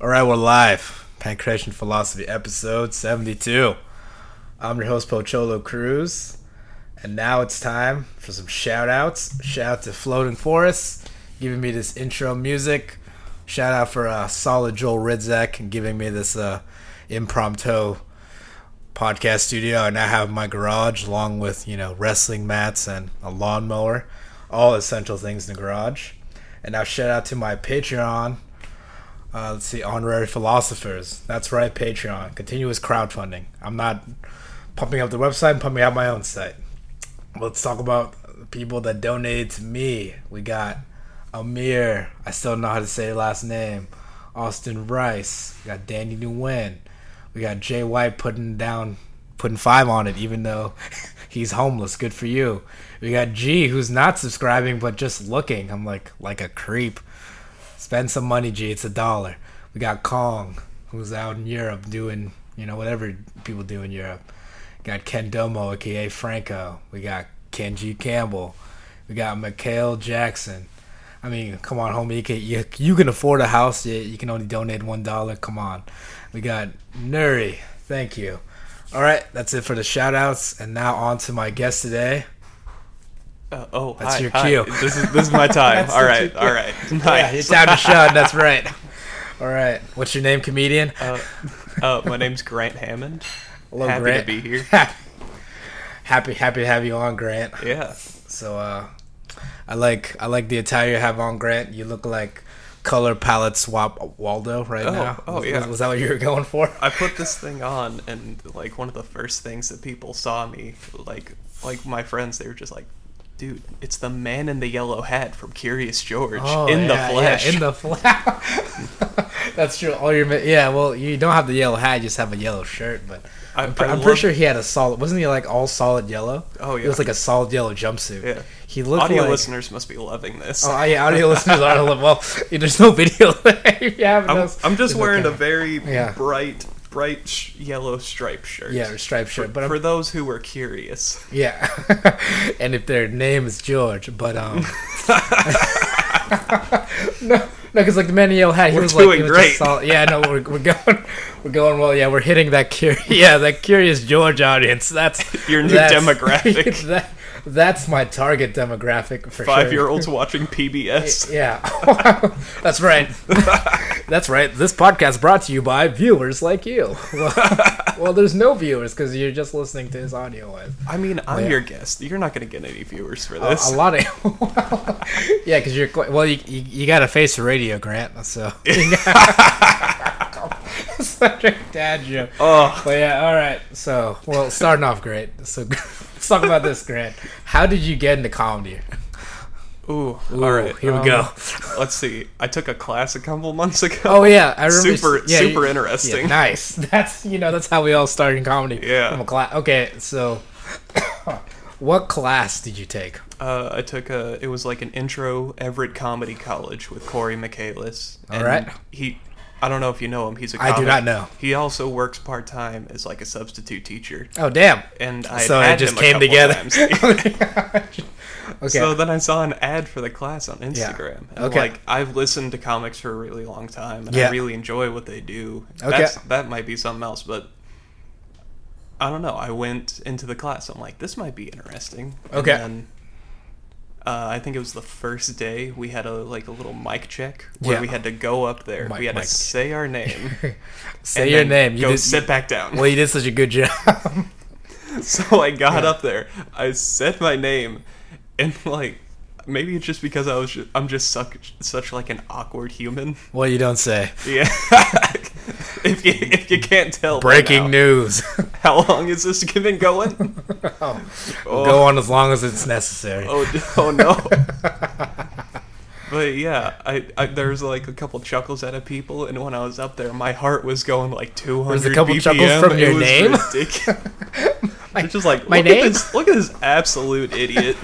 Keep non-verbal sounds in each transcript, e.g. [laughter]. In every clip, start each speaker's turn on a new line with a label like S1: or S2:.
S1: right, we're live. Pancreation Philosophy, episode 72. I'm your host, Pocholo Cruz. And now it's time for some shout outs. Shout out to Floating Forest, giving me this intro music. Shout out for uh, solid Joel Ridzek and giving me this uh, impromptu podcast studio. I now have my garage along with, you know, wrestling mats and a lawnmower. All essential things in the garage. And now shout out to my Patreon. Uh, let's see, honorary philosophers. That's right, Patreon. Continuous crowdfunding. I'm not pumping up the website, I'm pumping out my own site. Let's talk about the people that donated to me. We got Amir. I still don't know how to say the last name. Austin Rice. We got Danny Nguyen. We got Jay White putting down, putting five on it, even though [laughs] he's homeless. Good for you. We got G, who's not subscribing but just looking. I'm like, like a creep. Spend some money, G. It's a dollar. We got Kong, who's out in Europe doing, you know, whatever people do in Europe. got Ken Domo, aka Franco. We got Kenji Campbell. We got Mikhail Jackson. I mean, come on, homie. You can, you, you can afford a house. You, you can only donate $1. Come on. We got Nuri. Thank you. All right, that's it for the shout outs. And now on to my guest today.
S2: Uh, oh,
S1: That's
S2: hi,
S1: your
S2: hi.
S1: cue.
S2: This is this is
S1: [laughs]
S2: my time. all right, all right.
S1: Yeah,
S2: Nice.
S1: it's time to shine. That's right. All right. What's your name, comedian?
S2: Uh, uh, my name's Grant Hammond.
S1: Hello,
S2: Happy
S1: Grant.
S2: to be here.
S1: [laughs] happy, happy to have you on, Grant.
S2: Yeah.
S1: So, uh, I like, I like the attire you have on, Grant. You look like color palette swap Waldo right
S2: Oh,
S1: now.
S2: oh,
S1: was,
S2: yeah.
S1: Was, was that what you were going
S2: [laughs]
S1: for?
S2: I put this thing on, and like one of the first things that people saw me, like like my friends, they were just like, "Dude, it's the man in the yellow hat from Curious George
S1: Oh,
S2: in
S1: yeah,
S2: the flesh."
S1: Yeah, in the flesh. [laughs] That's true. All your, ma- yeah. Well, you don't have the yellow hat. You just have a yellow shirt, but.
S2: I,
S1: I'm, pre-
S2: I
S1: I'm
S2: love-
S1: pretty sure he had a solid. Wasn't he like all solid yellow?
S2: Oh,
S1: It was
S2: yeah.
S1: like a solid yellow jumpsuit.
S2: Yeah.
S1: He looked
S2: audio
S1: like.
S2: listeners must be loving this.
S1: Oh yeah, audio listeners are li- well. There's no video [laughs] there. if you haven't
S2: I'm,
S1: noticed.
S2: I'm just
S1: It's
S2: wearing a
S1: okay.
S2: very
S1: Yeah.
S2: bright, bright sh- yellow striped shirt.
S1: yeah or striped shirt, but I'm,
S2: For those who were curious.
S1: yeah. [laughs] and if their name is George, but um.
S2: [laughs]
S1: [laughs] no, no, because like the man in yellow hat, he
S2: We're
S1: was like,
S2: doing
S1: he was
S2: great.
S1: Just solid. Yeah, no, we're, we're going, we're going well. Yeah, we're hitting that curious, [laughs] yeah, that curious George audience. That's
S2: [laughs] Your new
S1: that's-
S2: demographic.
S1: [laughs] that, that's my target demographic for
S2: five
S1: sure.
S2: year olds watching PBS.
S1: Yeah, [laughs] that's right. that's right. This podcast brought to you by viewers like you. [laughs] Well, well, there's no viewers because you're just listening to his audio. Wise.
S2: [laughs] I mean, I'm
S1: Yeah. Uh,
S2: your guest. You're not going to get any viewers for
S1: A,
S2: this.
S1: a lot of [laughs] yeah, because you're quite, well, you, you, you got a face for radio, Grant. So [laughs] such a dad joke.
S2: oh,
S1: But yeah, all right. So, well, starting off great. So [laughs] let's talk about this, Grant. How did you get into comedy?
S2: ooh.
S1: Ooh,
S2: All right.
S1: here we
S2: um,
S1: go.
S2: Let's see. I took a class a couple months ago.
S1: Oh yeah, I remember.
S2: Super-
S1: yeah,
S2: super
S1: yeah,
S2: interesting.
S1: nice. [laughs] That's you know that's how we all started in comedy.
S2: Yeah.
S1: From a class. Okay, so [coughs] what class did you take?
S2: Uh, I took a. It was like an intro Everett Comedy College with Corey Michaelis. And
S1: right.
S2: He. I don't know if you know him. He's a.
S1: I do
S2: Comic.
S1: not know.
S2: He also works part time as like a substitute teacher.
S1: Oh damn.
S2: And I
S1: so
S2: had
S1: it just
S2: him a
S1: came
S2: couple
S1: together.
S2: times.
S1: [laughs] okay.
S2: So then I saw an ad for the class on Instagram. And
S1: Okay.
S2: like I've listened to comics for a really long time and
S1: Yeah.
S2: I really enjoy what they do.
S1: Okay.
S2: That's, that might be something else, but I don't know. I went into the class. I'm like, this might be interesting.
S1: Okay.
S2: And then, uh, I think it was the first day we had a like a little mic check where
S1: Yeah.
S2: we had to go up there.
S1: Mic-
S2: we had
S1: mic.
S2: to say our name.
S1: [laughs] Say
S2: and
S1: your
S2: then
S1: name. You
S2: go
S1: did,
S2: sit back down.
S1: well, you did such a good job. [laughs]
S2: [laughs] So I got up there. I said my name, and like maybe it's just because I was just, I'm just such such like an awkward human. [laughs]
S1: well, you don't say.
S2: Yeah. [laughs] if you if you can't tell. by
S1: Breaking
S2: now, [laughs]
S1: news.
S2: How long is this been going?
S1: oh.
S2: Oh.
S1: Go on as long as it's necessary. [laughs]
S2: Oh, d- [laughs] oh no. But yeah, I, I there was like a couple chuckles out of people, and when I was up there, my heart was going like 200
S1: a couple
S2: BPM.
S1: chuckles from
S2: It
S1: your
S2: was
S1: name?
S2: ridiculous. It's just
S1: [laughs]
S2: like
S1: my
S2: look
S1: name?
S2: At this, look at this absolute idiot.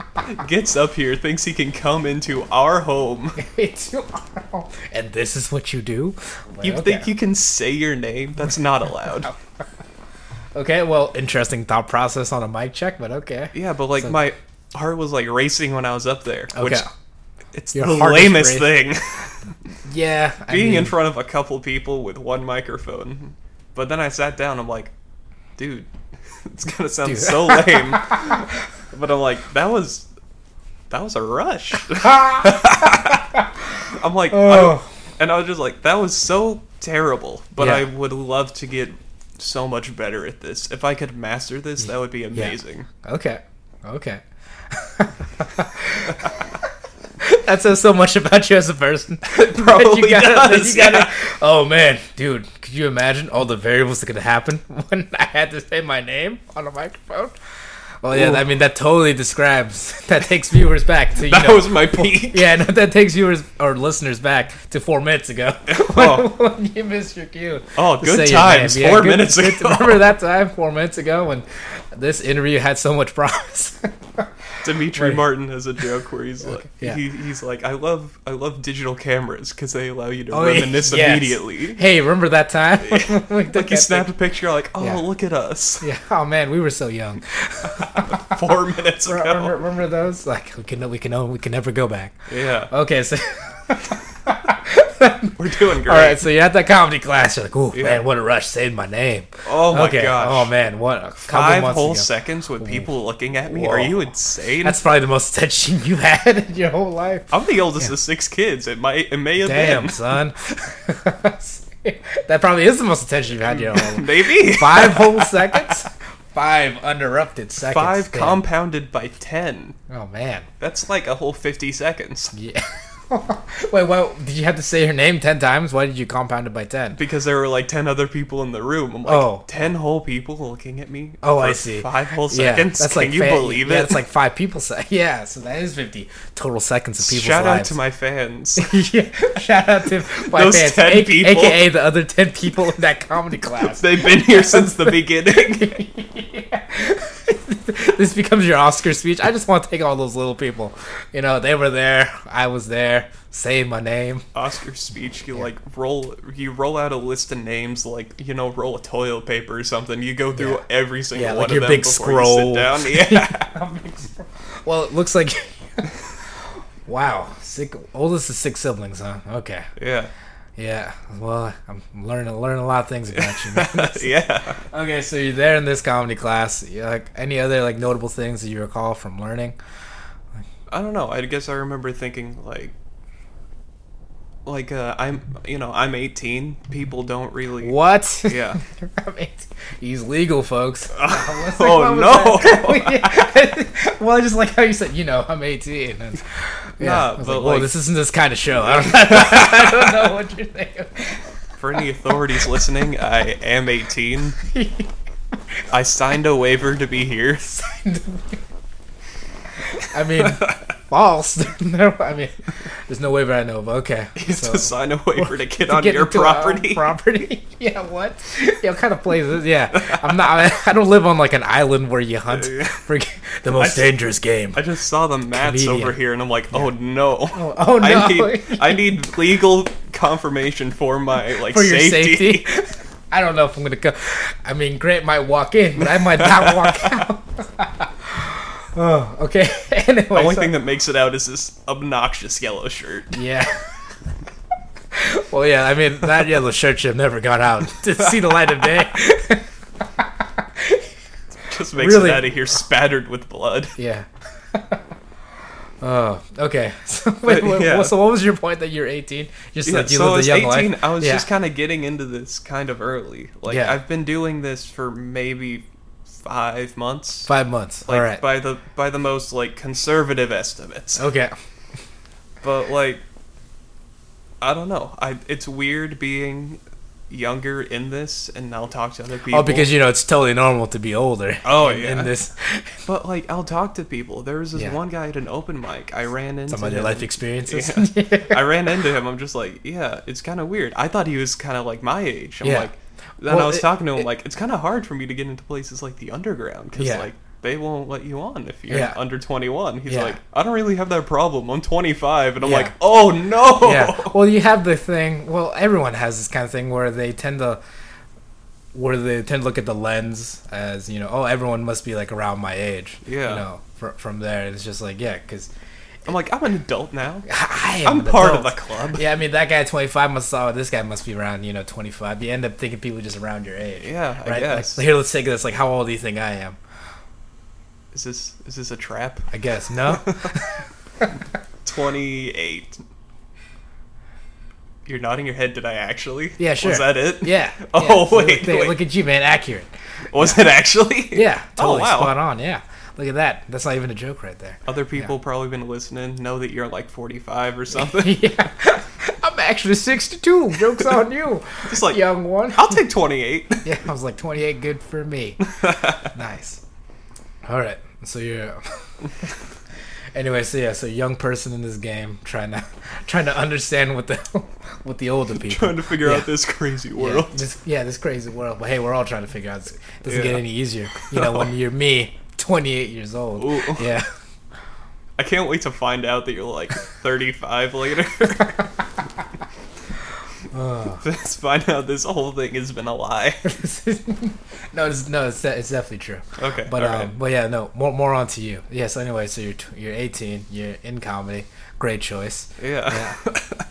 S2: [laughs] Gets up here, thinks he can come into
S1: [laughs]
S2: our home.
S1: and this is what you do?
S2: You
S1: Okay.
S2: think you can say your name? That's not
S1: [laughs]
S2: allowed.
S1: Okay, well, interesting thought process on a mic check, but okay.
S2: Yeah, but like my heart was like racing when I was up there, which
S1: Okay.
S2: it's
S1: Your
S2: the
S1: heart is
S2: lamest
S1: [laughs] racing.
S2: thing.
S1: Yeah, I
S2: being in
S1: mean,
S2: front of a couple people with one microphone. But then I sat down. I'm like, dude, [laughs] it's gonna sound
S1: Dude.
S2: so lame. but I'm like, that was that was
S1: [laughs]
S2: a rush. I'm like, I don't-
S1: Oh.
S2: and I was just like, that was so terrible. But
S1: Yeah.
S2: I would love to get so much better at this. If I could master this, that would be amazing.
S1: Okay. Okay. [laughs] that says so much about you as a person. [laughs] That
S2: [laughs] probably does, yeah.
S1: [laughs] Oh man, dude, could you imagine all the variables that could happen [laughs] when I had to say my name on a microphone? Well, yeah,
S2: Ooh.
S1: I mean that totally describes. [laughs] That takes viewers back to you
S2: That
S1: know.
S2: was my peak.
S1: yeah, [laughs] no, that takes viewers or listeners back to four minutes ago [laughs] when,
S2: Oh.
S1: when you missed your cue.
S2: Oh,
S1: to
S2: good
S1: say your
S2: times.
S1: name. Yeah,
S2: Four
S1: good-
S2: minutes
S1: good-
S2: ago.
S1: Remember that time four minutes ago when this interview had so much promise? [laughs]
S2: Dimitri
S1: Right.
S2: Martin has a joke where he's like,
S1: yeah.
S2: he, he's like, I love I love digital cameras because they allow you to
S1: Oh, [laughs]
S2: reminisce
S1: yes.
S2: immediately.
S1: hey, remember that time? [laughs] We took
S2: Like you
S1: that
S2: snap a
S1: pic-
S2: picture, like, oh
S1: Yeah.
S2: look at us,
S1: Yeah. Oh man, we were so
S2: [laughs]
S1: young.
S2: four
S1: [laughs]
S2: minutes
S1: Re- Remember,
S2: ago.
S1: remember those? Like we can we can we can never go back.
S2: Yeah,
S1: Okay, so [laughs]
S2: we're doing great.
S1: all right, so you're at that comedy class. You're like, oh
S2: Yeah.
S1: man, what a rush! Saying my name.
S2: Oh my
S1: okay.
S2: gosh.
S1: Oh man, what a couple
S2: Five
S1: months
S2: whole
S1: ago.
S2: seconds with people looking at me. Are
S1: Whoa.
S2: you insane?
S1: That's probably the most attention [laughs] you had in your whole life.
S2: I'm the oldest of six kids. It might it may
S1: [laughs]
S2: have
S1: Damn, son. that probably is the most attention you've had in your
S2: [laughs]
S1: whole life.
S2: been maybe
S1: Five whole seconds? Five uninterrupted seconds.
S2: five
S1: Damn.
S2: compounded by ten.
S1: Oh, man.
S2: That's like a whole fifty seconds
S1: Yeah. [laughs] Wait, what? Did you have to say her name 10 times? Why did you compound it by 10?
S2: because there were like ten other people in the room. I'm like
S1: Oh.
S2: ten whole people looking at me.
S1: Oh, I
S2: for
S1: see.
S2: Five whole
S1: Yeah,
S2: seconds. Can you
S1: fa-
S2: believe
S1: Yeah,
S2: it?
S1: it's like five people. Se- [laughs] yeah, so that is 50 total seconds of people's
S2: Shout out
S1: lives.
S2: to
S1: [laughs]
S2: my fans.
S1: yeah, shout out to my
S2: Those
S1: fans,
S2: 10
S1: A-
S2: people.
S1: aka the other 10 people in that
S2: [laughs]
S1: comedy class.
S2: They've been here
S1: [laughs]
S2: since the beginning.
S1: [laughs] this becomes your Oscar speech. I just want to take all those little people. You know, they were there. I was there. Say my name.
S2: Oscar speech, you like roll you roll out a list of names like, you know, roll a toilet paper or something. You go through
S1: Yeah.
S2: every single
S1: Yeah,
S2: one
S1: like
S2: of
S1: your
S2: them
S1: big
S2: before
S1: scroll.
S2: you
S1: [laughs]
S2: sit down. Yeah.
S1: Well, it looks like. [laughs] wow, sick. Oldest of six siblings, huh? Okay.
S2: yeah.
S1: Yeah. Well, I'm learning learning a lot of things about you.
S2: [laughs]
S1: Man.
S2: yeah.
S1: okay, so you're there in this comedy class. You, like any other like notable things that you recall from learning?
S2: I don't know. I guess I remember thinking like like uh, I'm you know, I'm 18. People don't really
S1: What? [laughs]
S2: Yeah.
S1: I mean, he's legal,
S2: [laughs]
S1: folks. What's that-
S2: oh
S1: what was [laughs] that? well, I just like how you said, you know, I'm 18. And, yeah,
S2: Nah,
S1: I was
S2: but,
S1: like, whoa,
S2: like-
S1: this isn't this kind of show. I don't, [laughs]
S2: [laughs]
S1: I don't know what you're
S2: For any authorities listening, I am 18.
S1: thinking. [laughs]
S2: I signed a waiver to be here. [laughs]
S1: I mean,
S2: [laughs]
S1: false. [laughs] no, I mean, there's no way, but I know of. Okay,
S2: You have to sign a waiver to get on
S1: get
S2: your
S1: into our own [laughs]
S2: property.
S1: Property? Yeah. What? Yeah. What kind of place is? Yeah. I'm not. I, I don't live on like an island where you hunt
S2: [laughs] Yeah.
S1: for g- the most dangerous game.
S2: I just saw the mats
S1: Comedian.
S2: over here, and I'm like, oh no.
S1: Oh, oh,
S2: I
S1: no.
S2: need,
S1: [laughs]
S2: I need legal confirmation for my like
S1: for your
S2: safety.
S1: safety. [laughs] I don't know if I'm gonna go. I mean, Grant might walk in, but I might not [laughs] walk out. [laughs] oh, okay. [laughs] anyway,
S2: [laughs] The only
S1: so-
S2: thing that makes it out is this obnoxious yellow shirt. [laughs]
S1: Yeah. [laughs] well, yeah. I mean, that yellow shirt should have never gone out [laughs] to see the light of
S2: [laughs]
S1: day.
S2: Just makes
S1: Really?
S2: it out of here spattered with blood.
S1: yeah. [laughs] Oh, okay. [laughs] So, wait,
S2: But,
S1: wait,
S2: yeah.
S1: what- so what was your point that you're 18?
S2: [laughs]
S1: Just
S2: Yeah,
S1: like you
S2: so I
S1: lived
S2: was
S1: a young
S2: 18.
S1: life.
S2: I was
S1: yeah.
S2: just kind of getting into this kind of early. Like
S1: Yeah.
S2: I've been doing this for maybe five months.
S1: five months.
S2: Like
S1: All right.
S2: by the by the most like conservative estimates.
S1: Okay.
S2: but like i don't know i it's weird being younger in this and i'll talk to other people
S1: Oh, because you know it's totally normal to be older.
S2: Oh,
S1: in-
S2: yeah.
S1: In this,
S2: but like i'll talk to people there was this
S1: Yeah.
S2: one guy at an open mic i ran into
S1: some of
S2: him.
S1: your life [laughs] experiences.
S2: Yeah. [laughs] i ran into him i'm just like yeah it's kind of weird i thought he was kind of like my age i'm
S1: Yeah.
S2: like then i
S1: Well,
S2: was
S1: it-
S2: talking to him
S1: it-
S2: like it's kind of hard for me to get into places like the underground because
S1: Yeah.
S2: like they won't let you on if you're
S1: Yeah.
S2: under 21 he's
S1: Yeah.
S2: like i don't really have that problem i'm 25 and i'm
S1: Yeah.
S2: like oh no
S1: yeah. [laughs] Well, you have the thing. Well, everyone has this kind of thing where they tend to, where they tend to look at the lens as you know, oh, everyone must be like around my age.
S2: Yeah.
S1: You know, fr- from there, it's just like yeah, because
S2: [laughs] I'm like, I'm an adult now.
S1: I am
S2: I'm
S1: an
S2: part
S1: adult.
S2: of the club.
S1: Yeah, I mean that guy at 25 must saw this guy must be around you know 25. You end up thinking people just around your age.
S2: Yeah, I
S1: right.
S2: guess.
S1: Like, here, let's take this. Like, how old do you think I am?
S2: Is this is this a trap?
S1: I guess
S2: [laughs]
S1: no.
S2: 28. You're nodding your head. Did I actually?
S1: Yeah, sure.
S2: Was that it?
S1: Yeah.
S2: Oh,
S1: yeah. So
S2: wait,
S1: look-
S2: wait.
S1: Look at you, man. Accurate.
S2: [laughs] Was it actually?
S1: Yeah. Totally
S2: oh wow.
S1: spot on. Yeah. Look at that. That's not even a joke right
S2: [laughs]
S1: there. [laughs]
S2: Other people probably been listening know that you're like 45 or something. [laughs]
S1: yeah. I'm actually 62. Joke's on you,
S2: [laughs] Just like
S1: young one.
S2: I'll take 28.
S1: Yeah, I was like 28. Good for me. nice. All right. So you're. [laughs] anyway, so yeah, so young person in this game trying to [laughs] trying to understand what the [laughs] what the older people
S2: [laughs] Trying to figure
S1: Yeah.
S2: out this crazy
S1: Yeah,
S2: world.
S1: this, yeah, this crazy world. But hey, we're all trying to figure out. This doesn't get
S2: Yeah.
S1: any easier, you know,
S2: [laughs]
S1: when you're me, 28 years old.
S2: Ooh.
S1: Yeah.
S2: [laughs] I can't wait to find out that you're
S1: [laughs]
S2: like 35 later. [laughs] Let's find out this whole thing has been a lie.
S1: [laughs] no, it's, no, it's, de- it's definitely true.
S2: Okay,
S1: But
S2: all
S1: um,
S2: right.
S1: but yeah, no, more more on to you. Yeah. So anyway, so you're tw- you're 18. You're in comedy. Great choice.
S2: Yeah. [laughs]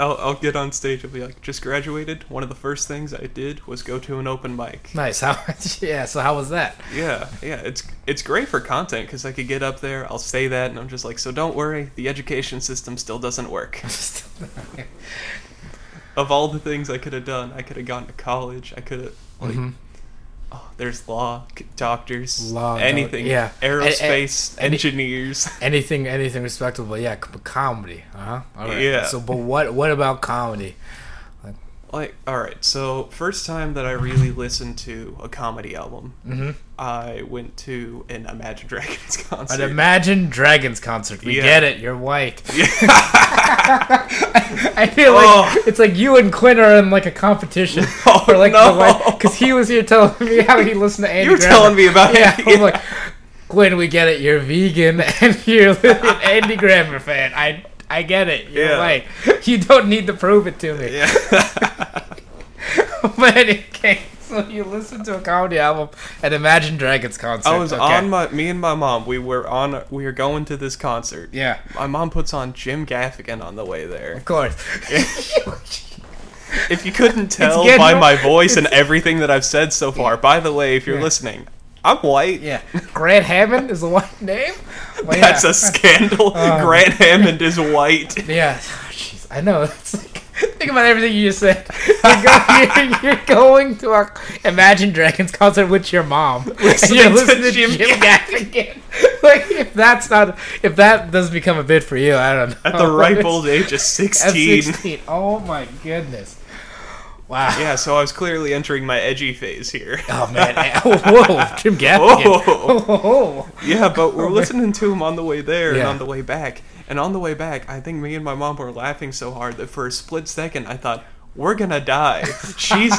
S2: I'll, I'll get on stage and be like, just graduated. One of the first things I did was go to an open mic.
S1: Nice. How? [laughs] Yeah. So how was
S2: [laughs]
S1: that?
S2: Yeah, yeah, it's it's great for content because I could get up there, I'll say that, and I'm just like, so don't worry, the education system still doesn't work. [laughs]
S1: Mm-hmm.
S2: Of all the things I could have done, I could have gone to college, I could have like,
S1: Mhm.
S2: oh, there's law, c- doctors,
S1: Law, doc-
S2: anything,
S1: yeah. A- a-
S2: aerospace,
S1: any- [laughs]
S2: engineers.
S1: anything, anything respectable. Yeah. c- Comedy. Uh huh. All right.
S2: Yeah.
S1: So, but what what about comedy?
S2: Like, all right, so first time that I really listened to a comedy album,
S1: Mhm.
S2: I went to an Imagine Dragons [laughs]
S1: An
S2: concert.
S1: Imagine Dragons concert. We
S2: Yeah.
S1: get it. You're white.
S2: yeah.
S1: [laughs] I feel
S2: Oh.
S1: like it's like you and Quinn are in like a competition
S2: [laughs] Oh,
S1: for like
S2: no.
S1: because he was here telling me how he listened to Andy.
S2: [laughs] You were
S1: Grammer.
S2: telling me about
S1: yeah.
S2: it,
S1: I'm
S2: yeah.
S1: like, Quinn, we get it. You're vegan [laughs] and you're an Andy Grammer fan. I I get it. You're
S2: Yeah.
S1: like [laughs] you don't need to prove it to me. [laughs]
S2: [laughs]
S1: but in any case, so you listen to a comedy album at Imagine Dragons concert.
S2: I was
S1: Okay.
S2: on my me and my mom. We were on. We were going to this concert.
S1: yeah,
S2: My mom puts on Jim Gaffigan on the way there.
S1: of course. [laughs]
S2: If you couldn't tell
S1: getting
S2: by
S1: wor-
S2: my
S1: [laughs]
S2: voice and everything that I've said so far, by the way, if you're
S1: Yeah.
S2: listening, I'm white. [laughs]
S1: yeah, Grant Hammond is the white [laughs] name. Well,
S2: That's
S1: yeah. Um, [laughs]
S2: a scandal. Grant Hammond is white.
S1: Yeah, oh, jeez, I know. [laughs] It's like, think about everything you just said. You're, go- [laughs] you're, you're going to a Imagine Dragons concert with your
S2: [laughs]
S1: mom, and
S2: Listening
S1: you're
S2: to
S1: listening to Jim,
S2: Jim
S1: Gaffigan. [laughs] Like, if that's not, if that doesn't become a bit for you, I don't know.
S2: At the
S1: [laughs]
S2: ripe
S1: It's-
S2: old age of
S1: at
S2: 16.
S1: 16. Oh my goodness. Wow.
S2: Yeah, so I was clearly entering my edgy phase here. [laughs]
S1: Oh man. [laughs] Whoa, Jim
S2: Oh.
S1: Gaffigan. [laughs] Oh.
S2: Whoa.
S1: Whoa.
S2: Yeah, but we're listening to him on the way there and
S1: Yeah.
S2: on the way back. And on the way back, I think me and my mom were laughing so hard that for a split second I thought, we're gonna die. She's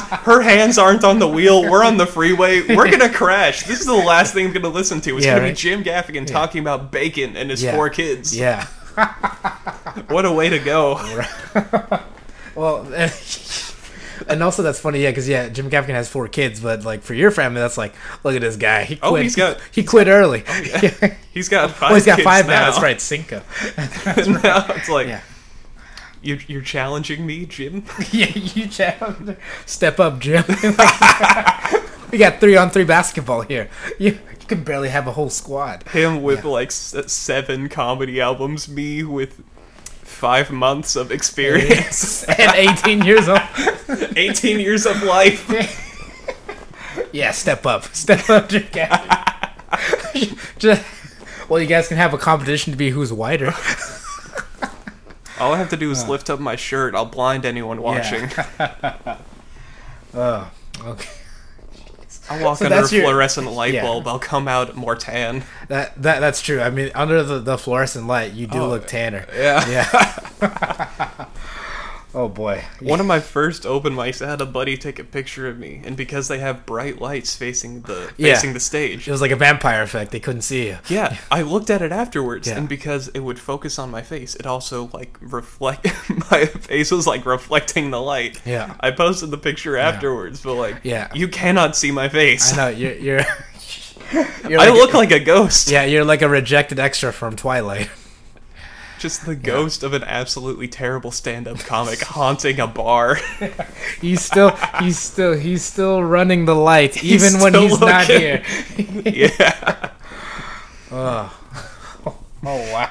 S1: [laughs]
S2: her hands aren't on the wheel. We're on the freeway. We're gonna crash. This is the last thing I'm gonna listen to. It's
S1: Yeah,
S2: gonna
S1: right.
S2: be Jim Gaffigan talking about bacon and his
S1: Yeah.
S2: four kids.
S1: Yeah.
S2: What a way to go.
S1: Well, [laughs] and also that's funny, yeah, because yeah, Jim Gaffigan has four kids, but like for your family, that's like, look at this guy, he
S2: Oh,
S1: quit.
S2: he's got- oh,
S1: he quit early. [laughs] yeah.
S2: He's got five.
S1: Oh, he's got
S2: kids
S1: five
S2: now.
S1: now.
S2: [laughs]
S1: That's right, Cinco.
S2: now it's like
S1: Yeah.
S2: you're, you're challenging me, Jim.
S1: [laughs] yeah, you challenge. Step up, Jim. [laughs] we got three on three basketball here. You you can barely have a whole squad.
S2: him with like s- seven comedy albums, me with five months
S1: [laughs]
S2: of experience, [laughs]
S1: and 18 years old.
S2: 18 years of life.
S1: Yeah, step up, [laughs] step up, Jim Gaffigan. [laughs] Just, well, you guys can have a competition to be who's whiter.
S2: All I have to do is lift up my shirt. I'll blind anyone watching.
S1: [laughs]
S2: [laughs]
S1: Oh, [laughs] okay.
S2: I'll walk
S1: So
S2: under a
S1: that's your-
S2: fluorescent light
S1: Yeah.
S2: bulb. I'll come out more tan.
S1: That that that's true. I mean, under the, the fluorescent light, you do look tanner.
S2: Yeah.
S1: Yeah. [laughs] oh boy.
S2: [laughs] One of my first open mics, I had a buddy take a picture of me, and because they have bright lights facing the
S1: Yeah.
S2: facing the stage,
S1: It was like a vampire effect. They couldn't see you. [laughs]
S2: Yeah, I looked at it afterwards,
S1: Yeah.
S2: and because it would focus on my face, it also like reflect. [laughs] my face was like reflecting the light.
S1: Yeah.
S2: I posted the picture afterwards, but like,
S1: Yeah.
S2: you cannot see my face.
S1: I
S2: [laughs] I,
S1: know you're [laughs] you're. you're like,
S2: look like a ghost.
S1: Yeah, you're like a rejected extra from Twilight.
S2: Just the ghost of an absolutely terrible stand-up comic [laughs] haunting a bar.
S1: [laughs] [laughs]
S2: [laughs]
S1: He's still he's still he's still running the light
S2: He's
S1: even when
S2: still
S1: he's not
S2: looking.
S1: here. [laughs]
S2: yeah.
S1: Oh wow.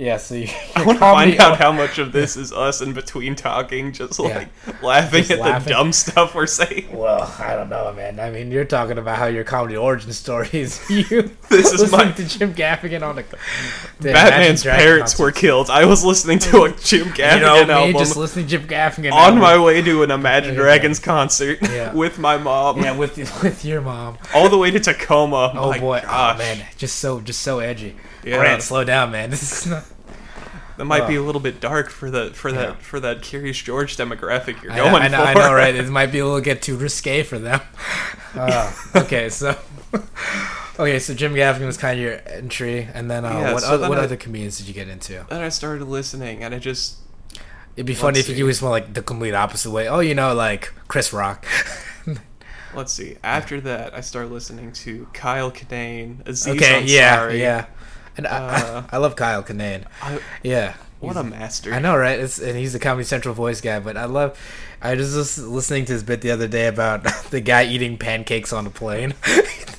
S1: Yeah, so you,
S2: I want to find out how much of this is us in between talking, just like laughing
S1: Just
S2: at
S1: laughing.
S2: the dumb stuff we're saying.
S1: Well, I don't know, man. I mean, you're talking about how your comedy origin story is [laughs] you.
S2: This is
S1: listening
S2: my-
S1: to Jim Gaffigan on a Dude,
S2: Batman's
S1: imagine Dragon
S2: parents
S1: concerts.
S2: were killed. I was listening to a Jim Gaffigan
S1: You know, me
S2: album
S1: just listening to Jim Gaffigan
S2: on
S1: album.
S2: my way to an Imagine
S1: Yeah.
S2: Dragons concert
S1: Yeah.
S2: [laughs] with my
S1: [laughs]
S2: mom,
S1: yeah with with your mom.
S2: all the way to Tacoma.
S1: Oh
S2: My
S1: boy,
S2: gosh.
S1: oh man, just so just so edgy.
S2: Yeah.
S1: Grant, slow down, man. [laughs] This is not.
S2: that might
S1: Wow.
S2: be a little bit dark for the for that
S1: Yeah.
S2: for that Curious George demographic you're
S1: I
S2: going
S1: know, I know, I
S2: for.
S1: know, right? It might be a little get too risque for
S2: [laughs]
S1: them. Uh, okay, so [laughs] okay, so Jim Gaffigan was kind of your entry, and then uh,
S2: Yeah,
S1: what
S2: so
S1: other,
S2: then
S1: what
S2: I-
S1: other comedians did you get into?
S2: [laughs] Then I started listening, and I just
S1: It'd be funny
S2: Let's
S1: if
S2: see.
S1: you was more like the complete opposite way. Oh, you know, like Chris Rock. [laughs]
S2: let's see. After that, I started listening to Kyle Kinane, Aziz
S1: okay,
S2: Ansari.
S1: yeah, yeah. And I,
S2: Uh,
S1: [laughs] I love Kyle Kinane.
S2: I-
S1: Yeah,
S2: what a master!
S1: I know, right? It's, and he's a Comedy Central voice guy. But I love. I was just listening to his bit the other day about [laughs] the guy eating pancakes on a plane. [laughs]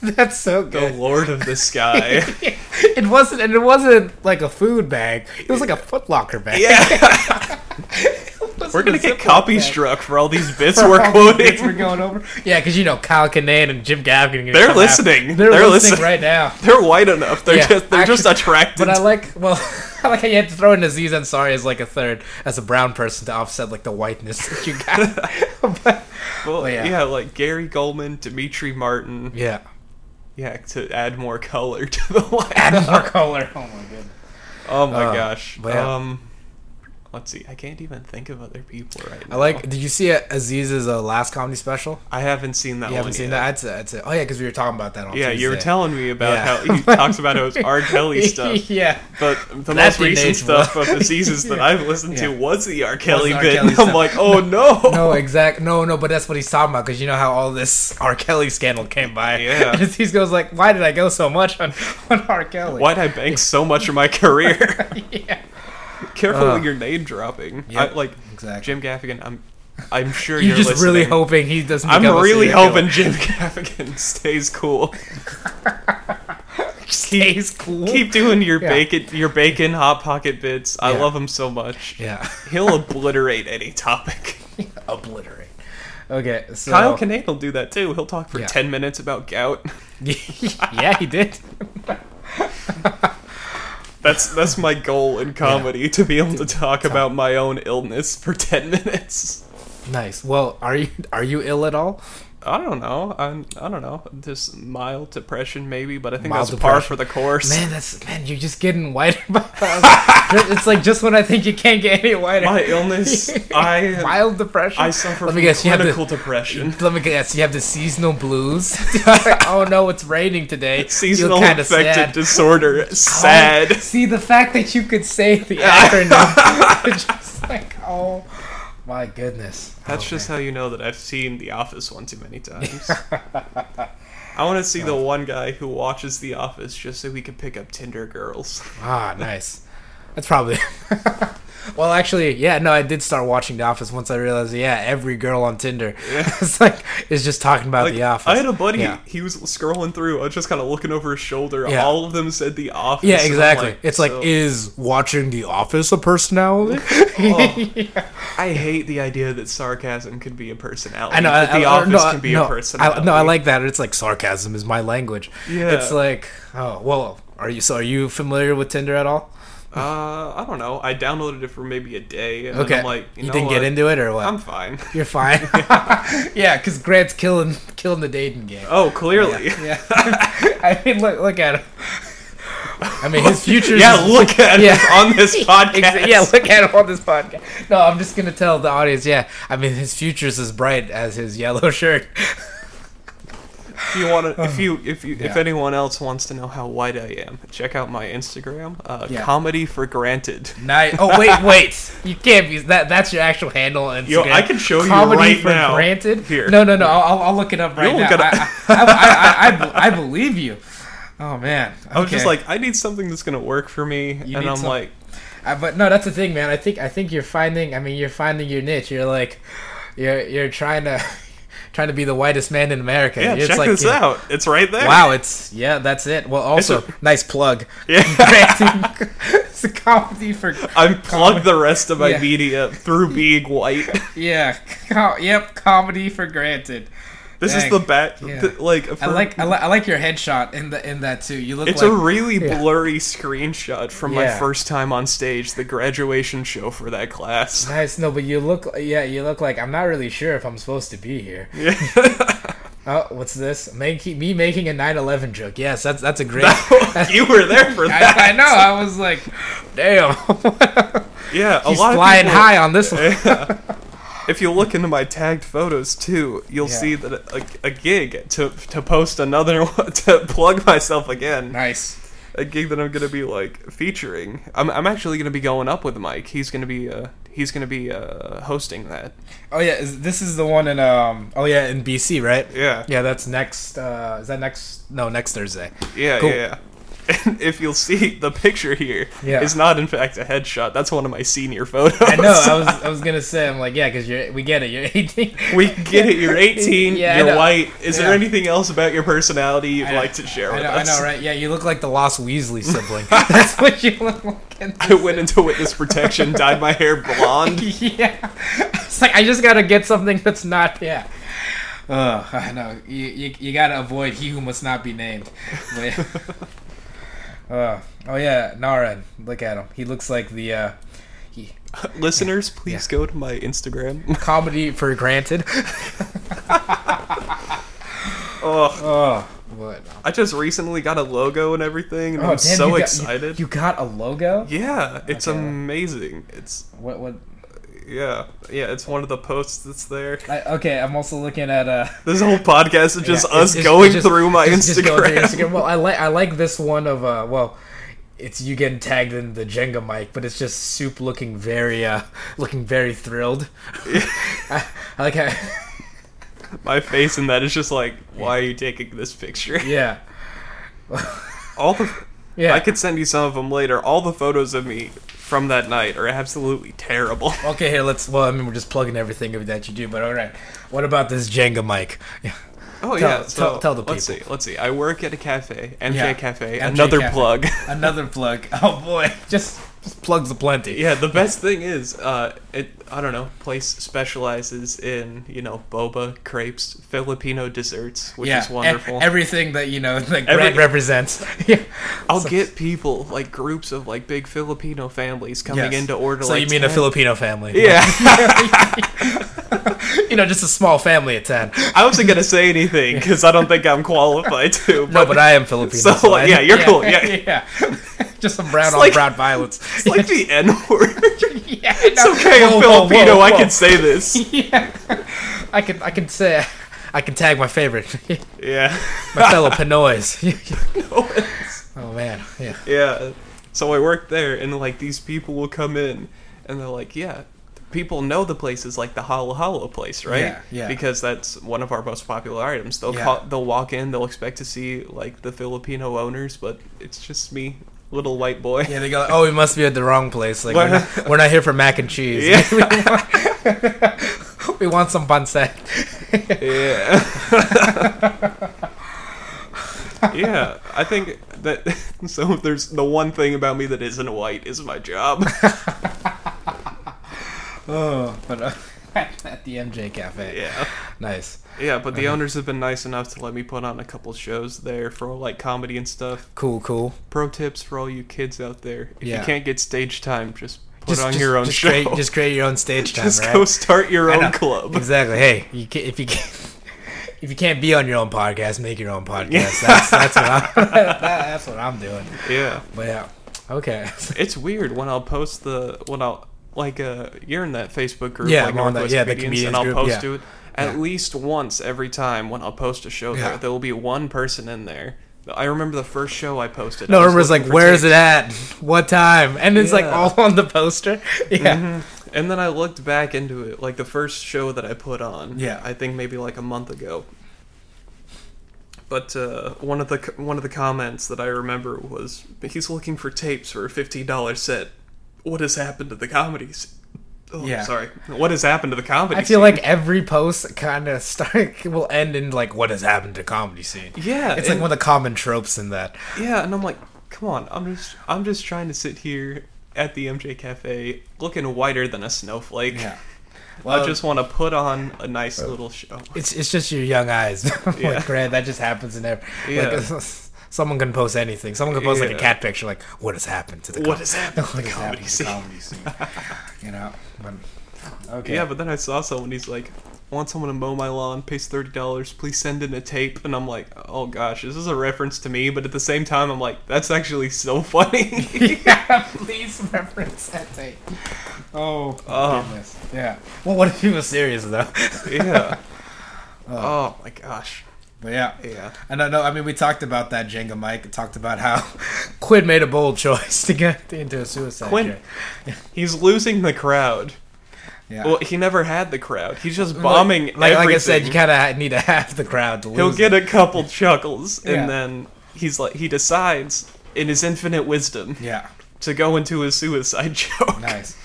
S1: That's so
S2: The
S1: good. [laughs]
S2: Lord of the Sky.
S1: it wasn't, and it wasn't like a food bag. It was like a Footlocker bag. [laughs]
S2: yeah,
S1: It wasn't
S2: we're
S1: a
S2: gonna get
S1: Ziploc
S2: copy
S1: bag.
S2: struck for
S1: [laughs]
S2: all these bits we're
S1: Bits we're
S2: quoting. [laughs]
S1: going over. Yeah, because you know Kyle Kinane and Jim Gaffigan. are gonna
S2: They're
S1: come after-
S2: listening.
S1: They're,
S2: They're
S1: listening
S2: listening.
S1: right now.
S2: [laughs] They're white enough. They're
S1: Yeah,
S2: just they're just
S1: actually-
S2: attracted.
S1: But I
S2: to
S1: like, well, [laughs] I like how you had to throw in Aziz Ansari as like a third, as a brown person to offset like the whiteness that you
S2: [laughs]
S1: got. but,
S2: well,
S1: yeah.
S2: yeah. like Gary Goldman, Dimitri Martin.
S1: yeah.
S2: Yeah, to add more color to the [laughs] lineup.
S1: Add more color. Oh my goodness.
S2: Oh my
S1: Uh,
S2: gosh.
S1: but yeah.
S2: Um, let's see. I can't even think of other people right now.
S1: I like, did you see uh, Aziz's uh, last comedy special?
S2: I haven't seen that.
S1: You haven't
S2: one
S1: seen
S2: yet.
S1: that? I'd say, I'd say, oh yeah, because we were talking about that on
S2: Oh, Yeah, you were
S1: Tuesday.
S2: telling me about
S1: Yeah. [laughs]
S2: how he talks about how it's R. Kelly stuff.
S1: yeah.
S2: But the
S1: That
S2: most
S1: didn't
S2: recent
S1: age well.
S2: stuff of the seasons that
S1: [laughs] Yeah.
S2: I've listened to
S1: Yeah.
S2: was the R. Kelly
S1: the R.
S2: bit.
S1: Kelly
S2: and
S1: stuff.
S2: I'm like, oh no.
S1: No, exact. No, no, but that's what he's talking about because you know how all this R. Kelly scandal came by. [laughs]
S2: Yeah.
S1: And Aziz goes like, "Why did I go so much on on R. Kelly?
S2: Why'd I bank so much of my career?
S1: yeah.
S2: Careful
S1: Uh.
S2: with your name dropping.
S1: Yep,
S2: I, like
S1: exactly.
S2: Jim Gaffigan. I'm,
S1: [laughs]
S2: I'm sure
S1: You're
S2: are
S1: just really
S2: hoping.
S1: hoping he doesn't.
S2: I'm
S1: become a
S2: really
S1: serial killer.
S2: hoping Jim [laughs] Gaffigan
S1: [laughs]
S2: stays cool.
S1: stays cool.
S2: Keep doing your
S1: Yeah.
S2: bacon, your bacon hot pocket bits. I
S1: Yeah.
S2: love him so much.
S1: yeah,
S2: [laughs] He'll obliterate any topic.
S1: [laughs] obliterate. Okay, so
S2: Kyle Kinane will do that too. He'll talk for
S1: Yeah.
S2: ten minutes about gout.
S1: [laughs]
S2: [laughs]
S1: yeah, he did.
S2: That's that's my goal in comedy to be able to talk about my own illness for [laughs] ten minutes.
S1: Nice. Well, are you are you ill at all?
S2: I don't know. I'm, I don't know. Just mild depression maybe, but I think
S1: Mild
S2: that's par
S1: depression.
S2: for the course.
S1: Man, that's man. You're just getting whiter. by the hour. [laughs] it's like just when I think you can't get any whiter. [laughs]
S2: My illness, I
S1: Mild depression.
S2: I suffer
S1: Let
S2: from
S1: me guess. You have
S2: clinical
S1: the, [laughs]
S2: depression.
S1: let me guess. You have the seasonal
S2: [laughs]
S1: blues. [laughs] Like, oh no, it's raining today. Feel
S2: seasonal
S1: kinda
S2: affective
S1: sad.
S2: disorder. Sad.
S1: Oh, see the fact that you could say the
S2: [laughs]
S1: acronym, [laughs] it's just like oh my goodness.
S2: That's just how you know that I've seen The Office one too
S1: [laughs]
S2: many times. I want to see the one guy who watches The Office just so he can pick up Tinder girls. [laughs]
S1: Ah, nice. That's probably. [laughs] well, actually, yeah, no, I did start watching The Office once I realized, yeah, every girl on Tinder [laughs] is like is just talking about
S2: Like,
S1: The Office.
S2: I had a buddy.
S1: Yeah.
S2: He was scrolling through. I was just kind of looking over his shoulder.
S1: Yeah.
S2: All of them said The Office.
S1: yeah,
S2: and I'm
S1: exactly. it's like,
S2: so-
S1: is watching The Office a
S2: [laughs]
S1: personality?
S2: oh.
S1: [laughs]
S2: I hate the idea that sarcasm could be a personality.
S1: I know.
S2: That
S1: I,
S2: the
S1: I-
S2: Office
S1: no,
S2: can be
S1: no,
S2: a personality.
S1: I, no, I like that. It's like sarcasm is my language.
S2: Yeah.
S1: It's like, oh, well, are you so? Are you familiar with Tinder at all?
S2: Uh, I don't know. I downloaded it for maybe a day. And
S1: Okay,
S2: Then I'm like, you, know
S1: didn't
S2: what?
S1: get into it or what?
S2: [laughs] I'm fine.
S1: You're fine. [laughs] yeah, because Grant's killing killing the dating game.
S2: Oh, clearly. [laughs]
S1: Yeah. [laughs] I mean, look, look at him. I mean, his future.
S2: Yeah, look at
S1: Yeah.
S2: us on this
S1: [laughs]
S2: podcast.
S1: yeah, look at him on this podcast. No, I'm just gonna tell the audience. Yeah, I mean, his future's as bright as his yellow shirt. [laughs]
S2: if you want to, if you, if you, if
S1: Oh. Yeah.
S2: anyone else wants to know how white I am, check out my Instagram. Uh,
S1: Yeah.
S2: Comedy for granted.
S1: Nice. Oh
S2: [laughs]
S1: wait, wait. You can't be that. That's your actual handle on Instagram.
S2: Yo, I can show you
S1: Comedy
S2: right
S1: for
S2: now.
S1: Granted.
S2: Here.
S1: No, no, no. I'll, I'll- I'll look it up right
S2: You'll
S1: now.
S2: [laughs] look it up.
S1: I, I, I, I, I, I believe you. Oh man,
S2: I was just
S1: Okay.
S2: like, I need something that's gonna work for me,
S1: You
S2: and
S1: need
S2: I'm
S1: some-
S2: like,
S1: I, but no, that's the thing, man. I think I think you're finding. I mean, you're finding your niche. You're like, you're you're trying to [laughs] trying to be the whitest man in America.
S2: yeah,
S1: It's
S2: check
S1: like,
S2: this
S1: you-
S2: out. It's right there.
S1: Wow, it's yeah, that's it. Well, also nice plug.
S2: [laughs] Yeah.
S1: [laughs] it's a comedy for
S2: I'm plugged the rest of my
S1: Yeah.
S2: media through
S1: [laughs]
S2: being white.
S1: yeah, co- yep, comedy for granted.
S2: This
S1: Dang.
S2: is the best.
S1: Yeah.
S2: like,
S1: I
S2: for-
S1: like I, li- I like your headshot in the in that too. You look
S2: It's
S1: like
S2: a really
S1: yeah.
S2: blurry screenshot from my
S1: Yeah.
S2: first time on stage, the graduation show for
S1: [laughs]
S2: that class. [laughs]
S1: nice. No, but you look yeah, you look like I'm not really sure if I'm supposed to be here. [laughs] Oh, what's this? Make, me making a 9/11 joke. Yes, that's that's a great.
S2: you were there for
S1: [laughs]
S2: that.
S1: I, I know. I was like, damn,
S2: Yeah, [laughs] a
S1: he's
S2: lot
S1: flying
S2: of people,
S1: high on this one.
S2: If you look into my tagged photos too, you'll
S1: Yeah.
S2: see that a, a gig to to post another [laughs] one, to plug myself again.
S1: nice.
S2: a gig that I'm gonna be like featuring. I'm, I'm actually gonna be going up with Mike. He's gonna be uh he's gonna be uh hosting that.
S1: Oh yeah, is, this is the one in um. Oh yeah, in BC, right?
S2: Yeah.
S1: Yeah, that's next. uh Is that next? No, next
S2: [laughs]
S1: Thursday.
S2: Yeah,
S1: Cool.
S2: yeah, yeah. And if you'll see the picture here is
S1: Yeah.
S2: not in fact a headshot. That's one of my senior photos.
S1: I know.
S2: [laughs]
S1: I was. I was gonna say. I'm like, yeah, because you're. We get it. You're [laughs] 18.
S2: we get it. You're 18.
S1: [laughs] Yeah, I
S2: you're
S1: know.
S2: white. Is
S1: Yeah.
S2: there anything else about your personality you'd
S1: I know.
S2: like to share
S1: I
S2: with
S1: know, I
S2: us?
S1: know, right? Yeah, you look like the lost Weasley sibling. That's what you look like. in
S2: [laughs] I went into witness protection, dyed my hair blonde.
S1: [laughs]
S2: [laughs]
S1: yeah. It's like I just gotta get something that's not yeah. Ugh, I know. You, you, you gotta avoid he who must not be named. But-
S2: [laughs]
S1: Ugh. oh yeah, Naren. Look at him. He looks like the uh, he,
S2: Listeners, please go to my Instagram.
S1: [laughs] comedy for
S2: [laughs]
S1: granted.
S2: Oh,
S1: Oh, what?
S2: I just recently got a logo and everything, and
S1: Oh,
S2: I'm so
S1: you got,
S2: excited.
S1: You, Oh, you got a logo?
S2: Yeah, it's
S1: Okay.
S2: amazing. It's
S1: What? What?
S2: yeah, yeah. It's one of the posts that's there.
S1: I, okay, I'm also looking at uh.
S2: This whole podcast is just
S1: Yeah, it's-
S2: us
S1: it's-
S2: going
S1: it's just-
S2: through my
S1: just- just going
S2: Instagram.
S1: through Instagram. Well, I like I like this one of uh, well, it's you getting tagged in the Jenga mic, but it's just Soup looking very uh, looking very thrilled. [laughs]
S2: [laughs]
S1: I, I like how, [laughs]
S2: my face in that is just like, why are you taking this picture?
S1: yeah,
S2: All the
S1: yeah.
S2: I could send you some of them later. All the photos of me from that night are absolutely terrible.
S1: okay, here let's. Well, I mean, we're just plugging everything that you do, but all right. What about this Jenga mic? [laughs] Yeah.
S2: Oh
S1: Tell-
S2: yeah, so
S1: tell- tell the
S2: let's
S1: people.
S2: see, let's see. I work at a cafe, MJ
S1: Yeah,
S2: Cafe.
S1: MJ
S2: another
S1: Cafe.
S2: plug. [laughs]
S1: Another plug. [laughs] Oh boy, just, just plugs aplenty.
S2: Yeah, the best thing is, uh, it I don't know, place specializes in you know boba, crepes, Filipino desserts, which
S1: Yeah,
S2: is wonderful.
S1: e- everything that you know that
S2: Every-
S1: Grant represents. [laughs] yeah.
S2: I'll get people like groups of like big Filipino families coming
S1: Yes.
S2: in to order.
S1: So
S2: like,
S1: you mean a
S2: 10
S1: Filipino family?
S2: Yeah, [laughs]
S1: [laughs] you know, just a small family at ten.
S2: I wasn't gonna say anything because I don't think I'm qualified to.
S1: [laughs]
S2: But
S1: No, but I am Filipino.
S2: So,
S1: I-
S2: yeah, you're cool, yeah.
S1: [laughs] yeah. Just some brown
S2: It's
S1: on
S2: like-
S1: brown violence. [laughs]
S2: it's like the N word. [laughs]
S1: yeah, I
S2: It's
S1: know.
S2: okay,
S1: Whoa,
S2: I'm
S1: whoa,
S2: Filipino.
S1: whoa,
S2: I
S1: whoa.
S2: can say
S1: [laughs]
S2: this.
S1: Yeah, I can. I can say. I can tag my favorite, [laughs]
S2: Yeah. [laughs]
S1: my fellow Pinoys. [laughs]
S2: No, it's-
S1: oh man, yeah.
S2: Yeah. So I worked there, and like these people will come in, and they're like, yeah. People know the places like the Hollow Hollow place, right?
S1: Yeah, yeah.
S2: Because that's one of our most popular items. They'll
S1: Yeah.
S2: call, they'll walk in, they'll expect to see like the Filipino owners, but it's just me, little white boy. [laughs]
S1: Yeah, they go. Oh, we must be at the wrong place. Like we're
S2: What?
S1: not, we're not here for mac and cheese. [laughs] we want some bonsai.
S2: Yeah. yeah, I think that [laughs] so if there's the one thing about me that isn't white is
S1: [laughs]
S2: my job.
S1: [laughs] Oh, but uh, [laughs] at the MJ Cafe.
S2: Yeah.
S1: Nice.
S2: Yeah, but
S1: Uh-huh.
S2: the owners have been nice enough to let me put on a couple shows there for like comedy and stuff.
S1: Cool. Cool.
S2: Pro tips for all you kids out there: if
S1: Yeah.
S2: you can't get stage time, just put
S1: Just-
S2: on
S1: just-
S2: your own
S1: just
S2: show.
S1: Create,
S2: [laughs]
S1: just create your own stage time.
S2: Just
S1: right?
S2: go start your
S1: I
S2: own
S1: know.
S2: club.
S1: Exactly. Hey, you can, if you can, [laughs] if you can't be on your own podcast, make your own podcast. That's, that's what I'm. [laughs] that- that's what I'm doing.
S2: [laughs] Yeah,
S1: But yeah, okay. [laughs]
S2: it's weird when I'll post the when I'll like uh you're in that Facebook group
S1: Yeah,
S2: like
S1: I'm on that-
S2: Northwest
S1: yeah, the
S2: comedians, and
S1: comedians group,
S2: I'll post
S1: yeah.
S2: to it at least once every time when I'll post a show
S1: Yeah.
S2: there there will be one person in there. I remember the first show I posted.
S1: No,
S2: I
S1: remember it's like,
S2: looking for
S1: where is it at?
S2: tapes.
S1: What time? And it's like
S2: Yeah. Mm-hmm.
S1: all on the poster. [laughs] Yeah.
S2: And then I looked back into it, like the first show that I put on.
S1: Yeah.
S2: I think maybe like a month ago. But uh, one of the c- one of the comments that I remember was he's looking for tapes for a fifteen dollar set. What has happened to the comedies? Oh,
S1: Yeah.
S2: sorry. What has happened to the comedy?
S1: I feel
S2: scene?
S1: like every post kind of start [laughs] will end in like what has happened to comedy scene.
S2: Yeah,
S1: it's like
S2: and-
S1: one of the common tropes in that.
S2: yeah, and I'm like, come on, I'm just I'm just trying to sit here at the MJ Cafe looking whiter than a snowflake. I
S1: Well, uh,
S2: just want to put on a nice little show.
S1: it's it's just your young eyes. [laughs]
S2: Yeah.
S1: like, Grant, that just happens in every.
S2: Yeah.
S1: Like, [laughs] someone can post anything. Someone can post like
S2: Yeah.
S1: a cat picture. Like, what has happened to the?
S2: What has happened to
S1: [laughs] what
S2: the
S1: has
S2: comedy
S1: happened to
S2: scene?
S1: comedy scene? you know. But, okay.
S2: Yeah, but then I saw someone. He's like, "I want someone to mow my lawn. Pays thirty dollars. Please send in a tape." And I'm like, "Oh gosh, this is a reference to me." But at the same time, I'm like, "That's actually so [laughs] funny."
S1: yeah, [laughs] please reference that tape. Oh,
S2: Oh.
S1: goodness. Yeah. Well, what if he was serious though? [laughs]
S2: yeah. Oh my gosh.
S1: But yeah.
S2: Yeah.
S1: And I know, I mean, we talked about that Jenga Mike. Talked about how [laughs] Quinn made a bold choice to get into a suicide.
S2: Quinn-
S1: game. [laughs]
S2: He's losing the crowd.
S1: Yeah.
S2: Well, he never had the crowd. He's just bombing
S1: Like, like I said, you
S2: everything.
S1: kind of need to have the crowd to lose.
S2: He'll get a couple chuckles, and
S1: Yeah.
S2: then he's like, he decides in his infinite wisdom
S1: it. Yeah.
S2: to go into a suicide [laughs] joke.
S1: Nice.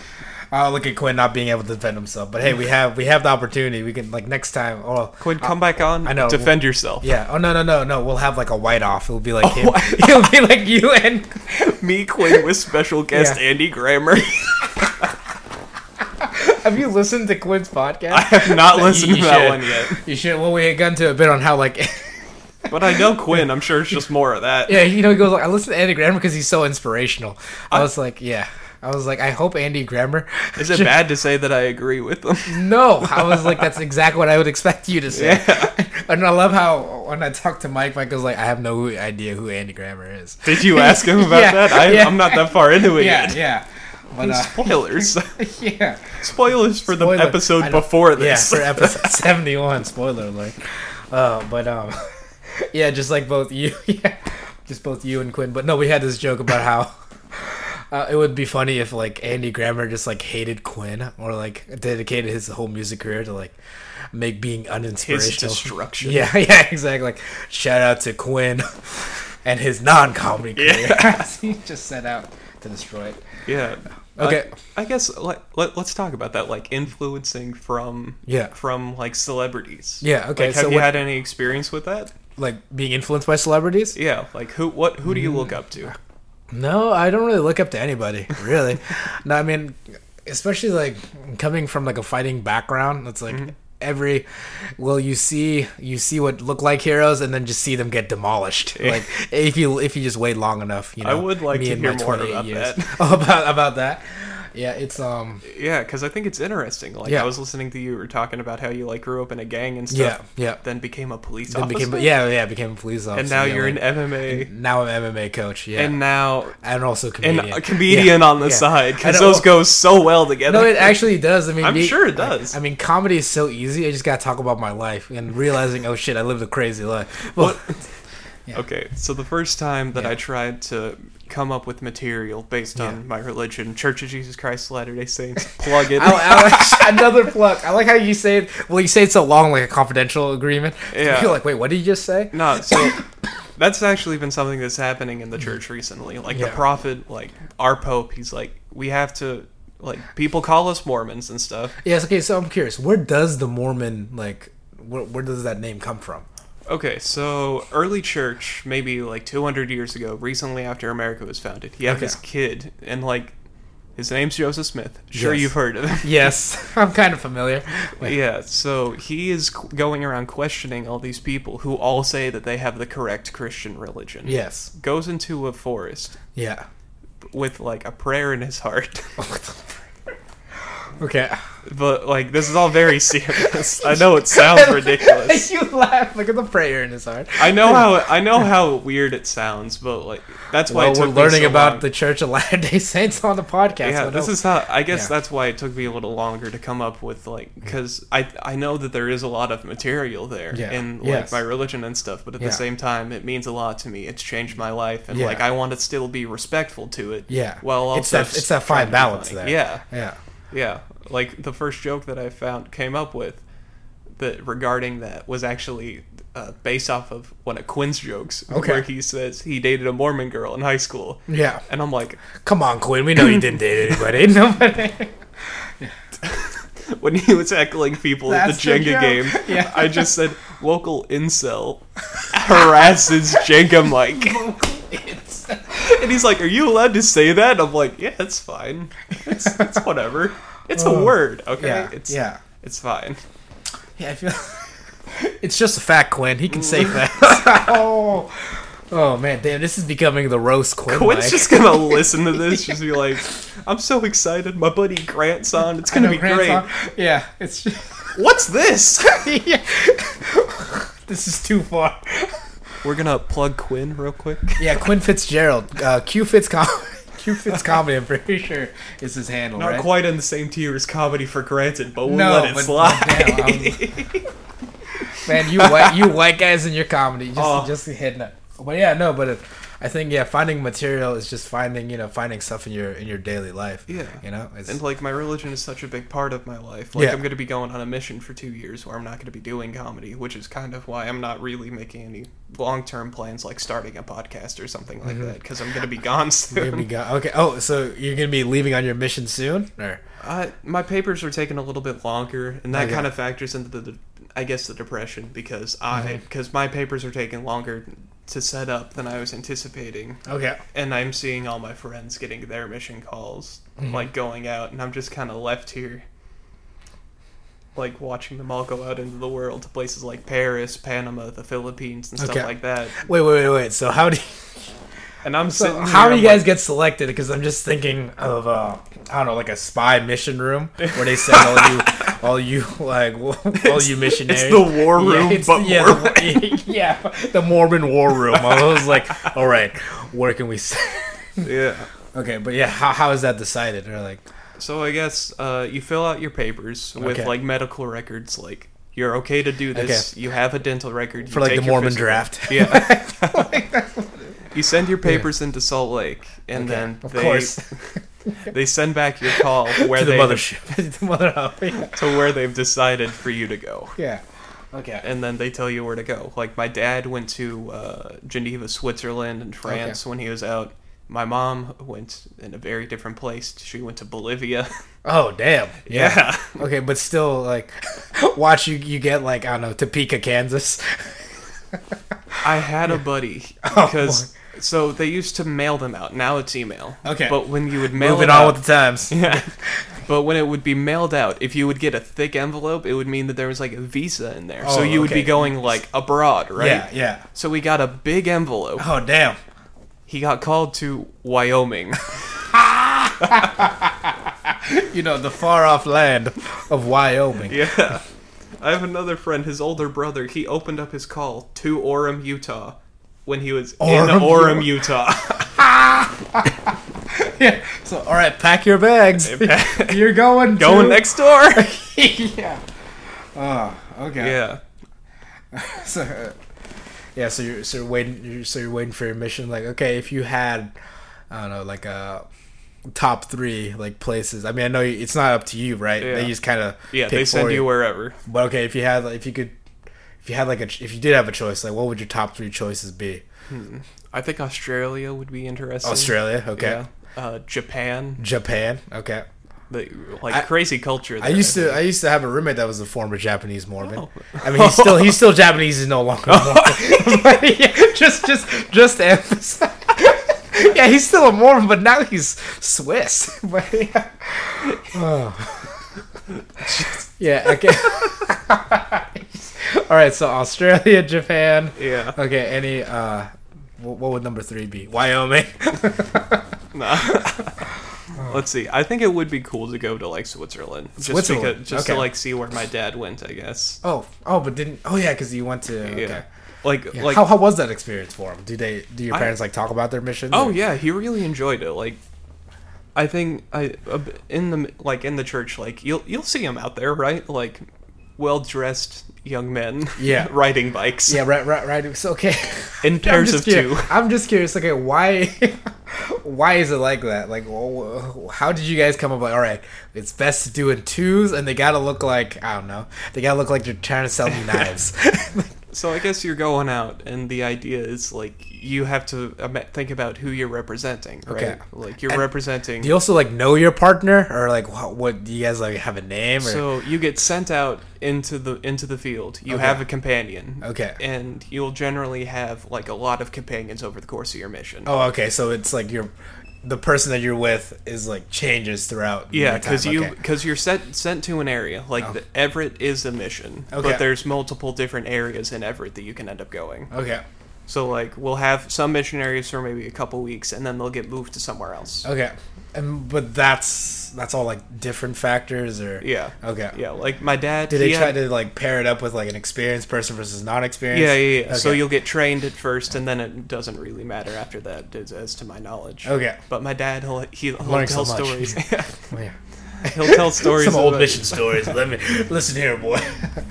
S1: Oh, look at Quinn not being able to defend himself. But hey, we have we have the opportunity. We can like next time. Oh,
S2: Quinn, come back on.
S1: I know.
S2: Defend yourself.
S1: yeah. Oh no no no no. We'll have like a white off. It'll be [laughs] like him.
S2: white
S1: It'll be like you and
S2: Me, Quinn, with special guest
S1: Yeah.
S2: Andy Grammer.
S1: Have you listened to Quinn's podcast?
S2: I [laughs] have not listened
S1: You
S2: to that
S1: should.
S2: one yet.
S1: [laughs] You should. Well, we had gotten to a bit on how like,
S2: [laughs]
S1: [laughs]
S2: But I know Quinn. I'm sure it's just more of that.
S1: yeah, you know, he goes like, I listen to Andy Grammer because he's so inspirational. I, was like, yeah. I was like, I hope Andy Grammer.
S2: Is it bad to say that I agree with them?
S1: [laughs]
S2: [laughs]
S1: No, I was like, that's exactly what I would expect you to say. [laughs] And I love how when I talk to Mike, Mike goes like, I have no idea who Andy Grammer is.
S2: Did you ask him about
S1: Yeah,
S2: that? I,
S1: yeah.
S2: I'm not that far into it
S1: Yeah,
S2: [laughs] yet.
S1: yeah. But, uh,
S2: Spoilers.
S1: [laughs] yeah.
S2: [laughs] Spoilers for the
S1: Spoiler. I
S2: episode
S1: know.
S2: before
S1: Yeah,
S2: this. [laughs]
S1: for episode 71, spoiler alert. Uh, but, um, [laughs] yeah, just like both you, [laughs] yeah, just both you and Quinn. But no, we had this joke about how [laughs] uh, it would be funny if, like, Andy Grammer just, like, hated Quinn or, like, dedicated his whole music career to, like, make being
S2: His
S1: uninspirational.
S2: destruction.
S1: Yeah, [laughs] yeah, exactly. Like, shout out to Quinn [laughs] and his non comedy career.
S2: [laughs]
S1: [laughs] he just set out to destroy it.
S2: Yeah.
S1: Okay.
S2: I, I guess like, let, let's talk about that, like influencing from
S1: Yeah.
S2: from like celebrities.
S1: Yeah, okay,
S2: Like, have
S1: so
S2: you
S1: what-
S2: had any experience with that?
S1: Like, being influenced by celebrities?
S2: Yeah. Like who what who do you
S1: Mm.
S2: look up to?
S1: No, I don't really look up to anybody,
S2: [laughs]
S1: really. no, I mean, especially like coming from like a fighting background, it's
S2: Mm-hmm.
S1: like every well, you see you see what look like heroes, and then just see them get
S2: [laughs]
S1: demolished. Like if you if you just wait long enough, you know.
S2: I would like to
S1: and
S2: hear
S1: my
S2: more
S1: 28
S2: about
S1: years.
S2: that.
S1: Oh, [laughs] about about that. Yeah, it's um.
S2: Yeah, because I think it's interesting. Like
S1: Yeah.
S2: I was listening to you, you were talking about how you like grew up in a gang and
S1: Yeah,
S2: stuff.
S1: yeah.
S2: Then became a police
S1: Then
S2: officer.
S1: became yeah yeah became a police officer.
S2: And now
S1: yeah,
S2: you're
S1: like,
S2: in MMA.
S1: now I'm MMA coach. Yeah,
S2: And
S1: and,
S2: now
S1: also
S2: and
S1: comedian.
S2: a comedian
S1: Yeah,
S2: on the
S1: yeah.
S2: side
S1: And,
S2: because those
S1: uh,
S2: go so well together.
S1: No, it actually does. I mean,
S2: I'm
S1: be-
S2: sure it
S1: like,
S2: does.
S1: I mean, comedy is so easy. I just gotta talk about my life and realizing, oh shit, I lived a crazy life. Well, Yeah.
S2: Okay, so the first time that I
S1: Yeah.
S2: tried to come up with material based on
S1: Yeah.
S2: my religion, Church of Jesus Christ of Latter Day Saints, plug it.
S1: I, I like- [laughs] another plug. I like how you say it. Well, you say it so long, like a confidential agreement. [laughs]
S2: Yeah.
S1: You're like, wait, what did you just say?
S2: no, so that's actually been something that's happening in the church recently. Like the
S1: Yeah.
S2: prophet, like our pope, he's like, we have to, like, people call us Mormons and stuff.
S1: Yes. Okay. So I'm curious. Where does the Mormon like? Where, where does that name come from?
S2: Okay, so early church, maybe like 200 years ago, recently after America was founded, you have
S1: Okay.
S2: this kid, and like, his name's Joseph Smith. Sure,
S1: Yes.
S2: you've heard of him.
S1: [laughs] Yes, I'm kind of familiar. Wait,
S2: [laughs] Yeah, so he is qu- going around questioning all these people who all say that they have the correct Christian religion.
S1: Yes.
S2: Goes into a forest
S1: Yeah.
S2: with like a prayer in his heart. [laughs]
S1: [laughs] Okay.
S2: but like this is all very serious. I know
S1: [laughs]
S2: it sounds ridiculous.
S1: you laugh. Look at the prayer in his heart.
S2: I know how I know how weird it sounds, but like that's why
S1: Well,
S2: it
S1: we're
S2: took me
S1: learning
S2: so
S1: about
S2: long.
S1: the Church of Latter Day Saints on the podcast.
S2: yeah,
S1: What
S2: this
S1: else?
S2: is how I guess
S1: Yeah.
S2: that's why it took me a little longer to come up with like because I I know that there is a lot of material there
S1: Yeah.
S2: in like
S1: Yes.
S2: my religion and stuff, but at
S1: Yeah.
S2: the same time, it means a lot to me. It's changed my life, and
S1: Yeah.
S2: like I want to still be respectful to it.
S1: Yeah.
S2: well,
S1: it's that it's that fine balance there.
S2: Yeah,
S1: Yeah.
S2: yeah. Like the first joke that I found came up with that regarding that was actually uh, based off of one of Quinn's jokes,
S1: Okay.
S2: where he says he dated a Mormon girl in high school.
S1: Yeah.
S2: And I'm like,
S1: Come on, Quinn. We know you didn't date
S2: [laughs]
S1: anybody. Nobody.
S2: when he was heckling people at the
S1: That's the
S2: Jenga
S1: joke.
S2: game,
S1: [laughs] Yeah.
S2: I just said, local incel harasses
S1: [laughs]
S2: Jenga Mike. And he's like, "Are you allowed to say that?" I'm like, "Yeah, it's fine. It's, it's whatever. It's a word, okay?
S1: Uh, yeah,
S2: it's
S1: yeah.
S2: it's fine."
S1: yeah, I feel. [laughs] it's just a fact, Quinn. He can
S2: [laughs]
S1: say that. oh. Oh man, damn! This is becoming the roast Quinn.
S2: Quinn's
S1: like. [laughs]
S2: just gonna listen to this, just be like, "I'm so excited, my buddy Grant's on. It's gonna
S1: No,
S2: be
S1: Grant's
S2: great.
S1: on- Yeah, it's. [laughs] Just... [laughs]
S2: What's this?"
S1: yeah. this is too far.
S2: We're gonna plug Quinn real quick.
S1: Yeah, Quinn Fitzgerald, uh, Q Fitz com- [laughs] Q Fitz comedy. I'm pretty sure is his handle,
S2: Not
S1: right?
S2: quite in the same tier as comedy for granted, but we'll
S1: No,
S2: let it
S1: but-
S2: slide.
S1: but Man, you white you white guys in your comedy just
S2: Oh.
S1: just hitting it. But yeah, no, but it, I think yeah, finding material is just finding you know finding stuff in your in your daily life.
S2: Yeah.
S1: you know, it's,
S2: [laughs] and like my religion is such a big part of my life. Like
S1: Yeah.
S2: I'm going to be going on a mission for 2 years where I'm not going to be doing comedy, which is kind of why I'm not really making any long-term plans like starting a podcast or something like
S1: Mm-hmm.
S2: that cuz I'm going to be gone
S1: Here we
S2: soon.
S1: go. Okay. Oh, so you're gonna be leaving on your mission soon? Or
S2: Uh, my papers are taking a little bit longer and that
S1: Okay.
S2: kind of factors into the, I guess the depression because I
S1: Mm-hmm.
S2: cuz my papers are taking longer to set up than I was anticipating.
S1: okay.
S2: and I'm seeing all my friends getting their mission calls,
S1: Mm-hmm.
S2: like going out, and I'm just kind of left here, like watching them all go out into the world to places like Paris, Panama, the Philippines, and stuff
S1: Okay.
S2: like that.
S1: Wait, wait, wait, wait. So how do you,
S2: And I'm
S1: so
S2: sitting
S1: how
S2: here,
S1: do you
S2: I'm
S1: guys get selected? Because I'm just thinking of uh, I don't know, like a spy mission room where they send all
S2: [laughs]
S1: you all you like all you missionaries.
S2: It's the war room,
S1: it's-
S2: but
S1: yeah,
S2: more.
S1: the, [laughs] yeah, the Mormon war room. I was like, [laughs] all right, where can we? s [laughs]
S2: yeah.
S1: okay, but yeah, how, how is that decided? Or like,
S2: So I guess uh, you fill out your papers with
S1: Okay.
S2: like medical records, like you're okay to do this. You have a dental record you
S1: For, like,
S2: take
S1: the
S2: your
S1: Mormon
S2: physical-
S1: draft. [laughs]
S2: Yeah. you send your papers into Salt Lake, and [laughs] then
S1: [laughs] of
S2: they
S1: course,
S2: [laughs] they send back your call where
S1: [laughs] to the
S2: they
S1: mothership, [laughs] to the mother [laughs] hub. Yeah.
S2: to where they've decided for you to go.
S1: yeah. Okay.
S2: And then they tell you where to go. Like my dad went to uh, Geneva, Switzerland, and France when he was out. My mom went in a very different place. She went to Bolivia.
S1: Oh damn.
S2: [laughs] Yeah.
S1: Okay, but still, like, [laughs] watch you you get like I don't know Topeka, Kansas.
S2: [laughs] I had a buddy
S1: [laughs] Oh,
S2: because so they used to mail them out. Now it's email.
S1: Okay.
S2: But when you would mail
S1: Moving
S2: it
S1: on
S2: out,
S1: with the times. [laughs]
S2: [laughs] Yeah. But when it would be mailed out, if you would get a thick envelope, it would mean that there was like a visa in there. so
S1: Oh,
S2: you would be
S1: okay.
S2: going like abroad, right?
S1: Yeah. Yeah.
S2: So we got a big envelope.
S1: Oh damn.
S2: He got called to
S1: [laughs]
S2: Wyoming. [laughs]
S1: You know the far off land of Wyoming.
S2: yeah. I have another friend, his older brother, he opened up his call to Orem, Utah when he was in
S1: Orem,
S2: Orem, Utah.
S1: [laughs]
S2: [laughs]
S1: Yeah. So all right, pack your
S2: [laughs]
S1: bags. [laughs] You're going.
S2: going
S1: to- [laughs]
S2: next door.
S1: yeah. Oh, okay.
S2: yeah.
S1: So, uh, yeah. So you're so you're waiting. You're, so you're waiting for your mission. Like, okay, if you had, I don't know, like a top three like places. I mean, I know you- it's not up to you, right?
S2: Yeah.
S1: They just kind of
S2: Yeah, they send you wherever.
S1: But okay, if you had, like, if you could, if you had like a, ch- if you did have a choice, like, what would your top three choices be?
S2: I think Australia would be interesting.
S1: Australia, okay.
S2: Yeah. Uh, Japan.
S1: Japan, okay.
S2: They, like crazy culture.
S1: I
S2: there.
S1: used to I used to have a roommate that was a former Japanese Mormon.
S2: Oh.
S1: I mean, he's still
S2: [laughs]
S1: he's still Japanese. He's no longer a Mormon. But yeah, just just just to emphasize. yeah, he's still a Mormon, but now he's Swiss. [laughs] but yeah.
S2: [sighs]
S1: yeah. Okay. [laughs] All right. So Australia, Japan.
S2: Yeah.
S1: Okay. Any uh, wh- what would number three be? Wyoming. [laughs]
S2: Nah. Let's see. I think it would be cool to go to like Switzerland, just
S1: Switzerland,
S2: because, just to
S1: okay.
S2: like see where my dad went. I guess.
S1: oh. Oh, but didn't. Oh yeah, because you went to. Okay.
S2: Yeah. Like
S1: Yeah,
S2: like.
S1: how, how was that experience for him? Do they do your
S2: I-
S1: parents like talk about their missions?
S2: oh
S1: or-
S2: yeah, he really enjoyed it. Like. I think I a b- in the like in the church like you'll you'll see him out there right like well dressed young men
S1: Yeah.
S2: [laughs] riding bikes
S1: yeah, right, right, right. It's okay. [laughs]
S2: in
S1: I'm
S2: [laughs] pairs
S1: just
S2: of
S1: curious.
S2: two
S1: I'm just curious. Okay, why, [laughs] why is it like that? Like, wh- wh- how did you guys come up? Like, all right, it's best to
S2: [laughs]
S1: do in twos, and they gotta look like I don't know. They gotta look like they're trying to sell me knives. [laughs]
S2: So I guess you're going out, and the idea is like you have to ama- think about who you're representing, right?
S1: Okay.
S2: Like you're
S1: And
S2: representing.
S1: Do you also like know your partner or like what? what do you guys like have a name or?
S2: so you get sent out into the into the field. You
S1: Okay.
S2: have a companion.
S1: Okay.
S2: And you'll generally have like a lot of companions over the course of your mission.
S1: oh, okay. So it's like your the person that you're with is like changes throughout. the
S2: Yeah,
S1: time,
S2: because you
S1: okay. Oh.
S2: because you're sent sent to an area like the, Everett is a mission,
S1: Okay. Oh.
S2: but there's multiple different areas in Everett that you can end up going.
S1: Okay.
S2: So like we'll have some missionaries for maybe a couple weeks, and then they'll get moved to somewhere else.
S1: Okay. And but that's that's all like different factors or
S2: Yeah.
S1: Okay.
S2: Yeah, like my dad.
S1: Did they
S2: he
S1: try
S2: had-
S1: to like pair it up with like an experienced person versus non experienced?
S2: Yeah, yeah, yeah.
S1: Okay.
S2: So you'll get trained at first, and then it doesn't really matter after that, as, as to my knowledge.
S1: Okay.
S2: But my dad, he'll he'll, he'll
S1: Learning
S2: tell
S1: so much.
S2: stories.
S1: [laughs]
S2: [laughs]
S1: Oh, yeah.
S2: he'll tell stories.
S1: Some old
S2: about-
S1: mission stories. Let me [laughs] listen here, boy.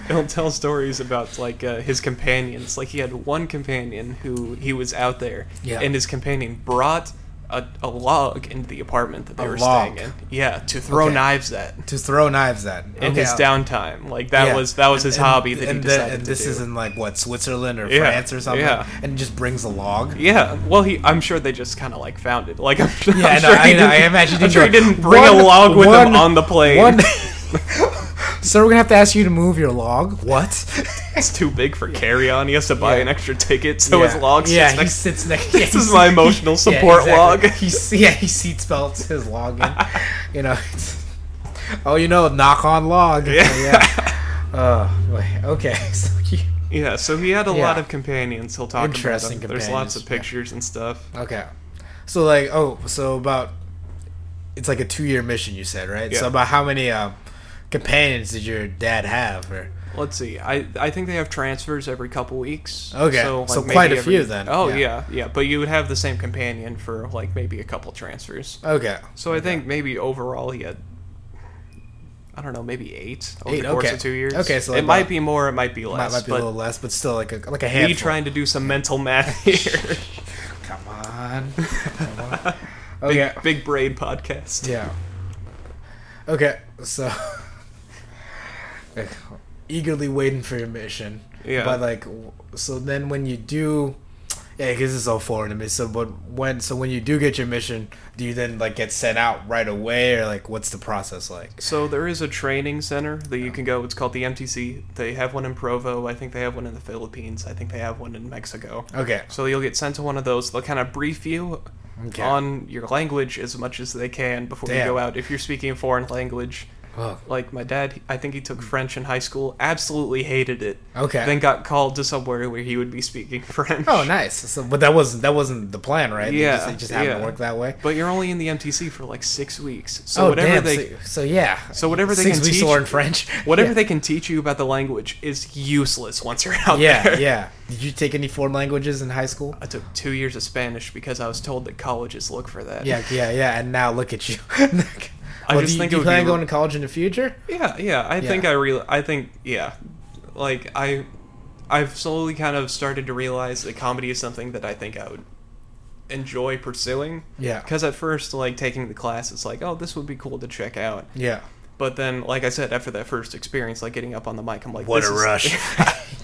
S2: He'll tell stories about like uh, his companions. Like he had one companion who he was out there,
S1: Yeah.
S2: and his companion brought a, a log into the apartment that they
S1: A
S2: were
S1: log.
S2: staying in. Yeah, to throw
S1: Okay.
S2: knives at
S1: to throw knives at
S2: in
S1: Okay.
S2: his downtime. Like that
S1: Yeah.
S2: was that was his
S1: And-
S2: hobby that
S1: and
S2: he
S1: the-
S2: decided
S1: and
S2: to
S1: this
S2: do.
S1: is in like what Switzerland or
S2: Yeah.
S1: France or something,
S2: Yeah.
S1: and just brings a log.
S2: Yeah, well, he. I'm sure they just kind of like found it. Like [laughs] I'm sure.
S1: Yeah,
S2: I'm
S1: I know,
S2: sure
S1: I
S2: he
S1: know,
S2: didn't-
S1: I imagine he
S2: I'm sure he
S1: did.
S2: didn't bring
S1: One-
S2: a log with
S1: one-
S2: him on the plane.
S1: One. [laughs] so we're gonna have to ask you to move your log. What?
S2: [laughs]
S1: [laughs]
S2: It's too big for carry on. He has to buy
S1: Yeah.
S2: an extra ticket, so his log sits
S1: yeah, he
S2: next.
S1: sits next.
S2: [laughs] This is my emotional support log.
S1: He s- [laughs] yeah, he seat belts his log
S2: [laughs]
S1: in. you know. it's- oh, you know, knock on log.
S2: Yeah.
S1: So, yeah. Oh, boy. okay. [laughs] So you,
S2: Yeah, so he had a lot
S1: Yeah.
S2: of companions. He'll talk
S1: Interesting
S2: about. them. There's
S1: companions,
S2: lots of
S1: yeah.
S2: pictures and stuff.
S1: okay. So like, oh, so about it's like a two-year mission, you said, right? So
S2: Yeah.
S1: about how many um, companions did your dad have? Or
S2: Let's see. I I think they have transfers every couple weeks.
S1: Okay,
S2: like,
S1: so
S2: maybe
S1: quite a
S2: every-
S1: few then,
S2: Oh
S1: yeah.
S2: yeah. yeah, But you would have the same companion for like maybe a couple transfers.
S1: okay,
S2: So I think maybe overall he had, I don't know, maybe eight over
S1: Eight,
S2: the course
S1: okay.
S2: of two years.
S1: Okay, so
S2: it
S1: about-
S2: might be more, it might be
S1: might,
S2: less.
S1: might be a
S2: but
S1: little less, but still like a like a
S2: me
S1: handful.
S2: trying to do some mental
S1: [laughs]
S2: math here.
S1: Come
S2: [laughs]
S1: on. Come on.
S2: big,
S1: Okay.
S2: big braid podcast.
S1: Yeah. Okay, so [laughs] like, eagerly waiting for your mission.
S2: Yeah.
S1: But like, w- so then when you do, yeah, because it's all foreign to me. So, but when so when you do get your mission, do you then like get sent out right away, or like what's the process like?
S2: So there is a training center that you can go. It's called the MTC. They have one in Provo. I think they have one in the Philippines. I think they have one in Mexico.
S1: Okay.
S2: So you'll get sent to one of those. They'll kind of brief you
S1: Okay.
S2: on your language as much as they can before
S1: Damn.
S2: you go out. If you're speaking a foreign language,
S1: Oh,
S2: like my dad, I think he took French in high school. Absolutely hated it.
S1: Hmm. Okay.
S2: Then got called to somewhere where he would be speaking [laughs] French.
S1: oh, nice. So, but that wasn't that wasn't the plan, right? They
S2: Yeah,
S1: just, it just happened to
S2: yeah.
S1: work that way.
S2: But you're only in the MTC for like six weeks. So
S1: oh,
S2: whatever
S1: damn.
S2: they
S1: so, so yeah.
S2: so whatever they
S1: Six
S2: can
S1: weeks to
S2: teach-
S1: learn French.
S2: [laughs]
S1: [laughs]
S2: whatever
S1: Yeah.
S2: they can teach you about the language is useless once you're out
S1: Yeah,
S2: there.
S1: yeah. Did you take any foreign languages in high school?
S2: [laughs] I took two years of Spanish because I was told that colleges look for that.
S1: Yeah, yeah, yeah. And now look at you. [laughs] Like,
S2: [laughs] I
S1: well,
S2: just
S1: do you,
S2: think
S1: do you
S2: it would
S1: plan on
S2: be-
S1: going to college in the future?
S2: Yeah, yeah. I think I real. I think yeah. Like I, I've slowly kind of started to realize that comedy is something that I think I would enjoy pursuing.
S1: Yeah.
S2: Because at first, like taking the class, it's like, oh, this would be cool to check out.
S1: Yeah.
S2: But then, like I said, after that first experience, like getting up on the mic, I'm like, this is- [laughs]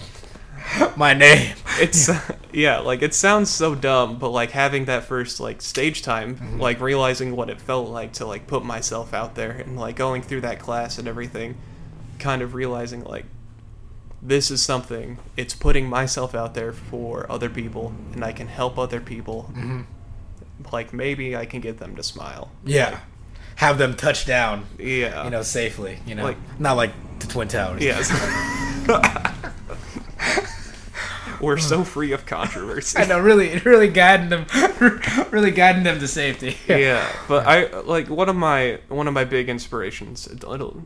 S1: [laughs] My name.
S2: it's [laughs] yeah, like it sounds so dumb, but like having that first like stage time,
S1: Mm-hmm.
S2: like realizing what it felt like to like put myself out there and like going through that class and everything, kind of realizing like this is something. It's putting myself out there for other people, and I can help other people.
S1: Mm-hmm.
S2: Like maybe I can get them to smile.
S1: Yeah. Have them touch down,
S2: Yeah.
S1: you know, safely. You know,
S2: Like-
S1: not like the Twin Towers.
S2: Yes. [laughs] We're so free of
S1: [laughs]
S2: controversy.
S1: I know. Really, really guiding them, [laughs] really guiding them to safety.
S2: yeah but i like one of my one of my big inspirations a little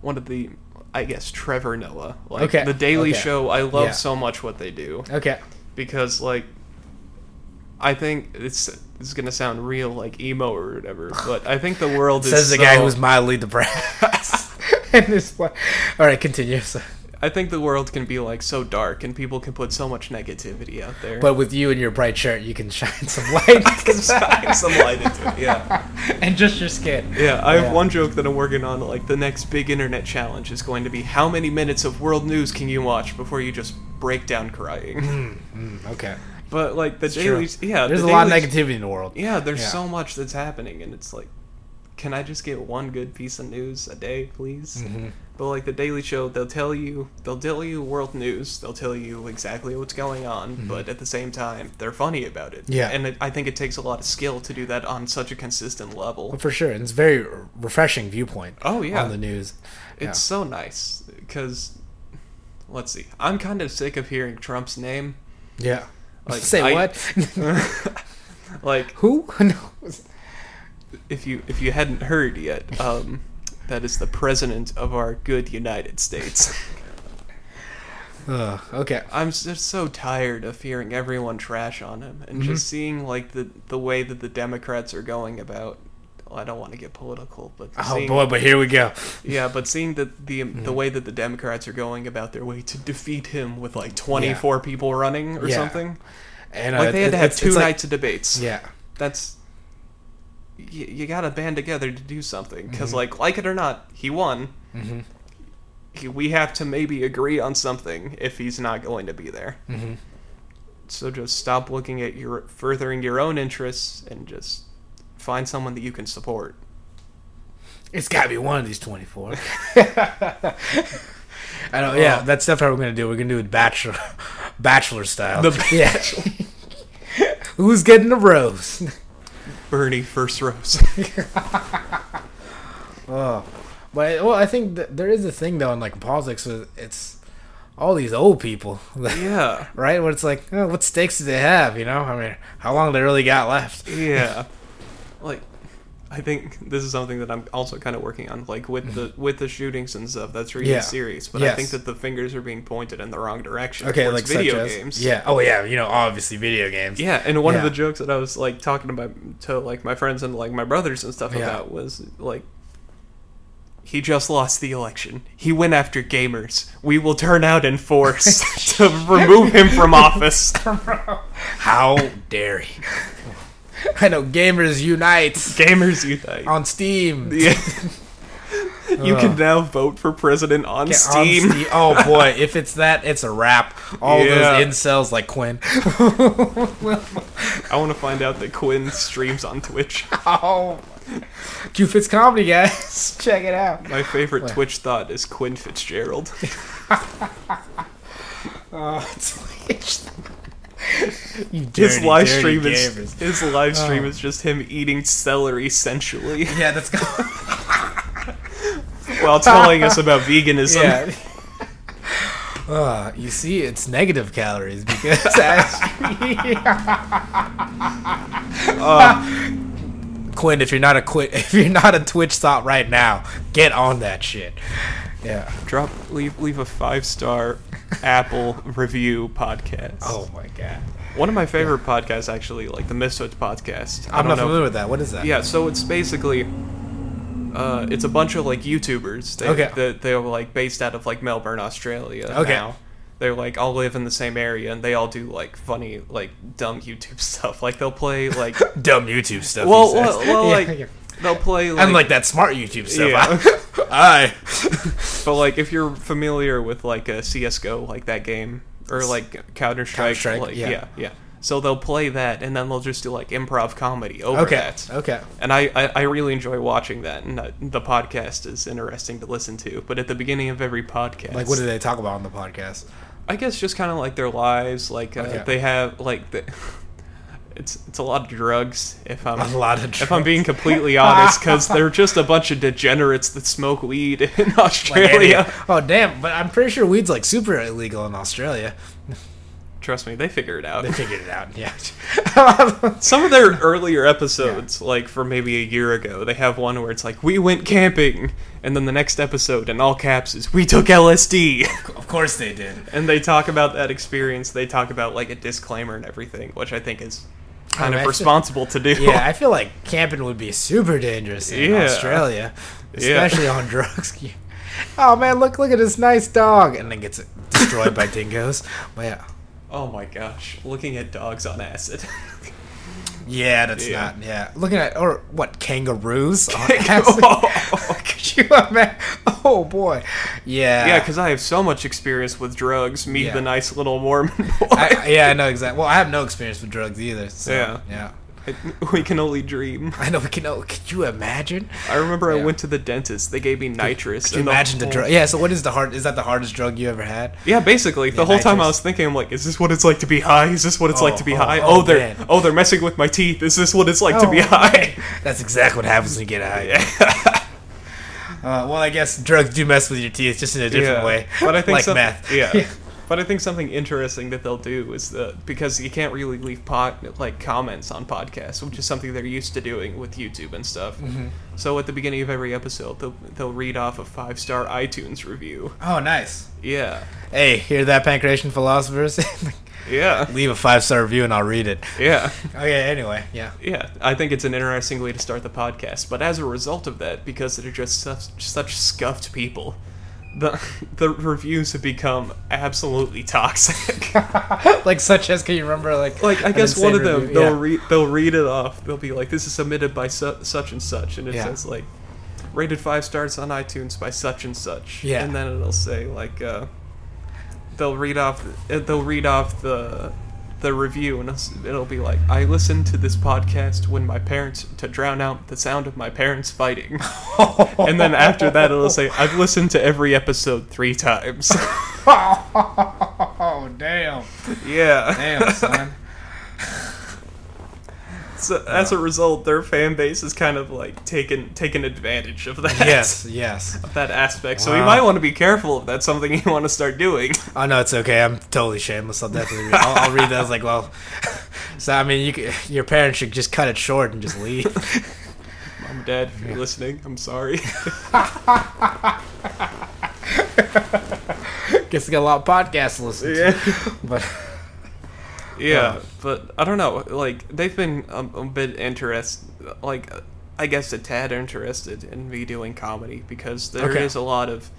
S2: one of the i guess trevor noah like
S1: Okay,
S2: the daily
S1: okay.
S2: show i love
S1: Yeah.
S2: so much what they do
S1: [laughs] Okay.
S2: because like i think it's it's gonna sound real like emo or whatever
S1: [sighs]
S2: but i think the world is uh,
S1: Says the
S2: so,
S1: guy who's mildly
S2: [laughs]
S1: depressed. [laughs] and this one. All right, continue. So-
S2: i think the world can be like so dark and people can put so much negativity out there [laughs]
S1: But with you and your bright shirt, you can [laughs] shine some light.
S2: can shine some light into it yeah
S1: and just your skin.
S2: Yeah, I have
S1: Yeah.
S2: one joke that I'm working on. Like the next big internet challenge is going to be how many minutes of world news can you watch before you just breakdown crying.
S1: Okay.
S2: [laughs] but like the
S1: Mm. True.
S2: dailies, yeah,
S1: There's a
S2: the
S1: lot of
S2: dailies-
S1: negativity in the world.
S2: Yeah, there's
S1: Yeah.
S2: so much that's happening, and it's like, can I just get one good piece of news a day, please?
S1: Mm-hmm.
S2: But like the Daily Show, they'll tell you, they'll tell you world news, they'll tell you exactly what's going on, but at the same time, they're funny about it.
S1: Mm-hmm. Yeah.
S2: and it, I think it takes a lot of skill to do that on such a consistent level.
S1: For sure. And it's a very refreshing viewpoint
S2: Oh yeah,
S1: on the news.
S2: it's so nice because, let's see, I'm kind of sick of hearing Trump's name.
S1: Yeah.
S2: Like,
S1: [laughs] Say
S2: I- [laughs]
S1: what?
S2: Like
S1: Who? [laughs] no.
S2: if you if you hadn't heard yet, um, that is the president of our good United
S1: [laughs]
S2: States.
S1: Ugh, okay.
S2: I'm just so tired of hearing everyone trash on him and just
S1: Mm-hmm.
S2: seeing like the the way that the Democrats are going about. Well, I don't want to get political, but
S1: Oh
S2: seeing,
S1: boy, Mm-hmm. but here we go.
S2: [laughs] yeah, but seeing that the the way that the Democrats are going about their way to defeat him with like 24 people running or
S1: Yeah.
S2: something,
S1: And uh,
S2: like they had to have
S1: it's-
S2: two
S1: it's like-
S2: nights of debates.
S1: yeah.
S2: that's you, you gotta band together to do something because like like it or not he won he, we have to maybe agree on something if he's not going to be there so just stop looking at your furthering your own interests and just find someone that you can support
S1: It's got to be one of these [laughs] 24. I don't, yeah,
S2: Oh.
S1: that's definitely what we're going to do. We're going to do it bachelor, [laughs] bachelor style. The bachelor. [laughs] Who's getting the rose?
S2: bernie first [laughs] rose
S1: Oh, but well, I think th- there is a thing though in like politics with it's all these old people,
S2: yeah
S1: [laughs] right? Where it's like, oh, what stakes do they have? You know, I mean, how long they really got left? [laughs]
S2: yeah like i think this is something that i'm also kind of working on like with the with the shootings and stuff that's really
S1: Mm-hmm. Yeah.
S2: serious but i
S1: Yes.
S2: think that the fingers are being pointed in the wrong direction
S1: Okay,
S2: towards
S1: like
S2: video
S1: such as,
S2: games
S1: Yeah. Oh yeah. You know, obviously video games.
S2: yeah and one of
S1: Yeah.
S2: the jokes that i was like talking about to like my friends and like my brothers and stuff
S1: Yeah.
S2: about was like he just lost the election. He went after gamers. We will turn out in
S1: [laughs]
S2: force [laughs] to remove him from office.
S1: [laughs] How dare he? I know gamers unite
S2: Gamers unite.
S1: on Steam.
S2: [laughs] Yeah. you can now vote for president on
S1: Get on
S2: Steam. [laughs]
S1: Ste- Oh [laughs] boy, if it's that, it's a wrap. All
S2: Yeah.
S1: those incels like Quinn.
S2: I want to find out that Quinn streams on Twitch.
S1: [laughs] oh, Q Fitz comedy guys, [laughs] check it out.
S2: My favorite Twitch thought is
S1: [laughs]
S2: Quinn Fitzgerald. [laughs]
S1: Uh, Twitch. you
S2: His
S1: dirty,
S2: live
S1: dirty
S2: stream is
S1: gamers. Oh.
S2: his live stream is just him eating celery sensually [laughs]
S1: Yeah, that's go. [laughs]
S2: while telling us about veganism. [laughs]
S1: yeah. [laughs] Uh, you see, it's negative calories because [laughs] Quinn, if you're not a quit, [laughs] if you're not a Twitch thought right now, get on that shit. Yeah.
S2: Drop leave leave a five star Apple review podcast.
S1: Oh my god.
S2: One of my favorite podcasts actually, like the Misfits podcast. I
S1: I'm
S2: don't
S1: not
S2: know.
S1: familiar with that. What is that?
S2: Yeah, so it's basically uh, it's a bunch of like YouTubers. They,
S1: Okay.
S2: That they're like based out of like Melbourne, Australia.
S1: Okay.
S2: Now. They're like all live in the same area and they all do like funny, like dumb YouTube [laughs] stuff. Like they'll play
S1: [laughs]
S2: like
S1: Dumb YouTube stuff. he
S2: well,
S1: says.
S2: well, well,
S1: [laughs] Yeah,
S2: like
S1: yeah.
S2: they'll play like,
S1: and like that smart YouTube stuff.
S2: Yeah.
S1: [laughs] I,
S2: but like if you're familiar with like a CS:GO, like that game or like Counter Strike,
S1: Counter-Strike,
S2: like
S1: yeah.
S2: yeah, yeah. So they'll play that and then they'll just do like improv comedy over
S1: okay.
S2: that.
S1: Okay.
S2: and I, I, I really enjoy watching that and uh, the podcast is interesting to listen to but at the beginning of every podcast
S1: Like, what do they talk about on the podcast?
S2: i guess just kind of like their lives like uh,
S1: Okay.
S2: they have like the, [laughs] it's it's a lot of drugs if i'm
S1: A lot of.
S2: if i'm being
S1: [laughs]
S2: completely honest because they're just a bunch of degenerates that smoke weed in australia
S1: Australia. Oh damn! But I'm pretty sure weed's like super illegal in Australia.
S2: [laughs] trust me they figure it out
S1: They figured it out. Yeah.
S2: [laughs] some of their earlier episodes, like from maybe a year ago, they have one where it's like, we went camping. And then the next episode, in all caps, is, we took [laughs] LSD.
S1: of course they [laughs] did.
S2: and they talk about that experience. They talk about, like, a disclaimer and everything, which I think is kind
S1: Oh,
S2: of
S1: that's-
S2: responsible to do.
S1: Yeah, I feel like camping would be super dangerous in
S2: Yeah.
S1: Australia,
S2: Yeah.
S1: especially on drugs. [laughs] Oh man, look look at this nice dog, and then gets destroyed
S2: [laughs]
S1: by dingoes. But yeah,
S2: [laughs] Oh my gosh. Looking at dogs on acid. [laughs]
S1: yeah, that's
S2: Yeah.
S1: not. Yeah, looking at or
S2: [laughs]
S1: what kangaroos? on
S2: Oh,
S1: [laughs] acid. Could you imagine? Oh boy, Yeah.
S2: Yeah, because I have so much experience with drugs. Me,
S1: Yeah.
S2: the nice little Mormon [laughs] boy.
S1: I, yeah, I know exactly. Well, I have no experience with drugs either. So,
S2: Yeah.
S1: Yeah.
S2: we can only dream.
S1: I know. but Can, oh, could you imagine?
S2: I remember
S1: Yeah.
S2: I went to the dentist. They gave me nitrous.
S1: Could you
S2: and
S1: imagine the
S2: whole-
S1: drug? Yeah. So, what is the hard? Is that the hardest drug you ever had?
S2: Yeah, basically the
S1: Yeah,
S2: whole time I
S1: nitrous.
S2: was thinking, I'm like, is this what it's like to be high? Is this what it's like
S1: Oh,
S2: to be
S1: oh,
S2: high?
S1: oh,
S2: Oh, they're
S1: man.
S2: oh they're messing with my teeth. Is this what it's like to be
S1: Oh,
S2: high? [laughs]
S1: That's exactly what happens when you get high. Uh, well, I guess drugs do mess with your teeth, just in a different
S2: Yeah.
S1: way.
S2: [laughs] But I think
S1: like
S2: some-
S1: meth. [laughs]
S2: Yeah. But I think something interesting that they'll do is that because you can't really leave pot like comments on podcasts, which is something they're used to doing with YouTube and stuff.
S1: Mm-hmm.
S2: So at the beginning of every episode, they'll they'll read off a five star iTunes review.
S1: Oh, nice.
S2: Yeah,
S1: Hey, hear that, pancreation philosophers? [laughs]
S2: yeah,
S1: Leave a five star review and I'll read it.
S2: yeah,
S1: Okay. Anyway, yeah.
S2: yeah. I think it's an interesting way to start the podcast. But as a result of that, because they're just such, such scuffed people. The, [laughs] the reviews have become absolutely toxic. [laughs]
S1: like such as can you remember like
S2: like I
S1: an
S2: guess one of
S1: insane
S2: them
S1: review?
S2: they'll
S1: Yeah.
S2: read they'll read it off. They'll be like, "This is submitted by su- such and such," and it
S1: Yeah.
S2: says like, "Rated five stars on iTunes by such and such."
S1: Yeah.
S2: and then it'll say like, uh, they'll read off uh, they'll read off the the review, and it's- it'll be like, "I listened to this podcast when my parents to drown out the sound of my
S1: [laughs]
S2: parents fighting," and then after that it'll say, "I've listened to every episode three times."
S1: [laughs] oh damn
S2: yeah.
S1: damn son
S2: So as a result, their fan base is kind of like taken taken advantage of that
S1: yes yes
S2: [laughs] that aspect. So you
S1: Wow.
S2: might want to be careful if that's something [laughs] you want to start doing.
S1: oh no it's okay i'm totally shameless i'll definitely read i'll, I'll read those like well [laughs] so i mean you c- your parents should just cut it short and just
S2: [laughs]
S1: leave
S2: Mom, and Dad, if you're listening, I'm [laughs] sorry.
S1: guess we got a lot of podcasts to listen to but
S2: yeah,
S1: Um,
S2: but I don't know. Like they've been a, a bit interest, like I guess a tad interested in me doing comedy because there is
S1: Okay.
S2: a lot of,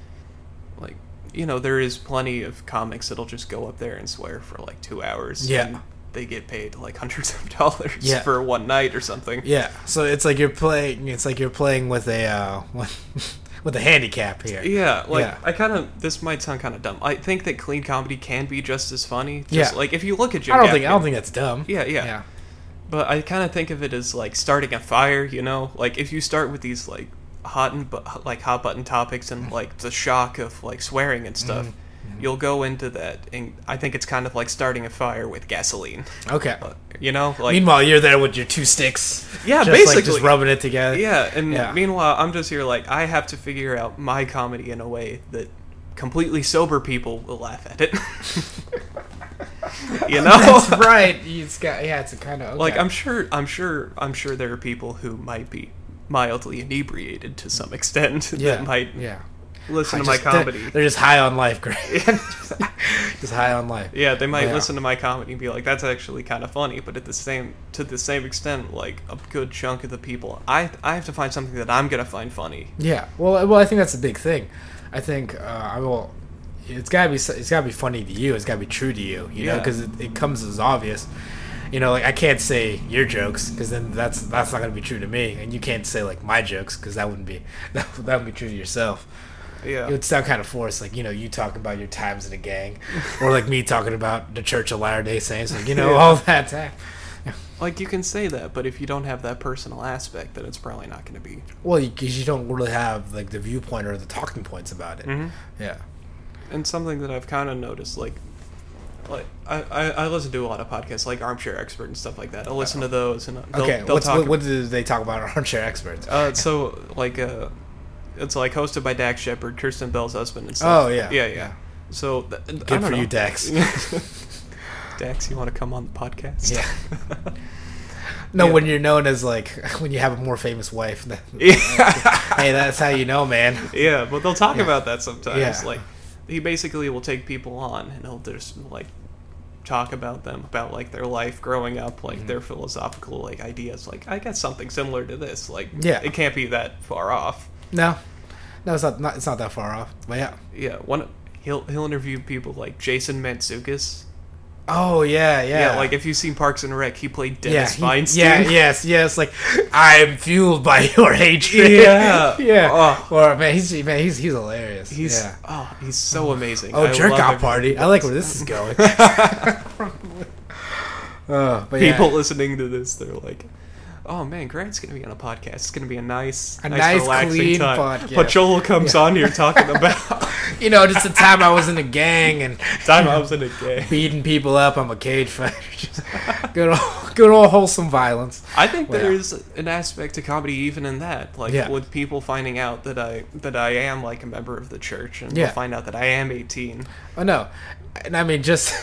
S2: like you know, there is plenty of comics that'll just go up there and swear for like two hours.
S1: Yeah.
S2: and they get paid like [laughs] hundreds of dollars
S1: Yeah.
S2: for one night or something.
S1: yeah so it's like you're playing it's like you're playing with a uh [laughs] with, with a handicap here
S2: Yeah, like
S1: Yeah.
S2: I kind of this might sound kind of dumb. I think that clean comedy can be just as funny. Just,
S1: Yeah.
S2: like if you look at Jim
S1: i don't think i
S2: Gaffigan-
S1: don't think that's dumb
S2: Yeah, yeah,
S1: yeah
S2: But I kind of think of it as like starting a fire. You know, like if you start with these like hot and bu- like hot button topics and like the shock of like swearing and
S1: Mm-hmm.
S2: stuff, you'll go into that. And I think it's kind of like starting a fire with gasoline.
S1: okay
S2: You know, Uh, like
S1: Meanwhile, you're there with your two sticks.
S2: Yeah,
S1: just, Like,
S2: basically.
S1: just rubbing it together.
S2: Yeah, and
S1: Yeah.
S2: meanwhile, I'm just here like I have to figure out my comedy in a way that completely sober people will laugh at it. [laughs] you
S1: [laughs] [laughs]
S2: [laughs]
S1: That's
S2: know,
S1: right. It's got yeah. It's a kind of okay.
S2: like I'm sure, I'm sure, I'm sure there are people who might be mildly inebriated to some extent
S1: yeah
S2: [laughs] that might
S1: yeah.
S2: listen to
S1: Just-
S2: my
S1: they're-
S2: comedy.
S1: They're, just high on life, Greg.
S2: [laughs]
S1: just high on life.
S2: yeah, they might
S1: Yeah.
S2: listen to my comedy and be like, "That's actually kind of funny," but at the same to the same extent, like a good chunk of the people, I I have to find something that I'm gonna find funny.
S1: Yeah. Well, I- well, I think that's a big thing. I think uh, I will. It's gotta be. s- It's gotta be funny to you. It's gotta be true to you. You know,
S2: Yeah.
S1: 'cause know, because it, it comes as obvious. You know, like I can't say your jokes because then that's that's not gonna be true to me, and you can't say like my jokes because that wouldn't be [laughs] that, that would be true to yourself.
S2: Yeah,
S1: It would sound kind of forced, like you know, you talking about your times in a gang, or like me talking about the Church of Latter Day Saints, like you know,
S2: Yeah.
S1: all that time.
S2: Like you can say that, but if you don't have that personal aspect, then it's probably not going to be.
S1: Well, because you, don't really have like the viewpoint or the talking points about it.
S2: Mm-hmm.
S1: Yeah,
S2: And something that I've kind of noticed, like, like I, I, I listen to a lot of podcasts, like Armchair Expert and stuff like that. I'll listen to those, and they'll,
S1: okay.
S2: they'll
S1: What's,
S2: talk.
S1: what, what do they talk about? in Armchair experts.
S2: uh, so like uh, it's like hosted by Dax Shepard, Kirsten Bell's husband, and
S1: Oh,
S2: stuff.
S1: yeah.
S2: yeah, yeah.
S1: Yeah.
S2: So th- I
S1: Good
S2: don't
S1: for you,
S2: know.
S1: Dax.
S2: [laughs] Dax, you want to come on the podcast? [laughs]
S1: Yeah. no,
S2: yeah.
S1: when you're known as like [laughs] when you have a more famous wife. then-
S2: [laughs] yeah.
S1: [laughs] hey, that's how you know, man.
S2: Yeah, but they'll talk
S1: Yeah.
S2: about that sometimes.
S1: Yeah.
S2: Like, he basically will take people on and he'll just like talk about them, about like their life growing up, like
S1: Mm-hmm.
S2: their philosophical like ideas. Like, I got something similar to this. Like,
S1: Yeah.
S2: it can't be that far off.
S1: No, no, it's not, not. It's not that far off. But yeah.
S2: Yeah, one he'll he'll interview people like Jason Mantzoukas.
S1: Oh yeah, yeah.
S2: Yeah, like if you've seen Parks and Rec, he played
S1: yeah,
S2: Dennis
S1: he-
S2: Feinstein.
S1: yeah, yes, yes. Like I'm fueled by [laughs] your hatred. [laughs]
S2: Yeah.
S1: yeah.
S2: Oh.
S1: Or man, he's man, he's he's hilarious.
S2: He's
S1: yeah.
S2: oh, he's so amazing.
S1: Oh,
S2: I
S1: jerk
S2: love
S1: off
S2: everything.
S1: party! I like where this is going.
S2: [laughs]
S1: [laughs] oh, but yeah.
S2: People [laughs] listening to this, they're like, "Oh man, Grant's gonna be on a podcast. It's gonna be a nice,
S1: A nice,
S2: relaxing
S1: clean
S2: time."
S1: podcast.
S2: Pacholo comes on here talking
S1: [laughs]
S2: about
S1: you know, just the time I was in a gang and
S2: time I was in a gang.
S1: beating people up. I'm a cage fighter. [laughs] Just good, old, good old wholesome violence.
S2: I think
S1: Well, yeah.
S2: there's an aspect to comedy even in that, like
S1: Yeah.
S2: with people finding out that I that I am like a member of the church, and
S1: Yeah.
S2: they'll find out that I am 18.
S1: Oh no, and I mean just.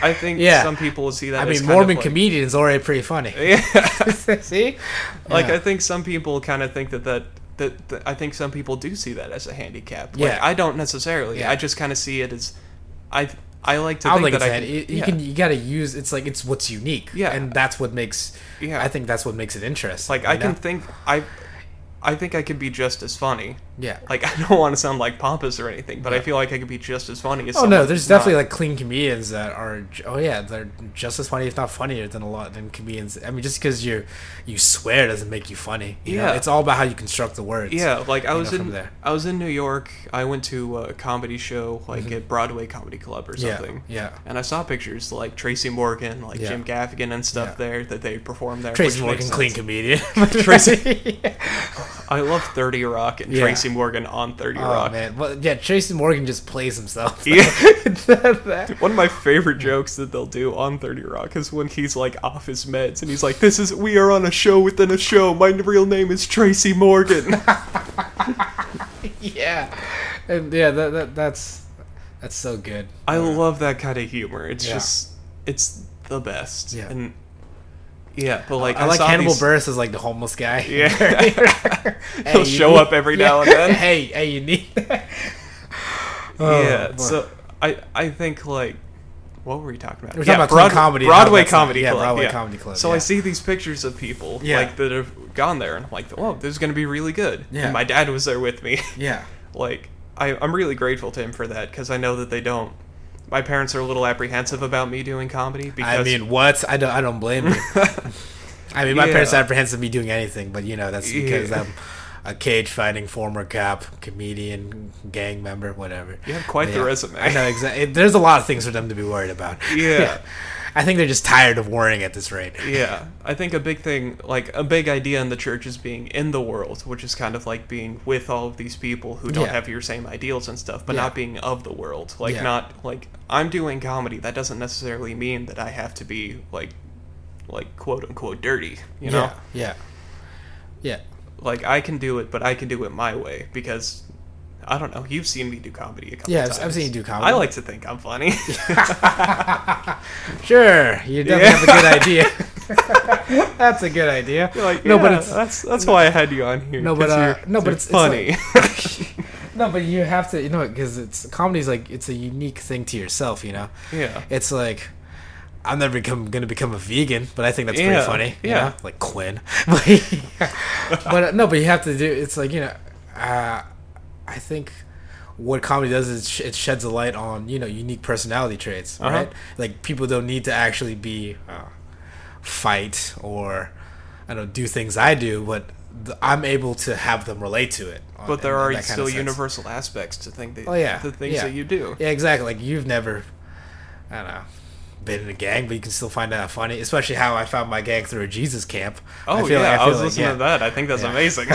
S2: I think
S1: Yeah.
S2: some people will see [laughs] that.
S1: I
S2: as
S1: mean,
S2: kind of,
S1: Mormon
S2: like-
S1: comedians already pretty funny.
S2: [laughs] Yeah.
S1: [laughs] See,
S2: like
S1: Yeah.
S2: I think some people kind of think that that. That, that I think some people do see that as a handicap. Like,
S1: Yeah.
S2: I don't necessarily.
S1: Yeah.
S2: I just kind of see it as, I I like to
S1: I don't
S2: think
S1: think it's
S2: that I
S1: that.
S2: can-
S1: It- you
S2: yeah.
S1: can you gotta use. It's like it's what's unique.
S2: Yeah.
S1: and that's what makes.
S2: Yeah.
S1: I think that's what makes it interesting.
S2: like
S1: you
S2: I can
S1: know?
S2: think I, I think I could be just as funny.
S1: Yeah.
S2: Like [laughs] I don't want to sound like pompous or anything, but I feel like I could be just as funny as.
S1: Oh
S2: someone
S1: no, there's
S2: who's not.
S1: definitely like clean comedians that are. j- Oh yeah, they're just as funny, if not funnier, than a lot than comedians. I mean, just because you you swear doesn't make you funny. You know?
S2: Yeah.
S1: it's all about how you construct the words.
S2: Yeah, like I
S1: you
S2: was
S1: know, from
S2: in
S1: there.
S2: I was in New York. I went to a comedy show like at Broadway Comedy Club or
S1: Mm-hmm. Yeah,
S2: something.
S1: yeah.
S2: And I saw pictures like Tracy Morgan, like
S1: Yeah.
S2: Jim Gaffigan and stuff
S1: Yeah.
S2: there that they performed there.
S1: Tracy
S2: which
S1: Morgan,
S2: makes
S1: clean
S2: sense. [laughs]
S1: comedian.
S2: Tracy- I love Thirty Rock and
S1: Yeah.
S2: Tracy Morgan on Thirty
S1: oh
S2: Rock.
S1: man, well yeah, Tracy Morgan just plays himself.
S2: [laughs] Yeah.
S1: [laughs] That- that-
S2: One of my favorite jokes that they'll do on 30 Rock is when he's like off his meds and he's like, This is, we are on a show within a show. My real name is Tracy
S1: [laughs]
S2: Morgan.
S1: yeah, and yeah, that, that that's that's so good.
S2: I love that kind of humor. It's
S1: Yeah.
S2: just, it's the best.
S1: Yeah.
S2: And yeah, but like,
S1: I, like
S2: saw
S1: Hannibal
S2: these-
S1: Buress as like the homeless guy.
S2: [laughs] Yeah.
S1: [laughs] Hey,
S2: [laughs] He'll
S1: you
S2: show
S1: need- [laughs]
S2: up every now and then.
S1: hey, hey, you need [laughs] that.
S2: yeah.
S1: Oh, boy.
S2: So I, I think like, what were we talking about?
S1: We're talking about clean comedy and how
S2: Broadway
S1: that's not-
S2: comedy,
S1: yeah,
S2: club.
S1: Broadway Comedy Club,
S2: So
S1: yeah.
S2: I see these pictures of people
S1: Yeah.
S2: like that have gone there, and I'm like, "Whoa, this is gonna be really good."
S1: Yeah.
S2: And my dad was there with me.
S1: yeah.
S2: [laughs] like I, I'm really grateful to him for that because I know that they don't. My parents are a little apprehensive about me doing comedy because
S1: I
S2: [laughs]
S1: mean, what? I don't. I don't blame you. I mean, my
S2: Yeah.
S1: parents are apprehensive of me doing anything, but you know that's because
S2: Yeah.
S1: I'm a cage fighting former cop, comedian, gang member, whatever.
S2: You have quite
S1: But
S2: the resume.
S1: I know exactly. There's a lot of things for them to be worried about. [laughs]
S2: Yeah.
S1: I think they're just tired of worrying at this rate.
S2: yeah, I think a big thing, like a big idea in the church, is being in the world, which is kind of like being with all of these people who don't
S1: Yeah.
S2: have your same ideals and stuff, but
S1: Yeah.
S2: not being of the world. Like
S1: Yeah.
S2: not like I'm doing comedy. That doesn't necessarily mean that I have to be like, like quote unquote dirty. You know,
S1: Yeah. Yeah.
S2: like I can do it, but I can do it my way because I don't know. You've seen me do comedy a couple
S1: Yeah, I've-
S2: times.
S1: I've seen you do comedy.
S2: I like to think I'm
S1: [laughs]
S2: funny.
S1: yeah. Sure. You definitely
S2: Yeah.
S1: have a good idea.
S2: [laughs]
S1: [laughs] that's a good idea.
S2: like,
S1: no, but
S2: yeah,
S1: it's
S2: that's that's why I had you on here.
S1: No, but,
S2: 'cause
S1: uh,
S2: you're-
S1: no, but
S2: you're
S1: it's- it's
S2: funny.
S1: No, but you have to, you know, because it's comedy's like it's a unique thing to yourself, you know.
S2: yeah.
S1: It's like I'm never become, gonna become a vegan, but I think that's
S2: Yeah,
S1: pretty funny. you
S2: yeah.
S1: know? like Quinn. [laughs] but uh, no, but you have to do. It's like you know, uh, I think what comedy does is sh- it sheds a light on you know unique personality traits,
S2: Uh-huh.
S1: right? Like people don't need to actually be uh, fight or I don't know, do things I do, but th- I'm able to have them relate to it. on-
S2: But there
S1: in
S2: are
S1: that kind of
S2: still
S1: sense.
S2: universal aspects to think that
S1: Oh yeah,
S2: the things
S1: yeah.
S2: that you do.
S1: Yeah, exactly. Like you've never, I don't know, been in a gang, but you can still find that funny. Especially how I found my gang through a Jesus camp.
S2: Oh
S1: feel
S2: yeah,
S1: like-
S2: I,
S1: feel
S2: was
S1: like,
S2: listening
S1: yeah.
S2: to that. I think that's
S1: Yeah. [laughs]
S2: amazing.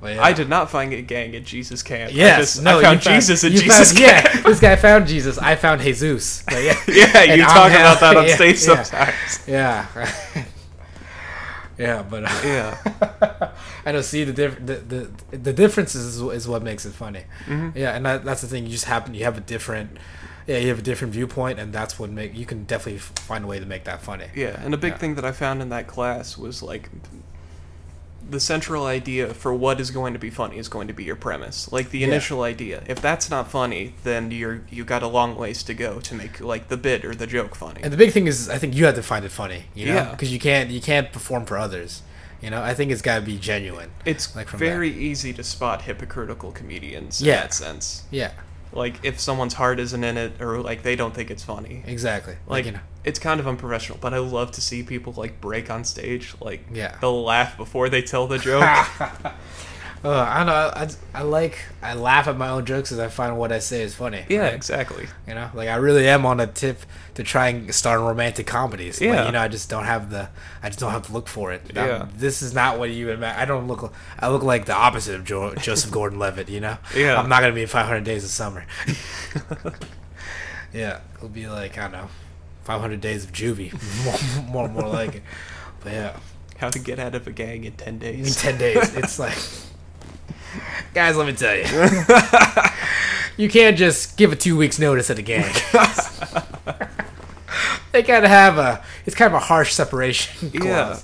S1: But yeah.
S2: I did not find a gang at Jesus camp. I,
S1: Yes,
S2: just,
S1: no,
S2: I
S1: you
S2: found Jesus at
S1: you
S2: Jesus
S1: found-
S2: camp.
S1: [laughs]
S2: [laughs]
S1: Yeah, this guy found Jesus. I found Jesus. But yeah,
S2: Yeah,
S1: [laughs] And
S2: you
S1: I'm
S2: talk
S1: hell-
S2: about that on
S1: [laughs] yeah,
S2: stage
S1: yeah. [laughs]
S2: sometimes.
S1: yeah, yeah. But uh,
S2: Yeah.
S1: I don't see the diff- the, the the differences is, wh- is what makes it funny.
S2: Mm-hmm.
S1: Yeah, and that, that's the thing. You just happen you have a different, yeah, you have a different viewpoint, and that's what make you can definitely f- find a way to make that funny.
S2: Yeah, and a big thing that I found in that class was like the central idea for what is going to be funny is going to be your premise, like the initial idea. If that's not funny, then you're you got a long ways to go to make like the bit or the joke funny.
S1: And the big thing is, I think you have to find it funny, you know,
S2: Yeah.
S1: because you can't you can't perform for others. You know, I think it's got to be genuine.
S2: it's
S1: like from
S2: very easy to spot hypocritical comedians in
S1: Yeah.
S2: that sense.
S1: Yeah,
S2: like if someone's heart isn't in it or like they don't think it's funny.
S1: Exactly.
S2: Like
S1: you know.
S2: it's kind of unprofessional, but I love to see people like break on stage. Like
S1: Yeah.
S2: they'll laugh before they
S1: [laughs]
S2: tell the joke.
S1: Uh, I don't know. I, I, I like I laugh at my own jokes as I find what I say is funny.
S2: yeah,
S1: right?
S2: exactly.
S1: You know, like I really am on a tip to try and start romantic comedies. Yeah.
S2: Yeah.
S1: you know, I just don't have the, I just don't have to look for it. I'm-
S2: Yeah.
S1: This is not what you. ima- I don't look. I look like the opposite of
S2: [laughs]
S1: jo- Joseph Gordon-Levitt. You know.
S2: Yeah.
S1: I'm not gonna be in 500 Days of Summer. [laughs] yeah, it'll be like I don't know, 500 Days of Juvie, [laughs] more, more, more like it. But yeah,
S2: How to get out of a gang in ten
S1: in
S2: days.
S1: 10
S2: [laughs]
S1: days, it's like, guys, let me tell you,
S2: [laughs]
S1: you can't just give a two weeks notice at a gang. they gotta have a it's kind of a harsh separation [laughs] clause.
S2: Yeah.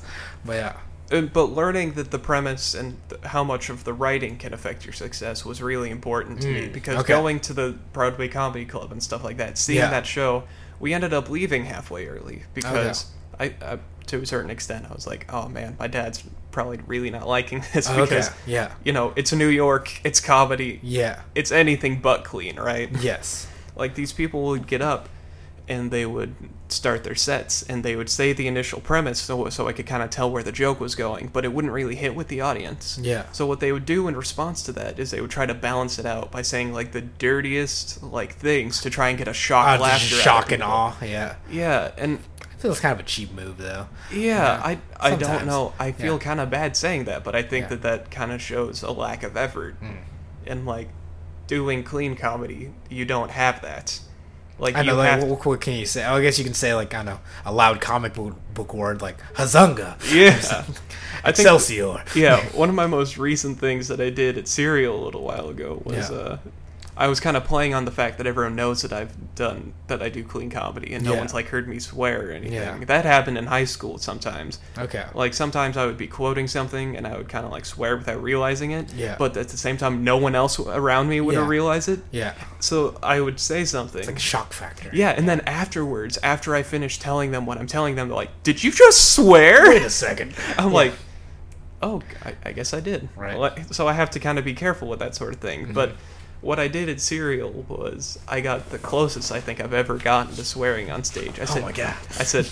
S1: But yeah.
S2: Uh, but learning that the premise and th- how much of the writing can affect your success was really important to me because
S1: Mm, okay.
S2: going to the Broadway Comedy Club and stuff like that, seeing
S1: Yeah. Oh,
S2: that show, we ended up leaving halfway early because I, I, to a certain extent, I was like, oh man, my dad's probably really not liking [laughs] this because,
S1: Oh, okay. Yeah.
S2: you know, it's New York, it's comedy,
S1: Yeah.
S2: it's anything but clean,
S1: [laughs]
S2: right?
S1: Yes.
S2: like these people would get up and they would start their sets and they would say the initial premise so, so i could kind of tell where the joke was going but it wouldn't really hit with the audience
S1: Yeah.
S2: so what they would do in response to that is they would try to balance it out by saying like the dirtiest like things to try and get a shock
S1: Uh, just
S2: laughter out
S1: shock
S2: of
S1: and
S2: people.
S1: awe. Yeah.
S2: yeah and
S1: I feel it's kind of a cheap move though.
S2: yeah, I, I
S1: sometimes.
S2: don't know. I feel
S1: Yeah.
S2: kind of bad saying that, but I think
S1: Yeah. Mm.
S2: that that kind of shows a lack of effort. And like doing clean comedy, you don't have that. Like
S1: I
S2: you
S1: know. Like,
S2: have
S1: what, what can you say? I guess you can say like I know a loud comic book, book word like hazunga,
S2: yeah. I think
S1: excelsior.
S2: yeah, one of my most recent things that I did at Serial a little while ago was
S1: Yeah.
S2: uh I was kind of playing on the fact that everyone knows that I've done that I do clean comedy and no
S1: Yeah.
S2: one's like heard me swear or anything.
S1: Yeah.
S2: That happened in high school sometimes.
S1: Okay.
S2: Like sometimes I would be quoting something and I would kind of like swear without realizing it.
S1: Yeah.
S2: But at the same time, no one else around me would
S1: Yeah.
S2: have realized it.
S1: Yeah.
S2: So I would say something.
S1: Like shock factor.
S2: yeah, and then afterwards, after I finish telling them what I'm telling them, they're like, "Did you just swear?"
S1: Wait a second.
S2: I'm like, oh, I, I guess I did.
S1: Right. Mm-hmm.
S2: Like, So I have to kind of be careful with that sort of thing. But what I did at Serial was I got the closest I think I've ever gotten to swearing on stage. I said,
S1: Oh my God.
S2: I said,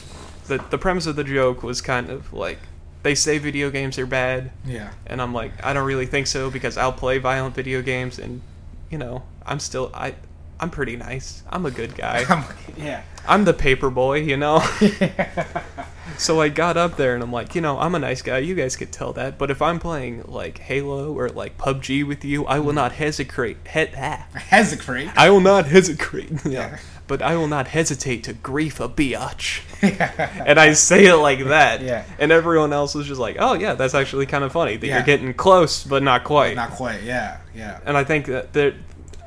S2: the, the premise of the joke was kind of like, they say video games are bad.
S1: Yeah.
S2: And I'm like, I don't really think so because I'll play violent video games and, you know, I'm still, I, I'm pretty nice. I'm a good
S1: [laughs]
S2: guy.
S1: yeah.
S2: I'm the paper boy,
S1: [laughs]
S2: you know? so I got up there and I'm like, you know, I'm a nice guy. You guys could tell that. But if I'm playing like Halo or like PUBG with you, I will not hesitate. He- ah.
S1: Has a crate. [laughs]
S2: I will not hesitate. [laughs]
S1: Yeah.
S2: yeah. But I will not hesitate to grief a biatch. and I say it like that.
S1: Yeah.
S2: And everyone else is just like, oh, yeah, that's actually kind of funny that
S1: Yeah.
S2: you're getting close, but not quite
S1: Not quite. Yeah. Yeah.
S2: and I think that there,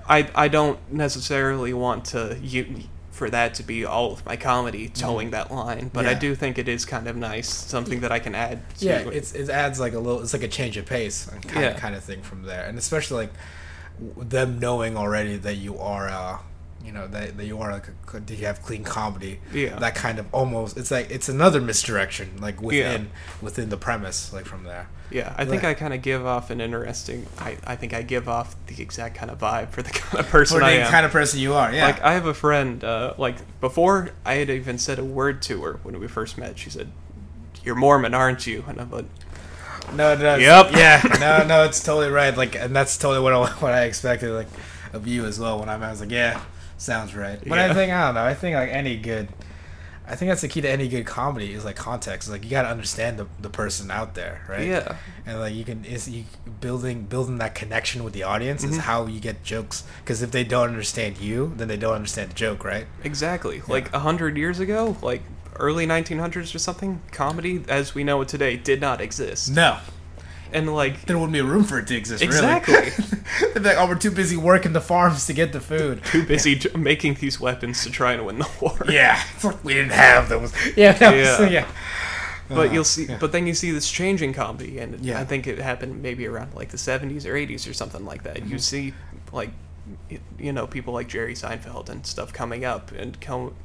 S2: I I don't necessarily want to you for that to be all of my comedy towing that line, but I
S1: Mm-hmm. Yeah.
S2: do think it is kind of nice, something that I can add. To
S1: yeah it's, it adds like a little it's like a change of pace and kind,
S2: Yeah.
S1: of, kind of thing from there and especially like w- them knowing already that you are uh you know that, that you are like a, that you have clean comedy
S2: Yeah.
S1: that kind of almost it's like it's another misdirection like within within the premise like from there
S2: yeah. I think
S1: Right.
S2: I kind of give off an interesting. I I think I give off the exact kind of vibe for the [laughs] kind of person
S1: for
S2: I
S1: the
S2: am.
S1: kind of person you are yeah
S2: like I have a friend. Uh, like before, I had even said a word to her when we first met. She said, "You're Mormon, aren't you?" And I'm like,
S1: no no
S2: Yep.
S1: yeah no no it's totally right like and that's totally what I, [laughs] what I expected like of you as well when I met I was like yeah sounds right but I
S2: Yeah.
S1: think I don't know I think like any good I think that's the key to any good comedy is like context like you gotta understand the, the person out there right
S2: "Yeah."
S1: and like you can is you building building that connection with the audience
S2: Mm-hmm.
S1: is how you get jokes because if they don't understand you then they don't understand the joke right
S2: Exactly. Like a hundred years ago, like early 1900s or something, comedy as we know it today did not exist.
S1: no
S2: And like,
S1: there wouldn't be room for it to exist really
S2: Exactly.
S1: [laughs] they'd be like oh we're too busy working the farms to get the food
S2: too busy j- [laughs] making these weapons to try and win the war.
S1: Yeah, [laughs] it's like we didn't have those. [laughs] Yeah, that was- yeah.
S2: Yeah. But you'll see. But then you see this change in comedy, and
S1: Uh-huh. Yeah.
S2: I think it happened maybe around like the 70s or 80s or something like that.
S1: Mm-hmm.
S2: You see, like, y- you know, people like Jerry Seinfeld and stuff coming up and come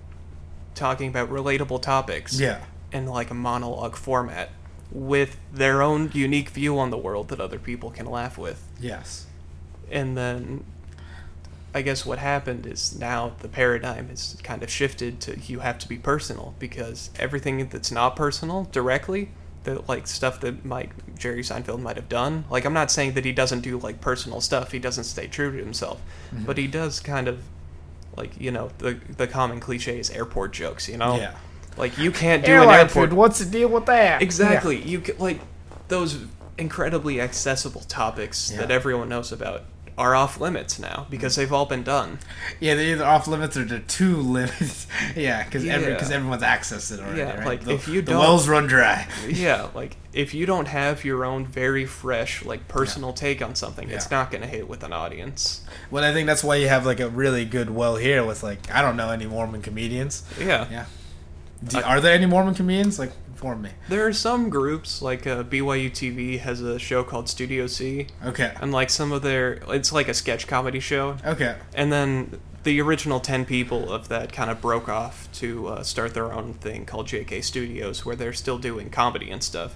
S2: talking about relatable topics.
S1: Yeah.
S2: in like a monologue format with their own unique view on the world that other people can laugh with.
S1: Yes.
S2: And then I guess what happened is now the paradigm has kind of shifted to you have to be personal because everything that's not personal directly, the like stuff that Mike Jerry Seinfeld might have done. Like I'm not saying that he doesn't do like personal stuff. He doesn't stay true to himself, but he does kind of like you know the the common cliche is airport jokes. You know,
S1: Yeah.
S2: Like you can't do an
S1: Airline
S2: airport
S1: food. What's the deal with that?
S2: Exactly. You c like those incredibly accessible topics that
S1: Yeah. Mm.
S2: everyone knows about are off limits now because they've all been done.
S1: [laughs] Yeah. yeah, they're either off limits or they're too limits. [laughs] yeah, because every
S2: Yeah.
S1: because everyone's accessed it already.
S2: Yeah,
S1: right?
S2: like,
S1: the,
S2: if you
S1: the
S2: don't-
S1: wells run dry.
S2: yeah, like if you don't have your own very fresh like personal take on something, it's
S1: Yeah.
S2: not going to hit with
S1: [laughs]
S2: an audience.
S1: Well, I think that's why you have like a really good well here with like I don't know any Mormon comedians.
S2: Yeah.
S1: Yeah, Do, are there any Mormon comedians? Like, inform me.
S2: There are some groups like uh, BYU TV has a show called Studio C
S1: Okay,
S2: and like some of their it's like a sketch comedy show
S1: okay,
S2: And then the original 10 people of that kind of broke off to uh, start their own thing called JK Studios, where they're still doing comedy and stuff.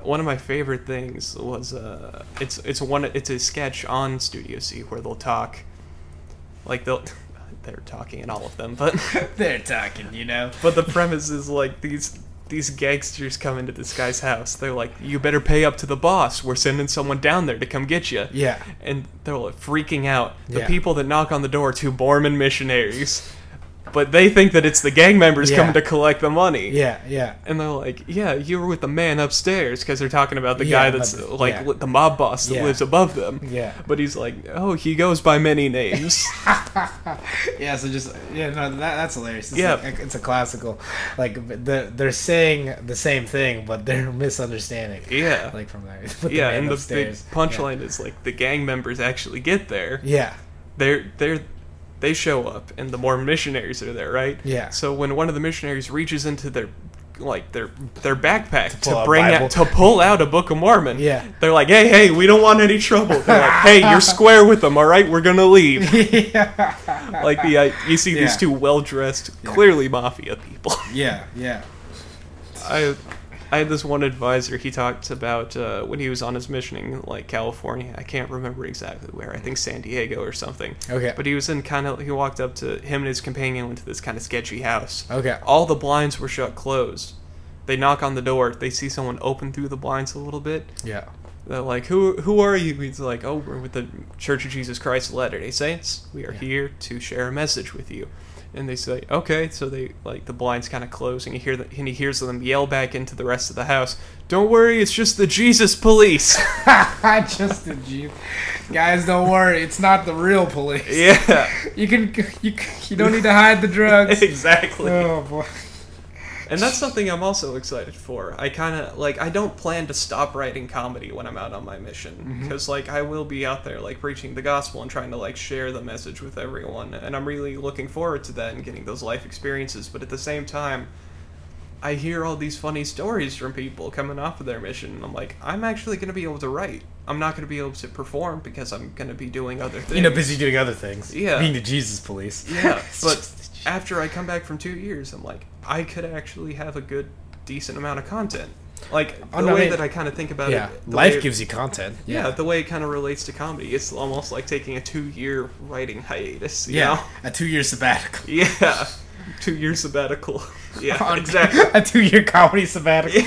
S2: One of my favorite things was uh, it's it's one it's a sketch on Studio C where they'll talk, like they'll [laughs] they're talking in all of them, but [laughs]
S1: they're talking. You know.
S2: but the premise is like these these gangsters come into this guy's house. They're like, "You better pay up to the boss. We're sending someone down there to come get you."
S1: Yeah.
S2: and they're like freaking out. The
S1: Yeah.
S2: people that knock on the door are two Mormon missionaries, but they think that it's the gang members
S1: Yeah.
S2: coming to collect the money.
S1: Yeah, yeah.
S2: And they're like, "Yeah, you were with the man upstairs," because they're talking about the
S1: Yeah,
S2: guy
S1: but-
S2: that's like
S1: yeah.
S2: li- the mob boss that
S1: Yeah.
S2: lives above them.
S1: Yeah.
S2: But he's like, "Oh, he goes by many
S1: [laughs]
S2: names."
S1: Yeah, so just yeah, no, that, that's hilarious. It's
S2: Yeah.
S1: like- it's a classical. Like the, they're saying the same thing, but they're [laughs] misunderstanding.
S2: yeah.
S1: like from there. [laughs] With
S2: yeah,
S1: man
S2: and the
S1: upstairs.
S2: big punchline is like the gang members actually get there.
S1: Yeah.
S2: They're they're they show up, and the Mormon missionaries are there, right?
S1: Yeah.
S2: So when one of the missionaries reaches into their like their their backpack to,
S1: pull out a
S2: bring
S1: Bible.
S2: out to pull out a Book of Mormon,
S1: Yeah.
S2: they're like, hey hey, we don't want any trouble. They're like,
S1: [laughs]
S2: hey, you're square with them, all right? We're gonna leave.
S1: yeah.
S2: Like the uh, you see
S1: Yeah.
S2: these two well dressed, clearly mafia people.
S1: Yeah. Yeah.
S2: I I had this one advisor. He talked about uh, when he was on his mission in like California. I can't remember exactly where. I think San Diego or something.
S1: Okay.
S2: But he was in kind of. He walked up to him and his companion went to this kind of sketchy house.
S1: Okay.
S2: All the blinds were shut closed. They knock on the door. They see someone open through the blinds a little bit.
S1: [laughs] Yeah.
S2: They're like, "Who who are you?" He's like, "Oh, we're with the Church of Jesus Christ of Latter-day Saints. We are
S1: Yeah.
S2: here to share a message with you." And they say, "Okay." So they like the blinds kind of close, and you hear the, and he hears them yell back into the rest of the house. Don't worry, it's just the Jesus police.
S1: just the Jeep. Guys, don't worry. It's not the real police.
S2: [laughs] yeah, [laughs]
S1: You can you can- you don't need to hide the [laughs] drugs.
S2: exactly.
S1: Oh boy.
S2: And that's something I'm also excited for. I kind of like I don't plan to stop writing comedy when I'm out on my mission
S1: Mm-hmm.
S2: because like I will be out there like preaching the gospel and trying to like share the message with everyone and I'm really looking forward to that and getting those life experiences, but at the same time I hear all these funny stories from people coming off of their mission and I'm like I'm actually going to be able to write. I'm not going to be able to perform because I'm going to be doing other things.
S1: You know, busy doing other things.
S2: Yeah.
S1: Being the Jesus police. [laughs]
S2: Yeah,
S1: It's
S2: but
S1: just the Jeep.
S2: after I come back from two years, I'm like, I could actually have a good, decent amount of content. Like the
S1: Oh, no, I
S2: way
S1: mean-
S2: that I kind of think about
S1: yeah,
S2: it, the way
S1: life
S2: it-
S1: gives you content.
S2: Yeah, the way it kind of relates to comedy, it's almost like taking a two-year writing hiatus. You
S1: Yeah.
S2: know? [laughs]
S1: A two-year sabbatical.
S2: yeah, two-year sabbatical. [laughs]
S1: [laughs]
S2: Yeah, exactly.
S1: a two-year comedy sabbatical. [laughs]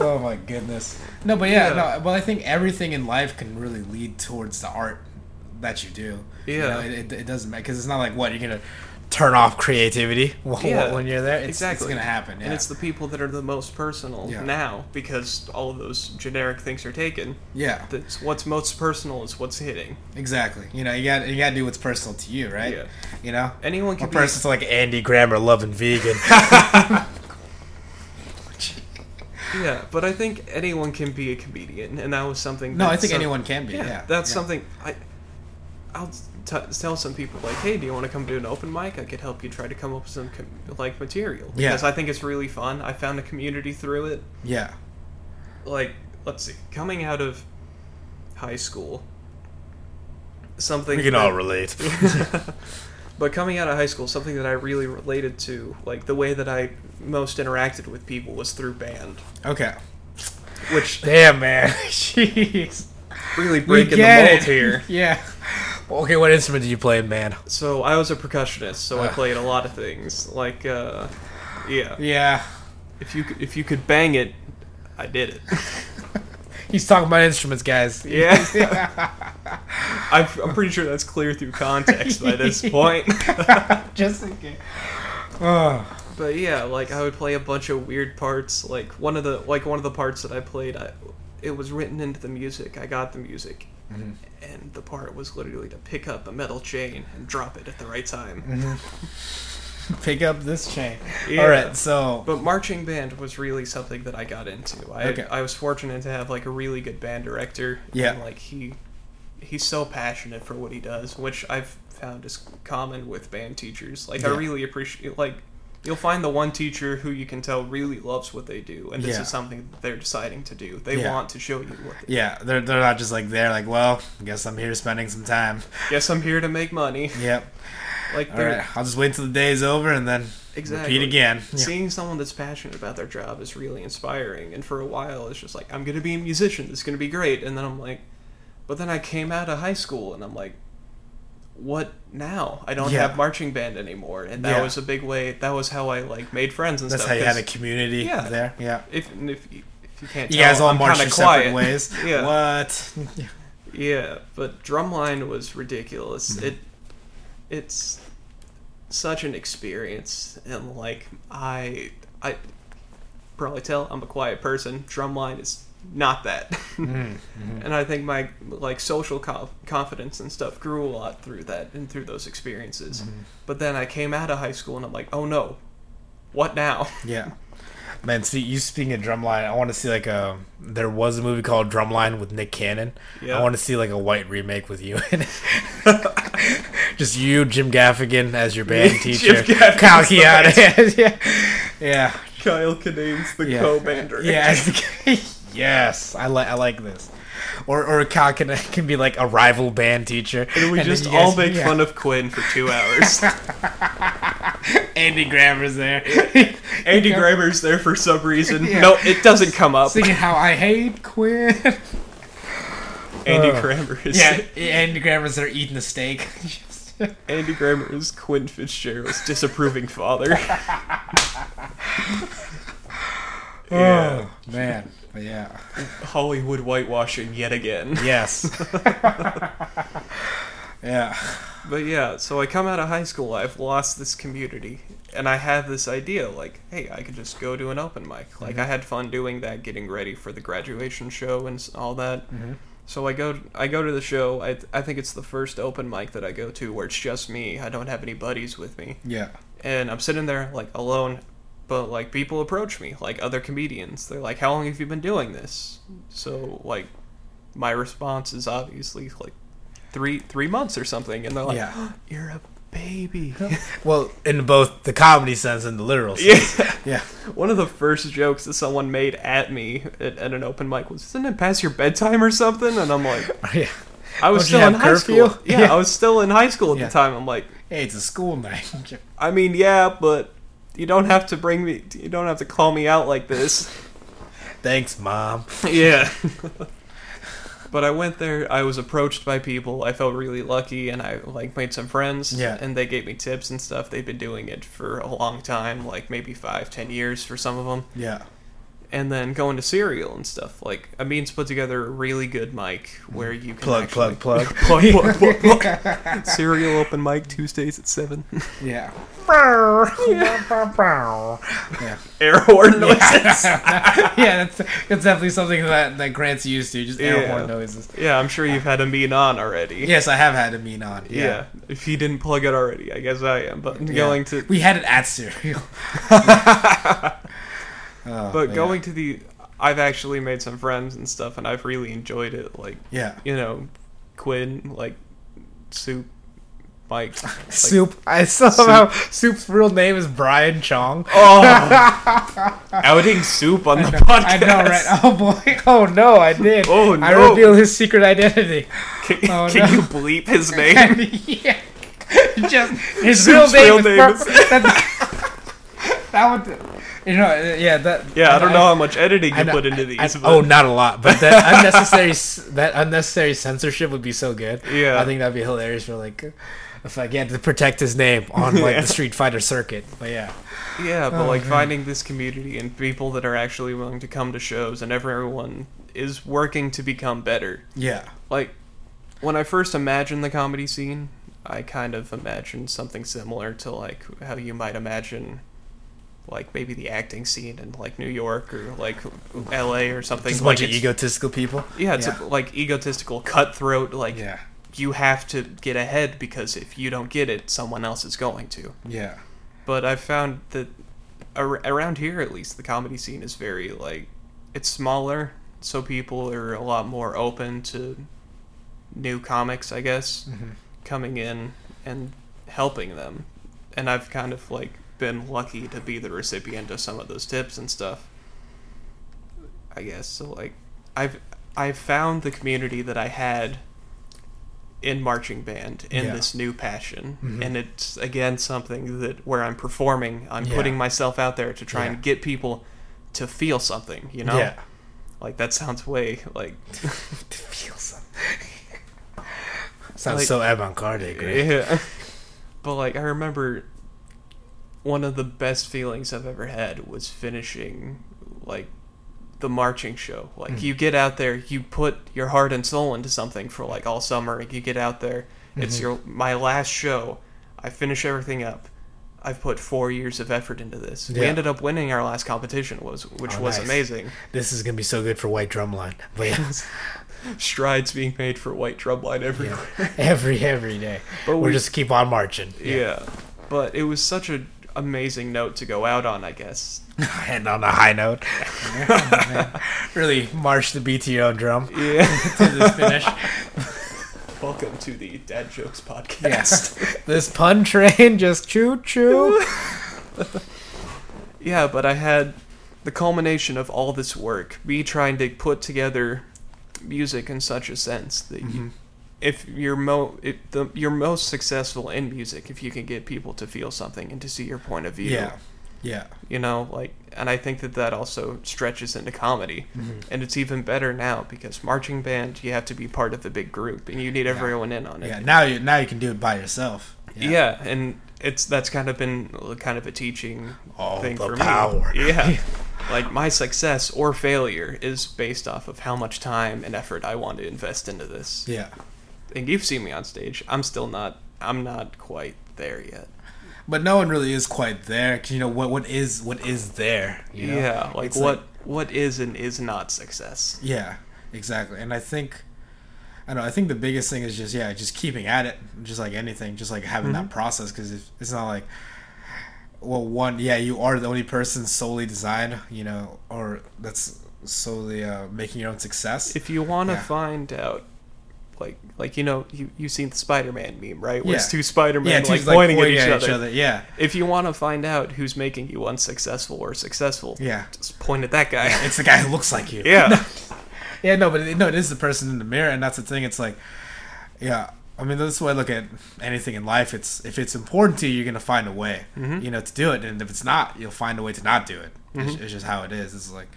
S1: oh my goodness. No, but yeah,
S2: Yeah.
S1: no. Well, I think everything in life can really lead towards the art that you do. You
S2: Yeah.
S1: know, it, it, it doesn't matter because it's not like what you're gonna turn off creativity [laughs] wh-
S2: Yeah,
S1: when you're there. It's,
S2: exactly.
S1: It's gonna happen. Yeah.
S2: And it's the people that are the most personal
S1: Yeah.
S2: now because all of those generic things are taken.
S1: yeah.
S2: That's what's most personal is what's hitting.
S1: Exactly. You know, you got you got to do what's personal to you, right?
S2: Yeah.
S1: You know.
S2: Anyone
S1: One
S2: can be
S1: person's like Andy Grammer, loving
S2: [laughs]
S1: vegan. [laughs]
S2: Yeah, but I think anyone can be a comedian, and that was something.
S1: no, I
S2: that's
S1: think
S2: some-
S1: anyone can be.
S2: Yeah,
S1: Yeah,
S2: that's
S1: yeah.
S2: something I. I'll t- tell some people like, "Hey, do you want to come do an open mic? I could help you try to come up with some com- like material
S1: Yeah.
S2: because I think it's really fun. I found a community through it.
S1: Yeah.
S2: Like, let's see, coming out of high school, something
S1: We can
S2: that-
S1: all relate.
S2: but coming out of high school, something that I really related to, like the way that I most interacted with people was through band,
S1: okay.
S2: which
S1: Damn, man. [laughs] Jeez.
S2: really
S1: We
S2: breaking the
S1: get
S2: mold
S1: it.
S2: here.
S1: [laughs] Yeah. Okay, what instrument did you play, man?
S2: So I was a percussionist, so I played a lot of things. Like, uh, yeah,
S1: Ah. Yeah.
S2: if you c- if you could bang it, I did
S1: [laughs]
S2: it.
S1: He's talking about instruments, guys. [laughs]
S2: Yeah, [laughs] I'm, I'm pretty sure that's clear through context by
S1: [laughs]
S2: this point.
S1: Just in case. Oh.
S2: But yeah, like I would play a bunch of weird parts. Like one of the like one of the parts that I played, I, it was written into the music. I got the music,
S1: Mm-hmm.
S2: and the part was literally to pick up a metal chain and drop it at the right time.
S1: Pick up this chain.
S2: Yeah.
S1: Mm-hmm. All right, so
S2: But marching band was really something that I got into. I
S1: Okay.
S2: I was fortunate to have like a really good band director.
S1: Yeah.
S2: And, like he, he's so passionate for what he does, which I've found is common with band teachers. Like I
S1: Yeah.
S2: really appreciate like. You'll find the one teacher who you can tell really loves what they do, and this
S1: Yeah.
S2: is something that they're deciding to do. They
S1: Yeah.
S2: want to show you what. They,
S1: yeah, they're they're not just like they're like, well, I guess I'm here spending some time.
S2: Guess I'm here to make money.
S1: Yep.
S2: Like
S1: All
S2: they're
S1: right, I'll just wait until the day's over and then
S2: Exactly.
S1: repeat again.
S2: Seeing someone that's passionate about their job is really inspiring. And for a while, it's just like, I'm going to be a musician. This is going to be great. And then I'm like, but then I came out of high school and I'm like, what now? I don't
S1: Yeah.
S2: have marching band anymore. And that
S1: Yeah.
S2: was a big way. That was how I like made friends and
S1: That's
S2: stuff.
S1: how you had a
S2: 'cause
S1: community
S2: Yeah.
S1: there. Yeah. Oh,
S2: if, and if, if you can't
S1: You
S2: tell,
S1: guys all
S2: I'm
S1: march
S2: kinda
S1: your
S2: quiet.
S1: separate [laughs] ways.
S2: [laughs] yeah.
S1: What?
S2: Yeah, but drumline was ridiculous.
S1: Mm-hmm.
S2: It it's such an experience and like I I probably tell I'm a quiet person. Drumline is not that. [laughs]
S1: Mm-hmm.
S2: And I think my like social conf- confidence and stuff grew a lot through that and through those experiences.
S1: Mm-hmm.
S2: But then I came out of high school and I'm like, "Oh no. What now?" [laughs]
S1: Yeah. Man, see, you speaking of Drumline, I want to see like a. There was a movie called Drumline with Nick Cannon.
S2: Yeah.
S1: I want to see like a white remake with you [laughs] in it. Just you, Jim Gaffigan as your
S2: [laughs]
S1: band teacher,
S2: Gaffigan's
S1: Kyle
S2: the
S1: Keanu. yeah, [laughs] yeah,
S2: Kyle Kinane's the
S1: Yeah.
S2: co-bander.
S1: yeah. it's- [laughs] yes, I like I like this. Or or Kyle can [laughs] can be like a rival band teacher,
S2: [laughs] And we
S1: then
S2: just
S1: you
S2: all
S1: guys- [laughs]
S2: make
S1: yeah.
S2: fun of Quinn for 2
S1: [laughs]
S2: hours.
S1: Andy Grammer's there, [laughs]
S2: Andy Grammer's there for some reason.
S1: Yeah.
S2: No, it doesn't come up.
S1: singing how I hate Quinn. [laughs]
S2: Andy
S1: Uh,
S2: Grammer
S1: [laughs]
S2: is
S1: yeah, Andy Grammer's there eating the [laughs] steak.
S2: [laughs] Andy Grammer is Quinn Fitzgerald's disapproving
S1: [laughs]
S2: father. yeah.
S1: Oh man, but yeah.
S2: Hollywood whitewashing yet again.
S1: Yes. [laughs] yeah.
S2: But yeah, so I come out of high school, I've lost this community, and I have this idea like, hey, I could just go to an open mic.
S1: Mm-hmm.
S2: Like I had fun doing that, getting ready for the graduation show and s- all that.
S1: Mm-hmm.
S2: So I go, I go to the show. I, I think it's the first open mic that I go to where it's just me. I don't have any buddies with me.
S1: Yeah.
S2: and I'm sitting there like alone, but like people approach me, like other comedians. They're like, "How long have you been doing this?" So like, my response is obviously like three three months or something, and they're like,
S1: Yeah.
S2: "You're a baby." [laughs]
S1: Well, in both the comedy sense and the literal sense.
S2: yeah.
S1: Yeah.
S2: One of the first jokes that someone made at me at, at an open mic was, "Isn't it past your bedtime or something?" And I'm like,
S1: [laughs] Yeah.
S2: "I was
S1: Don't you
S2: still in
S1: have
S2: high
S1: curfew?
S2: school." Yeah,
S1: Yeah.
S2: I was still in high school at
S1: Yeah.
S2: the time. I'm like,
S1: Hey, it's a school [laughs] night.
S2: I mean, yeah, but you don't have to bring me. You don't have to call me out like this.
S1: Thanks, mom.
S2: yeah. [laughs] but I went there. I was approached by people. I felt really lucky, and I like made some friends.
S1: Yeah.
S2: And they gave me tips and stuff. They've been doing it for a long time, like maybe five, ten years for some of them.
S1: Yeah.
S2: And then going to Serial and stuff. Like Amin's put together a really good mic where you can
S1: Plug,
S2: actually-
S1: plug, plug.
S2: plug, [laughs] plug,
S1: [laughs]
S2: plug, plug. Serial open mic Tuesdays at seven. [laughs]
S1: [laughs] Yeah. yeah.
S2: Air horn noises. [laughs]
S1: yeah, that's that's definitely something that that Grant's used to, just air
S2: Yeah.
S1: horn noises.
S2: Yeah, I'm sure you've had Amin on already.
S1: Yes, I have had a mean on.
S2: Yeah.
S1: Yeah.
S2: If he didn't plug it already, I guess I am. But
S1: Yeah.
S2: going to
S1: We had it at cereal. Oh,
S2: But
S1: man.
S2: going to the, I've actually made some friends and stuff, and I've really enjoyed it. Like,
S1: Yeah.
S2: you know, Quinn, like, Soup,
S1: [laughs]
S2: Mike. like-
S1: Soup. I somehow Soup's real name is Brian Chong.
S2: [laughs] Oh! outing Soup on the podcast.
S1: I know, right? Oh boy! [laughs] Oh no, I did.
S2: Oh,
S1: I
S2: no.
S1: reveal his secret
S2: [laughs]
S1: identity.
S2: [laughs] Can,
S1: Oh,
S2: can
S1: no.
S2: you
S1: [laughs]
S2: bleep his name?
S1: yeah, just his
S2: Soup's
S1: real name. [laughs] is
S2: real name
S1: Bur-
S2: is-
S1: that, that would You know, uh, yeah, that.
S2: Yeah, I don't know how much editing
S1: I
S2: you
S1: know-
S2: put into
S1: I-
S2: these.
S1: I-
S2: but
S1: oh, not a lot, but that unnecessary s- [laughs] that unnecessary censorship would be so good.
S2: Yeah.
S1: I think that'd be hilarious for like if I had to protect his name on like
S2: [laughs] Yeah.
S1: the Street Fighter circuit. But yeah,
S2: yeah,
S1: oh,
S2: but like finding this community and people that are actually willing to come to shows, and everyone is working to become better.
S1: yeah,
S2: like when I first imagined the comedy scene, I kind of imagined something similar to like how you might imagine like maybe the acting scene in like New York or like LA or something.
S1: just a
S2: like
S1: bunch of
S2: it's-
S1: egotistical people.
S2: Yeah, it's
S1: yeah.
S2: A, like egotistical, cutthroat. Like
S1: yeah,
S2: you have to get ahead because if you don't get it, someone else is going to.
S1: yeah,
S2: But I found that ar- around here, at least, the comedy scene is very like it's smaller, so people are a lot more open to new comics, I guess,
S1: Mm-hmm.
S2: coming in and helping them. And I've kind of like been lucky to be the recipient of some of those tips and stuff. I guess so. Like, I've I've found the community that I had in marching band in
S1: Yeah. Mm-hmm.
S2: this new passion and it's again something that where i'm performing i'm
S1: Yeah.
S2: putting myself out there to try and
S1: Yeah.
S2: get people to feel something you know
S1: yeah.
S2: like that sounds way like
S1: To feel something. [laughs] Sounds
S2: Like-
S1: so avant-garde. Greg.
S2: yeah. [laughs] but like i remember one of the best feelings i've ever had was finishing like the marching show like
S1: Hmm.
S2: you get out there you put your heart and soul into something for like all summer you get out there
S1: Mm-hmm.
S2: it's your my last show i finish everything up i've put four years of effort into this we
S1: Yeah.
S2: ended up winning our last competition was which
S1: Oh,
S2: was
S1: nice.
S2: amazing
S1: This is gonna be so good for White Drumline. [laughs] But yeah,
S2: strides being made for white drumline everywhere
S1: [laughs] yeah. every every day.
S2: But
S1: But we
S2: we-
S1: just keep on marching.
S2: Yeah. But it was such an amazing note to go out on, I guess.
S1: [laughs] And on a high note, [laughs]
S2: [laughs]
S1: really march the beat to your own drum
S2: Yeah.
S1: to this finish.
S2: Welcome to the Dad Jokes podcast.
S1: [laughs] Yes, this pun train just choo
S2: [laughs]
S1: choo.
S2: Yeah, but I had the culmination of all this work, me trying to put together music in such a sense that
S1: Mm-hmm.
S2: you, if you're mo if the, you're most successful in music if you can get people to feel something and to see your point of view.
S1: Yeah, yeah,
S2: you know like and i think that that also stretches into comedy
S1: Mm-hmm.
S2: and it's even better now because marching band you have to be part of the big group and you need everyone in on it
S1: yeah. Now you now you can do it by yourself.
S2: yeah. and it's that's kind of been kind of a teaching
S1: All
S2: thing
S1: the
S2: for
S1: power. [laughs]
S2: me [laughs] yeah like my success or failure is based off of how much time and effort i want to invest into this
S1: yeah.
S2: and you've seen me on stage i'm still not i'm not quite there yet
S1: But no one really is quite there. 'cause you know what? What is what is there? you know?
S2: yeah like
S1: It's
S2: what what is and is not success
S1: Yeah, exactly. And I think I don't know, I think the biggest thing is just yeah, just keeping at it, just like anything, just like having
S2: Mm-hmm.
S1: that process because it's not like well, one, yeah, you are the only person solely designed, you know, or that's solely uh, making your own success.
S2: if you want to
S1: Yeah.
S2: find out like like you know you you've seen the spider-man meme right where it's
S1: Yeah.
S2: two spider-man
S1: yeah,
S2: like,
S1: teams,
S2: pointing, at, each, other.
S1: Yeah,
S2: if you want to find out who's making you unsuccessful or successful
S1: yeah.
S2: just point at that guy
S1: It's the guy who looks like you.
S2: [laughs]
S1: [laughs]
S2: yeah
S1: Yeah, no, but it, no, it is the person in the mirror, and that's the thing. It's like, yeah, I mean, that's the way I look at anything in life. It's if it's important to you, you're gonna find a way, you know, to do it, and if it's not, you'll find a way to not do it. It's, it's just how it is. It's like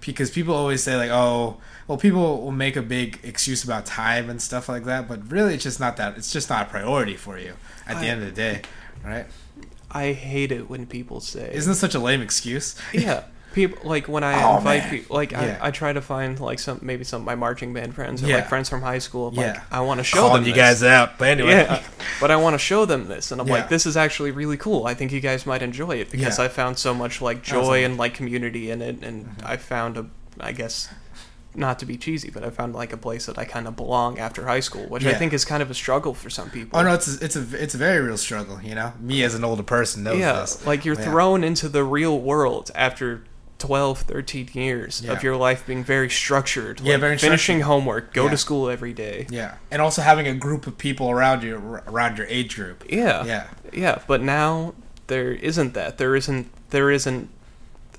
S1: because people always say like, oh, well, people will make a big excuse about time and stuff like that, but really, it's just not that. It's just not a priority for you at the
S2: I-
S1: end of the day, right?
S2: i hate it when people say
S1: Isn't this such a lame excuse?
S2: [laughs]
S1: [laughs]
S2: yeah people like when i
S1: Oh,
S2: invite
S1: man.
S2: people like
S1: Yeah.
S2: I, I try to find like some maybe some of my marching band friends or
S1: Yeah.
S2: like friends from high school like
S1: Yeah.
S2: i want to show
S1: Calling
S2: them
S1: you
S2: this.
S1: guys out, but anyway, [laughs]
S2: yeah Uh, but i want to show them this and i'm
S1: Yeah.
S2: like this is actually really cool i think you guys might enjoy it because
S1: Yeah. Mm-hmm.
S2: i found so much like joy and like community in it and i found a i guess not to be cheesy but i found like a place that i kind of belong after high school which i
S1: Yeah.
S2: think is kind of a struggle for some people
S1: Oh no, it's a, it's a it's a very real struggle. You know, me as an older person knows
S2: yeah
S1: this.
S2: like you're
S1: Yeah.
S2: thrown into the real world after 12 13 years
S1: Yeah.
S2: of your life being very structured
S1: Yeah,
S2: like
S1: very
S2: finishing
S1: structured.
S2: homework go
S1: Yeah.
S2: to school every day
S1: Yeah, and also having a group of people around you around your age group.
S2: Yeah.
S1: Yeah.
S2: Yeah, but now there isn't that. There isn't there isn't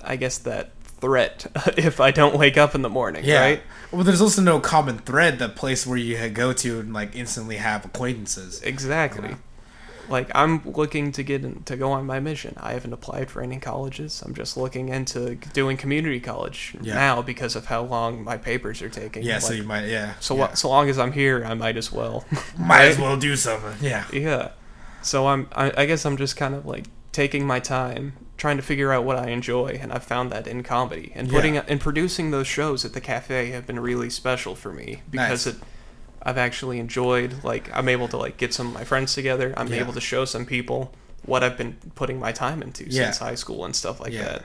S2: I guess that threat [laughs] if I don't wake up in the morning,
S1: Yeah.
S2: right?
S1: Well, there's also no common thread. The place where you go to and like instantly have acquaintances.
S2: Exactly. Like I'm looking to get in, to go on my mission. I haven't applied for any colleges. I'm just looking into doing community college
S1: Yeah.
S2: now because of how long my papers are taking.
S1: Yeah, so
S2: Like,
S1: you might, yeah.
S2: so
S1: yeah.
S2: lo- so long as I'm here, I might as well. [laughs]
S1: Might as well do something. Yeah.
S2: yeah. So I'm I, I guess I'm just kind of like taking my time trying to figure out what I enjoy and I've found that in comedy and
S1: Yeah.
S2: putting and producing those shows at the cafe have been really special for me because
S1: Nice.
S2: it I've actually enjoyed like I'm able to like get some of my friends together. I'm
S1: Yeah.
S2: able to show some people what I've been putting my time into
S1: Yeah.
S2: since high school and stuff like
S1: Yeah.
S2: that.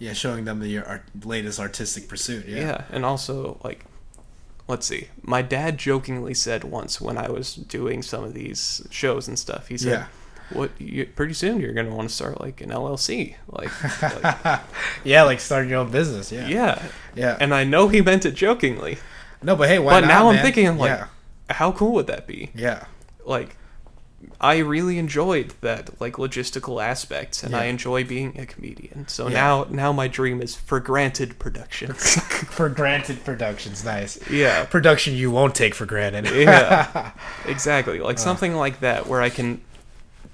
S1: Yeah, showing them the, your art, latest artistic pursuit.
S2: Yeah. and also like let's see. My dad jokingly said once when I was doing some of these shows and stuff. He said,
S1: Yeah.
S2: "What you, pretty soon you're going to want to start like an LLC."
S1: [laughs]
S2: Like, like
S1: yeah, like starting your own business. Yeah,
S2: yeah.
S1: yeah.
S2: And I know he meant it jokingly.
S1: no, but hey, why
S2: But
S1: not?
S2: now I'm
S1: man?
S2: thinking I'm like
S1: yeah,
S2: how cool would that be?
S1: yeah,
S2: Like I really enjoyed that like logistical aspects and I
S1: Yeah.
S2: enjoy being a comedian. So
S1: Yeah.
S2: now now my dream is for
S1: [laughs]
S2: granted productions.
S1: for granted productions, nice.
S2: yeah.
S1: Production you won't take for granted. [laughs]
S2: yeah exactly
S1: Uh.
S2: like something like that where i can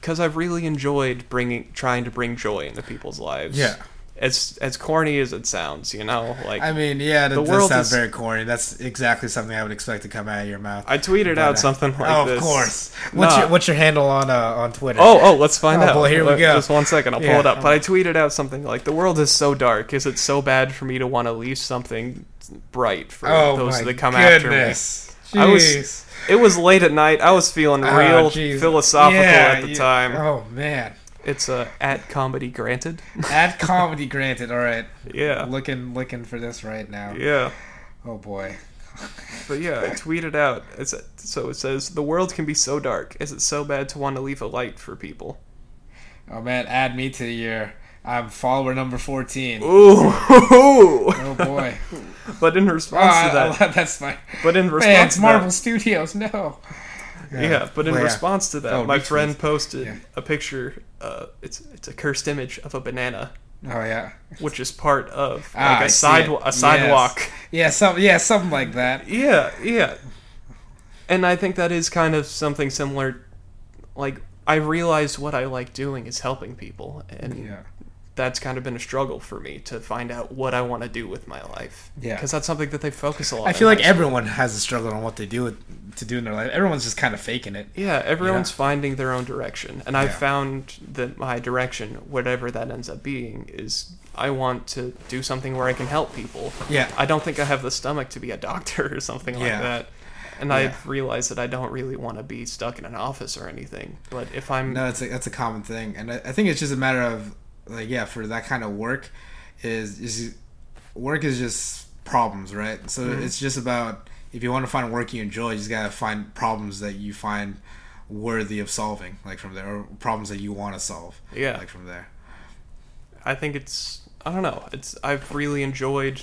S2: because i've really enjoyed bringing trying to bring joy into people's lives
S1: Yeah.
S2: as as corny as it sounds you know like
S1: I
S2: i,
S1: mean, yeah, that,
S2: The
S1: that
S2: world
S1: sounds
S2: is-
S1: very corny. That's exactly something I would expect to come out of your mouth.
S2: tweeted
S1: But,
S2: out
S1: uh,
S2: something like
S1: oh,
S2: this
S1: of course. What's
S2: Nah.
S1: your what's your handle on uh, on Twitter?
S2: Oh, oh, let's find
S1: Oh,
S2: out.
S1: boy, here we
S2: Let-
S1: go.
S2: Just one second, I'll pull
S1: Yeah.
S2: it up. But I tweeted out something like, "The world is so dark. Is it so bad for me to want to leave something bright for
S1: oh
S2: those
S1: my
S2: that come
S1: goodness.
S2: after me?" I
S1: Jeez.
S2: was. It was late at night. I was feeling
S1: Ah,
S2: real
S1: jeez.
S2: philosophical
S1: Yeah,
S2: at the
S1: you-
S2: time.
S1: Oh man,
S2: It's uh, at comedy granted.
S1: at comedy granted. All right,
S2: Yeah.
S1: looking looking for this right now.
S2: [laughs] Yeah.
S1: Oh boy.
S2: But yeah, I tweeted out. It's, so it says, The world can be so dark. Is it so bad to want to leave a light for people?
S1: Oh man, add me to your. I'm follower number fourteen.
S2: Ooh.
S1: [laughs] Oh
S2: [laughs]
S1: boy.
S2: but in
S1: Oh,
S2: response
S1: I,
S2: to
S1: I
S2: that.
S1: love- that's my.
S2: But in
S1: Man,
S2: response
S1: it's
S2: to
S1: Marvel
S2: that,
S1: Studios. No.
S2: yeah, but in
S1: Well, yeah.
S2: response to that,
S1: Oh,
S2: my
S1: retweet.
S2: friend posted
S1: Yeah.
S2: a picture. Uh, it's it's a cursed image of a banana,
S1: Oh yeah.
S2: which is part of
S1: Ah,
S2: like
S1: I
S2: a
S1: see
S2: side
S1: it.
S2: a sidewalk.
S1: Yeah. Some. Yeah. Something like that.
S2: Yeah, yeah. And I think that is kind of something similar. Like I realized what I like doing is helping people, and
S1: Yeah.
S2: that's kind of been a struggle for me to find out what I want to do with my life.
S1: Yeah.
S2: because that's something that they focus a lot.
S1: I feel
S2: on.
S1: like everyone has a struggle on what they do with, to do in their life. Everyone's just kind of faking it.
S2: yeah, everyone's finding their own direction, and I've
S1: Yeah.
S2: found that my direction, whatever that ends up being, is I want to do something where I can help people.
S1: Yeah.
S2: I don't think I have the stomach to be a doctor or something
S1: Yeah.
S2: like that. And
S1: Yeah.
S2: I've realized that I don't really want to be stuck in an office or anything. But if I'm
S1: No, it's a, that's a common thing, and I, I think it's just a matter of like yeah, for that kind of work, is is work is just problems, right? So it's just about if you want to find work you enjoy, you just gotta find problems that you find worthy of solving, like from there, or problems that you want to solve,
S2: Yeah.
S1: like from there.
S2: I think it's I don't know. It's I've really enjoyed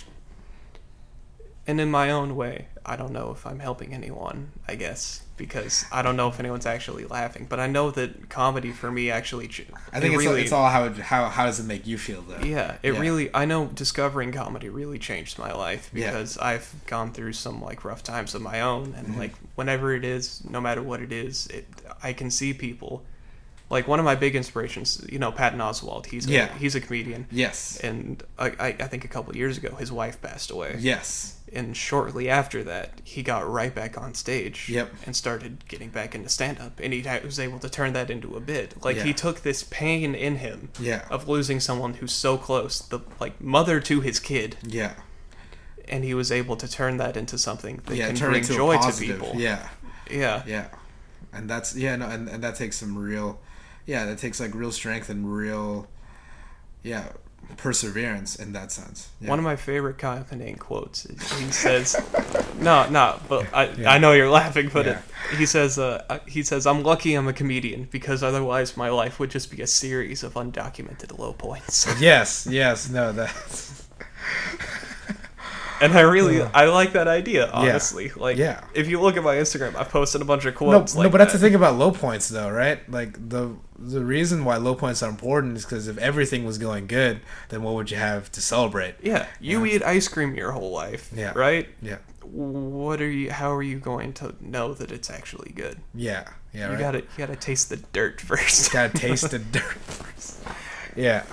S2: and in my own way, I don't know if I'm helping anyone, I guess, because I don't know if anyone's actually laughing, but I know that comedy for me actually ch-
S1: I think
S2: it
S1: it's,
S2: really
S1: it's all how it, how how does it make you feel though?
S2: yeah, it
S1: Yeah.
S2: really I know discovering comedy really changed my life
S1: Yeah.
S2: because I've gone through some like rough times of my own and
S1: Mm-hmm.
S2: like whenever it is, no matter what it is, it I can see people. Like one of my big inspirations, you know, Patton Oswald, he's a,
S1: Yeah.
S2: he's a comedian
S1: Yes.
S2: and I, I, I think a couple years ago his wife passed away
S1: Yes.
S2: and shortly after that he got right back on stage
S1: Yep.
S2: and started getting back into stand-up and he ha- was able to turn that into a bit like
S1: Yeah.
S2: he took this pain in him
S1: Yeah.
S2: of losing someone who's so close the like mother to his kid
S1: Yeah.
S2: and he was able to turn that into something that
S1: yeah.
S2: can
S1: turn
S2: bring
S1: it to a
S2: joy to
S1: positive.
S2: people
S1: Yeah.
S2: yeah
S1: Yeah, and that's yeah, no, and, and that takes some real, yeah, that takes like real strength and real, yeah, perseverance in that sense. Yeah.
S2: One of my favorite Kanye quotes. is-
S1: [laughs]
S2: He says, "No, no, but I, I know you're laughing, but it, he says, uh, I- he says, I'm lucky I'm a comedian because otherwise my life would just be a series of undocumented low points." [laughs]
S1: yes, yes, no, that's
S2: and I really, I like that idea. Honestly, like,
S1: Yeah.
S2: if you look at my Instagram, I've posted a bunch of
S1: no,
S2: quotes.
S1: no,
S2: like
S1: but that's
S2: that.
S1: the thing about low points though, right? Like the the reason why low points are important is because if everything was going good, then what would you have to celebrate?
S2: Yeah, you eat ice cream your whole life.
S1: Yeah.
S2: Right.
S1: Yeah,
S2: What are you? How are you going to know that it's actually good?
S1: yeah, Yeah,
S2: You
S1: right.
S2: gotta you gotta taste the dirt [laughs] first.
S1: Gotta taste the dirt first. [laughs] Yeah.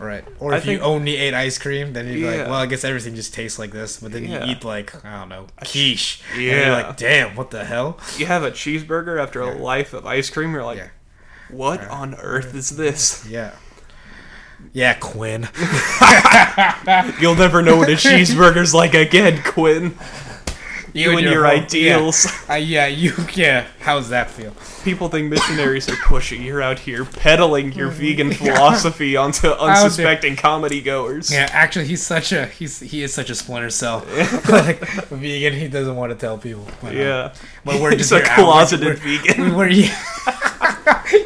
S1: Right. Or
S2: I
S1: if
S2: think-
S1: you only ate ice cream, then you'd be like,
S2: Yeah.
S1: well, I guess everything just tastes like this. But then
S2: Yeah.
S1: you eat, like, I don't know, quiche. And
S2: yeah.
S1: you're like, damn, what the hell?
S2: [laughs] you have a cheeseburger after a life of ice cream. You're like,
S1: Yeah.
S2: what on earth is this? [laughs]
S1: Yeah. Yeah, Quinn.
S2: You'll never know
S1: [laughs]
S2: what a cheeseburger's like again, Quinn. You, and your,
S1: whole-
S2: ideals.
S1: Yeah. Uh, yeah, you, yeah. How's that feel?
S2: [laughs] People think missionaries are pushy. You're out here peddling
S1: Mm-hmm. [laughs]
S2: your vegan philosophy onto unsuspecting comedy goers.
S1: Yeah, actually, he's such a, he's, he is such a splinter
S2: [laughs]
S1: cell. [laughs] like, vegan, he doesn't want to tell people. But, uh,
S2: Yeah.
S1: But [laughs]
S2: [laughs]
S1: we're
S2: He's
S1: just
S2: a
S1: your outlet.
S2: closeted
S1: We're-
S2: vegan.
S1: We [laughs] were, yeah.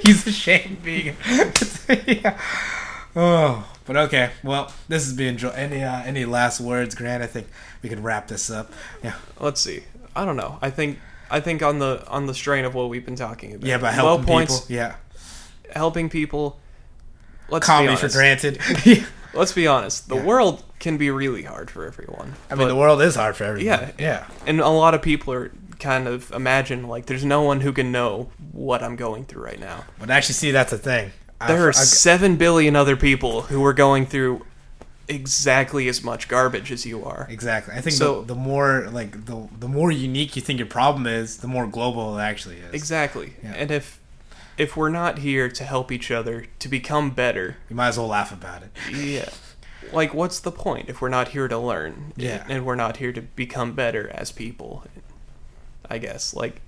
S1: He's ashamed vegan. [laughs] yeah. Oh, but okay. Well, this has been enjoy- any uh, any last words, Grant? I think we could wrap this up. Yeah.
S2: Let's see. I don't know. I think I think on the on the strain of what we've been talking about.
S1: Yeah, but
S2: Low
S1: helping
S2: points,
S1: people. Yeah.
S2: helping people. Let's be
S1: Comedy
S2: honest.
S1: for granted. [laughs] yeah.
S2: Let's be honest. The
S1: Yeah.
S2: world can be really hard for everyone.
S1: I mean, the world is hard for everyone.
S2: Yeah.
S1: Yeah.
S2: and a lot of people are kind of imagine like there's no one who can know what I'm going through right now.
S1: But actually, see, that's the thing. I-
S2: There are
S1: I-
S2: seven billion other people who are going through exactly as much garbage as you are.
S1: Exactly. I think
S2: So-
S1: the, the more like the the more unique you think your problem is, the more global it actually is.
S2: Exactly.
S1: Yeah.
S2: And if if we're not here to help each other to become better,
S1: You might as well laugh about it.
S2: yeah. Like what's the point if we're not here to learn?
S1: Yeah.
S2: And we're not here to become better as people. I guess like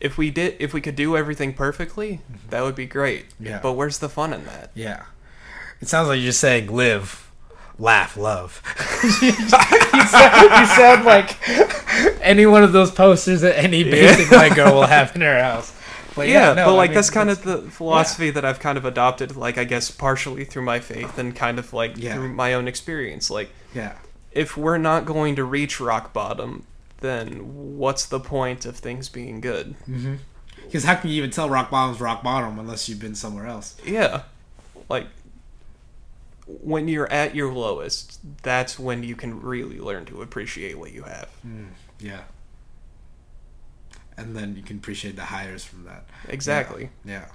S2: if we did if we could do everything perfectly, that would be great.
S1: Mm-hmm. Yeah.
S2: But where's the fun in that?
S1: Yeah. It sounds like you're just saying live, laugh, love. [laughs] you, sound, you sound like any one of those posters that any basic white girl will have in her house. But
S2: yeah,
S1: no,
S2: but
S1: I
S2: like
S1: mean,
S2: that's kind of the philosophy that I've kind of adopted, like I guess partially through my faith and kind of like
S1: Yeah.
S2: through my own experience. Like,
S1: yeah,
S2: if we're not going to reach rock bottom, then what's the point of things being good?
S1: because how can you even tell rock bottom's rock bottom unless you've been somewhere else?
S2: Yeah, like when you're at your lowest, that's when you can really learn to appreciate what you have.
S1: Yeah, and then you can appreciate the hires from that.
S2: Exactly.
S1: Yeah.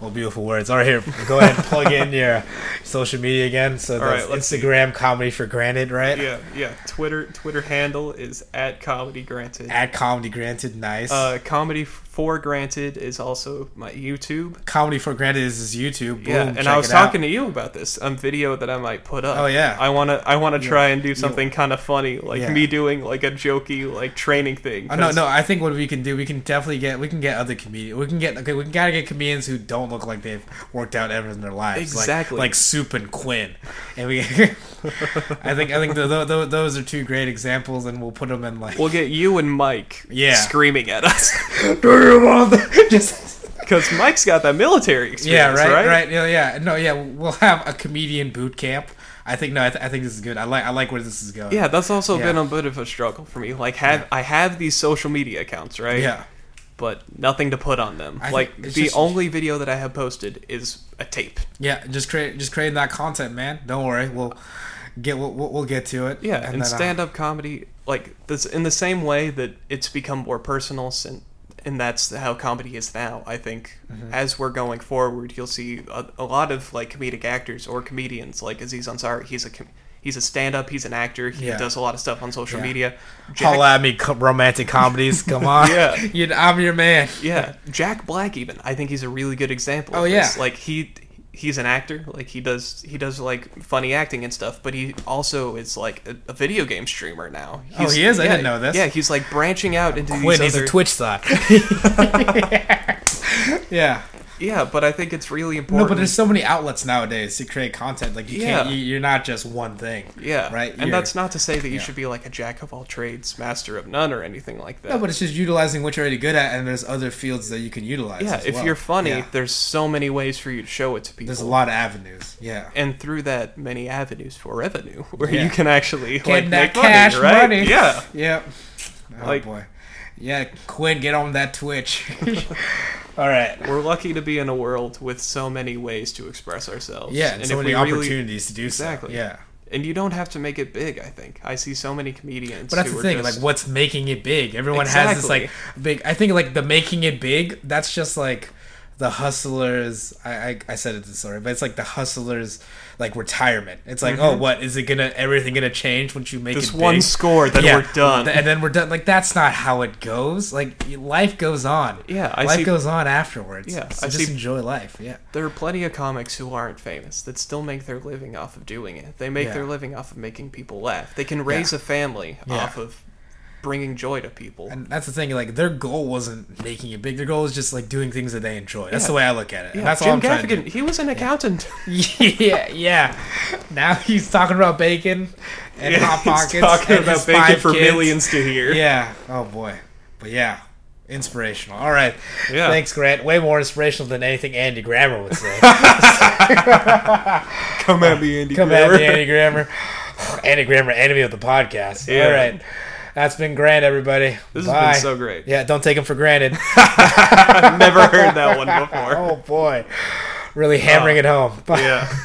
S1: Well, beautiful words. All right, here, go ahead and plug in [laughs] your social media again. So
S2: right,
S1: that's
S2: let's see.
S1: Instagram comedy for granted, right?
S2: Yeah, yeah. Twitter Twitter handle is at comedy granted.
S1: At comedy granted, nice.
S2: Uh, comedy for granted is also my YouTube.
S1: comedy for granted is his YouTube. Boom,
S2: Yeah, and
S1: check
S2: I was
S1: it out.
S2: talking to you about this um, video that I might put up.
S1: Oh, yeah.
S2: I wanna I wanna try and do something kind of funny, like
S1: Yeah.
S2: me doing like a jokey like training thing.
S1: Oh, no,
S2: 'cause-
S1: no. I think what we can do, we can definitely get, we can get other comedians. We can get, okay, we gotta get comedians who don't look like they've worked out ever in their lives, like-
S2: Exactly.
S1: like, Soup and Quinn. And we, [laughs] I think, I think th th those are two great examples, and we'll put them in like.
S2: We'll get you and Mike
S1: Yeah.
S2: screaming at us [laughs]
S1: [laughs] do you want the-" Just
S2: because Mike's got that military
S1: yeah,
S2: experience,
S1: right, right,
S2: right?
S1: yeah, yeah, no, yeah. We'll have a comedian boot camp. I think no, I, th- I think this is good. I like, I like where this is going.
S2: Yeah, that's also
S1: Yeah.
S2: been a bit of a struggle for me. Like, have I have these social media accounts, right?
S1: yeah.
S2: But nothing to put on them.
S1: I
S2: like,
S1: think
S2: the
S1: it's just-
S2: only video that I have posted is a tape.
S1: Yeah, just create just creating that content, man. Don't worry, we'll get we'll, we'll we'll get to it.
S2: Yeah, and,
S1: then, uh,
S2: stand-up comedy, like this, in the same way that it's become more personal, sin and that's how comedy is now. I think
S1: Mm-hmm.
S2: as we're going forward, you'll see a, a lot of like comedic actors or comedians, like Aziz Ansari. He's a com- he's a stand-up. He's an actor. He
S1: Yeah.
S2: does a lot of stuff on social
S1: Yeah.
S2: media. Jack,
S1: holla at me, co- romantic comedies. Come on,
S2: Yeah.
S1: [laughs] You- I'm your man.
S2: yeah, Jack Black. Even I think he's a really good example.
S1: Oh,
S2: of
S1: yeah.
S2: this. like he he's an actor. Like he does he does like funny acting and stuff. But he also is like a, a video game streamer now.
S1: Oh, he is? I didn't know this.
S2: Yeah, he's like branching out into these
S1: Quinn, he's
S2: other.
S1: a Twitch
S2: [laughs]
S1: star. [laughs] yeah.
S2: yeah, but I think it's really
S1: No,
S2: important.
S1: but there's so many outlets nowadays to create content. Like you can't,
S2: Yeah.
S1: you, you're not just one thing.
S2: yeah,
S1: Right.
S2: And
S1: You're-
S2: that's not to say that you should be like a jack of all trades, master of none, or anything like that.
S1: No, but it's just utilizing what you're already good at, and there's other fields that you can utilize.
S2: yeah,
S1: as
S2: if
S1: well.
S2: you're funny,
S1: Yeah.
S2: there's so many ways for you to show it to people.
S1: there's a lot of avenues. Yeah.
S2: and through that many avenues for revenue [laughs] where
S1: Yeah.
S2: you can actually like
S1: Getting
S2: make
S1: that cash
S2: money, right?
S1: money.
S2: Yeah.
S1: [laughs] Yep. Oh
S2: Like-
S1: boy. Yeah, Quinn, get on that Twitch. [laughs] All right.
S2: We're lucky to be in a world with so many ways to express ourselves.
S1: Yeah, and, so
S2: if
S1: many
S2: we really-
S1: opportunities to do so.
S2: Exactly.
S1: Yeah.
S2: And you don't have to make it big, I think. I see so many comedians.
S1: But that's
S2: who
S1: the
S2: are
S1: thing,
S2: just-
S1: like what's making it big? Everyone has this like big I think like the making it big, that's just like the hustlers I, I I said it this already, but it's like the hustlers like retirement. It's like, oh what, is it gonna everything gonna change once you make
S2: Mm-hmm. This
S1: it
S2: one
S1: big?
S2: score, then we're done.
S1: th- And then we're done. Like that's not how it goes. Like y- life goes on.
S2: Yeah, I
S1: life
S2: see-
S1: goes on afterwards.
S2: Yeah,
S1: so
S2: I
S1: just
S2: see-
S1: enjoy life. Yeah,
S2: there are plenty of comics who aren't famous that still make their living off of doing it. They make
S1: Yeah.
S2: their living off of making people laugh. They can raise a family
S1: Yeah.
S2: off of bringing joy to people.
S1: and that's the thing. Like their goal wasn't making it big. Their goal was just like doing things that they enjoy. That's
S2: Yeah.
S1: the way I look at it.
S2: Yeah,
S1: and that's all I'm
S2: Jim
S1: trying to do.
S2: Gaffigan, he was an
S1: [laughs]
S2: accountant.
S1: yeah, yeah. Now he's talking about bacon and
S2: [laughs]
S1: hot pockets. and his five kids.
S2: to hear.
S1: Yeah. Oh boy. But yeah, inspirational. All right.
S2: Yeah.
S1: Thanks, Grant. Way more inspirational than anything Andy Grammer would say.
S2: [laughs] Come at me, Andy.
S1: Come at me, Andy Grammer. [sighs] Andy Grammer, enemy of the podcast.
S2: Yeah.
S1: All right. That's been Grant, everybody.
S2: This has been
S1: Bye.
S2: so great.
S1: Yeah, don't take him for
S2: [laughs]
S1: granted.
S2: I've [laughs] never heard that one before.
S1: oh boy. Really hammering it home. Bye.
S2: Yeah.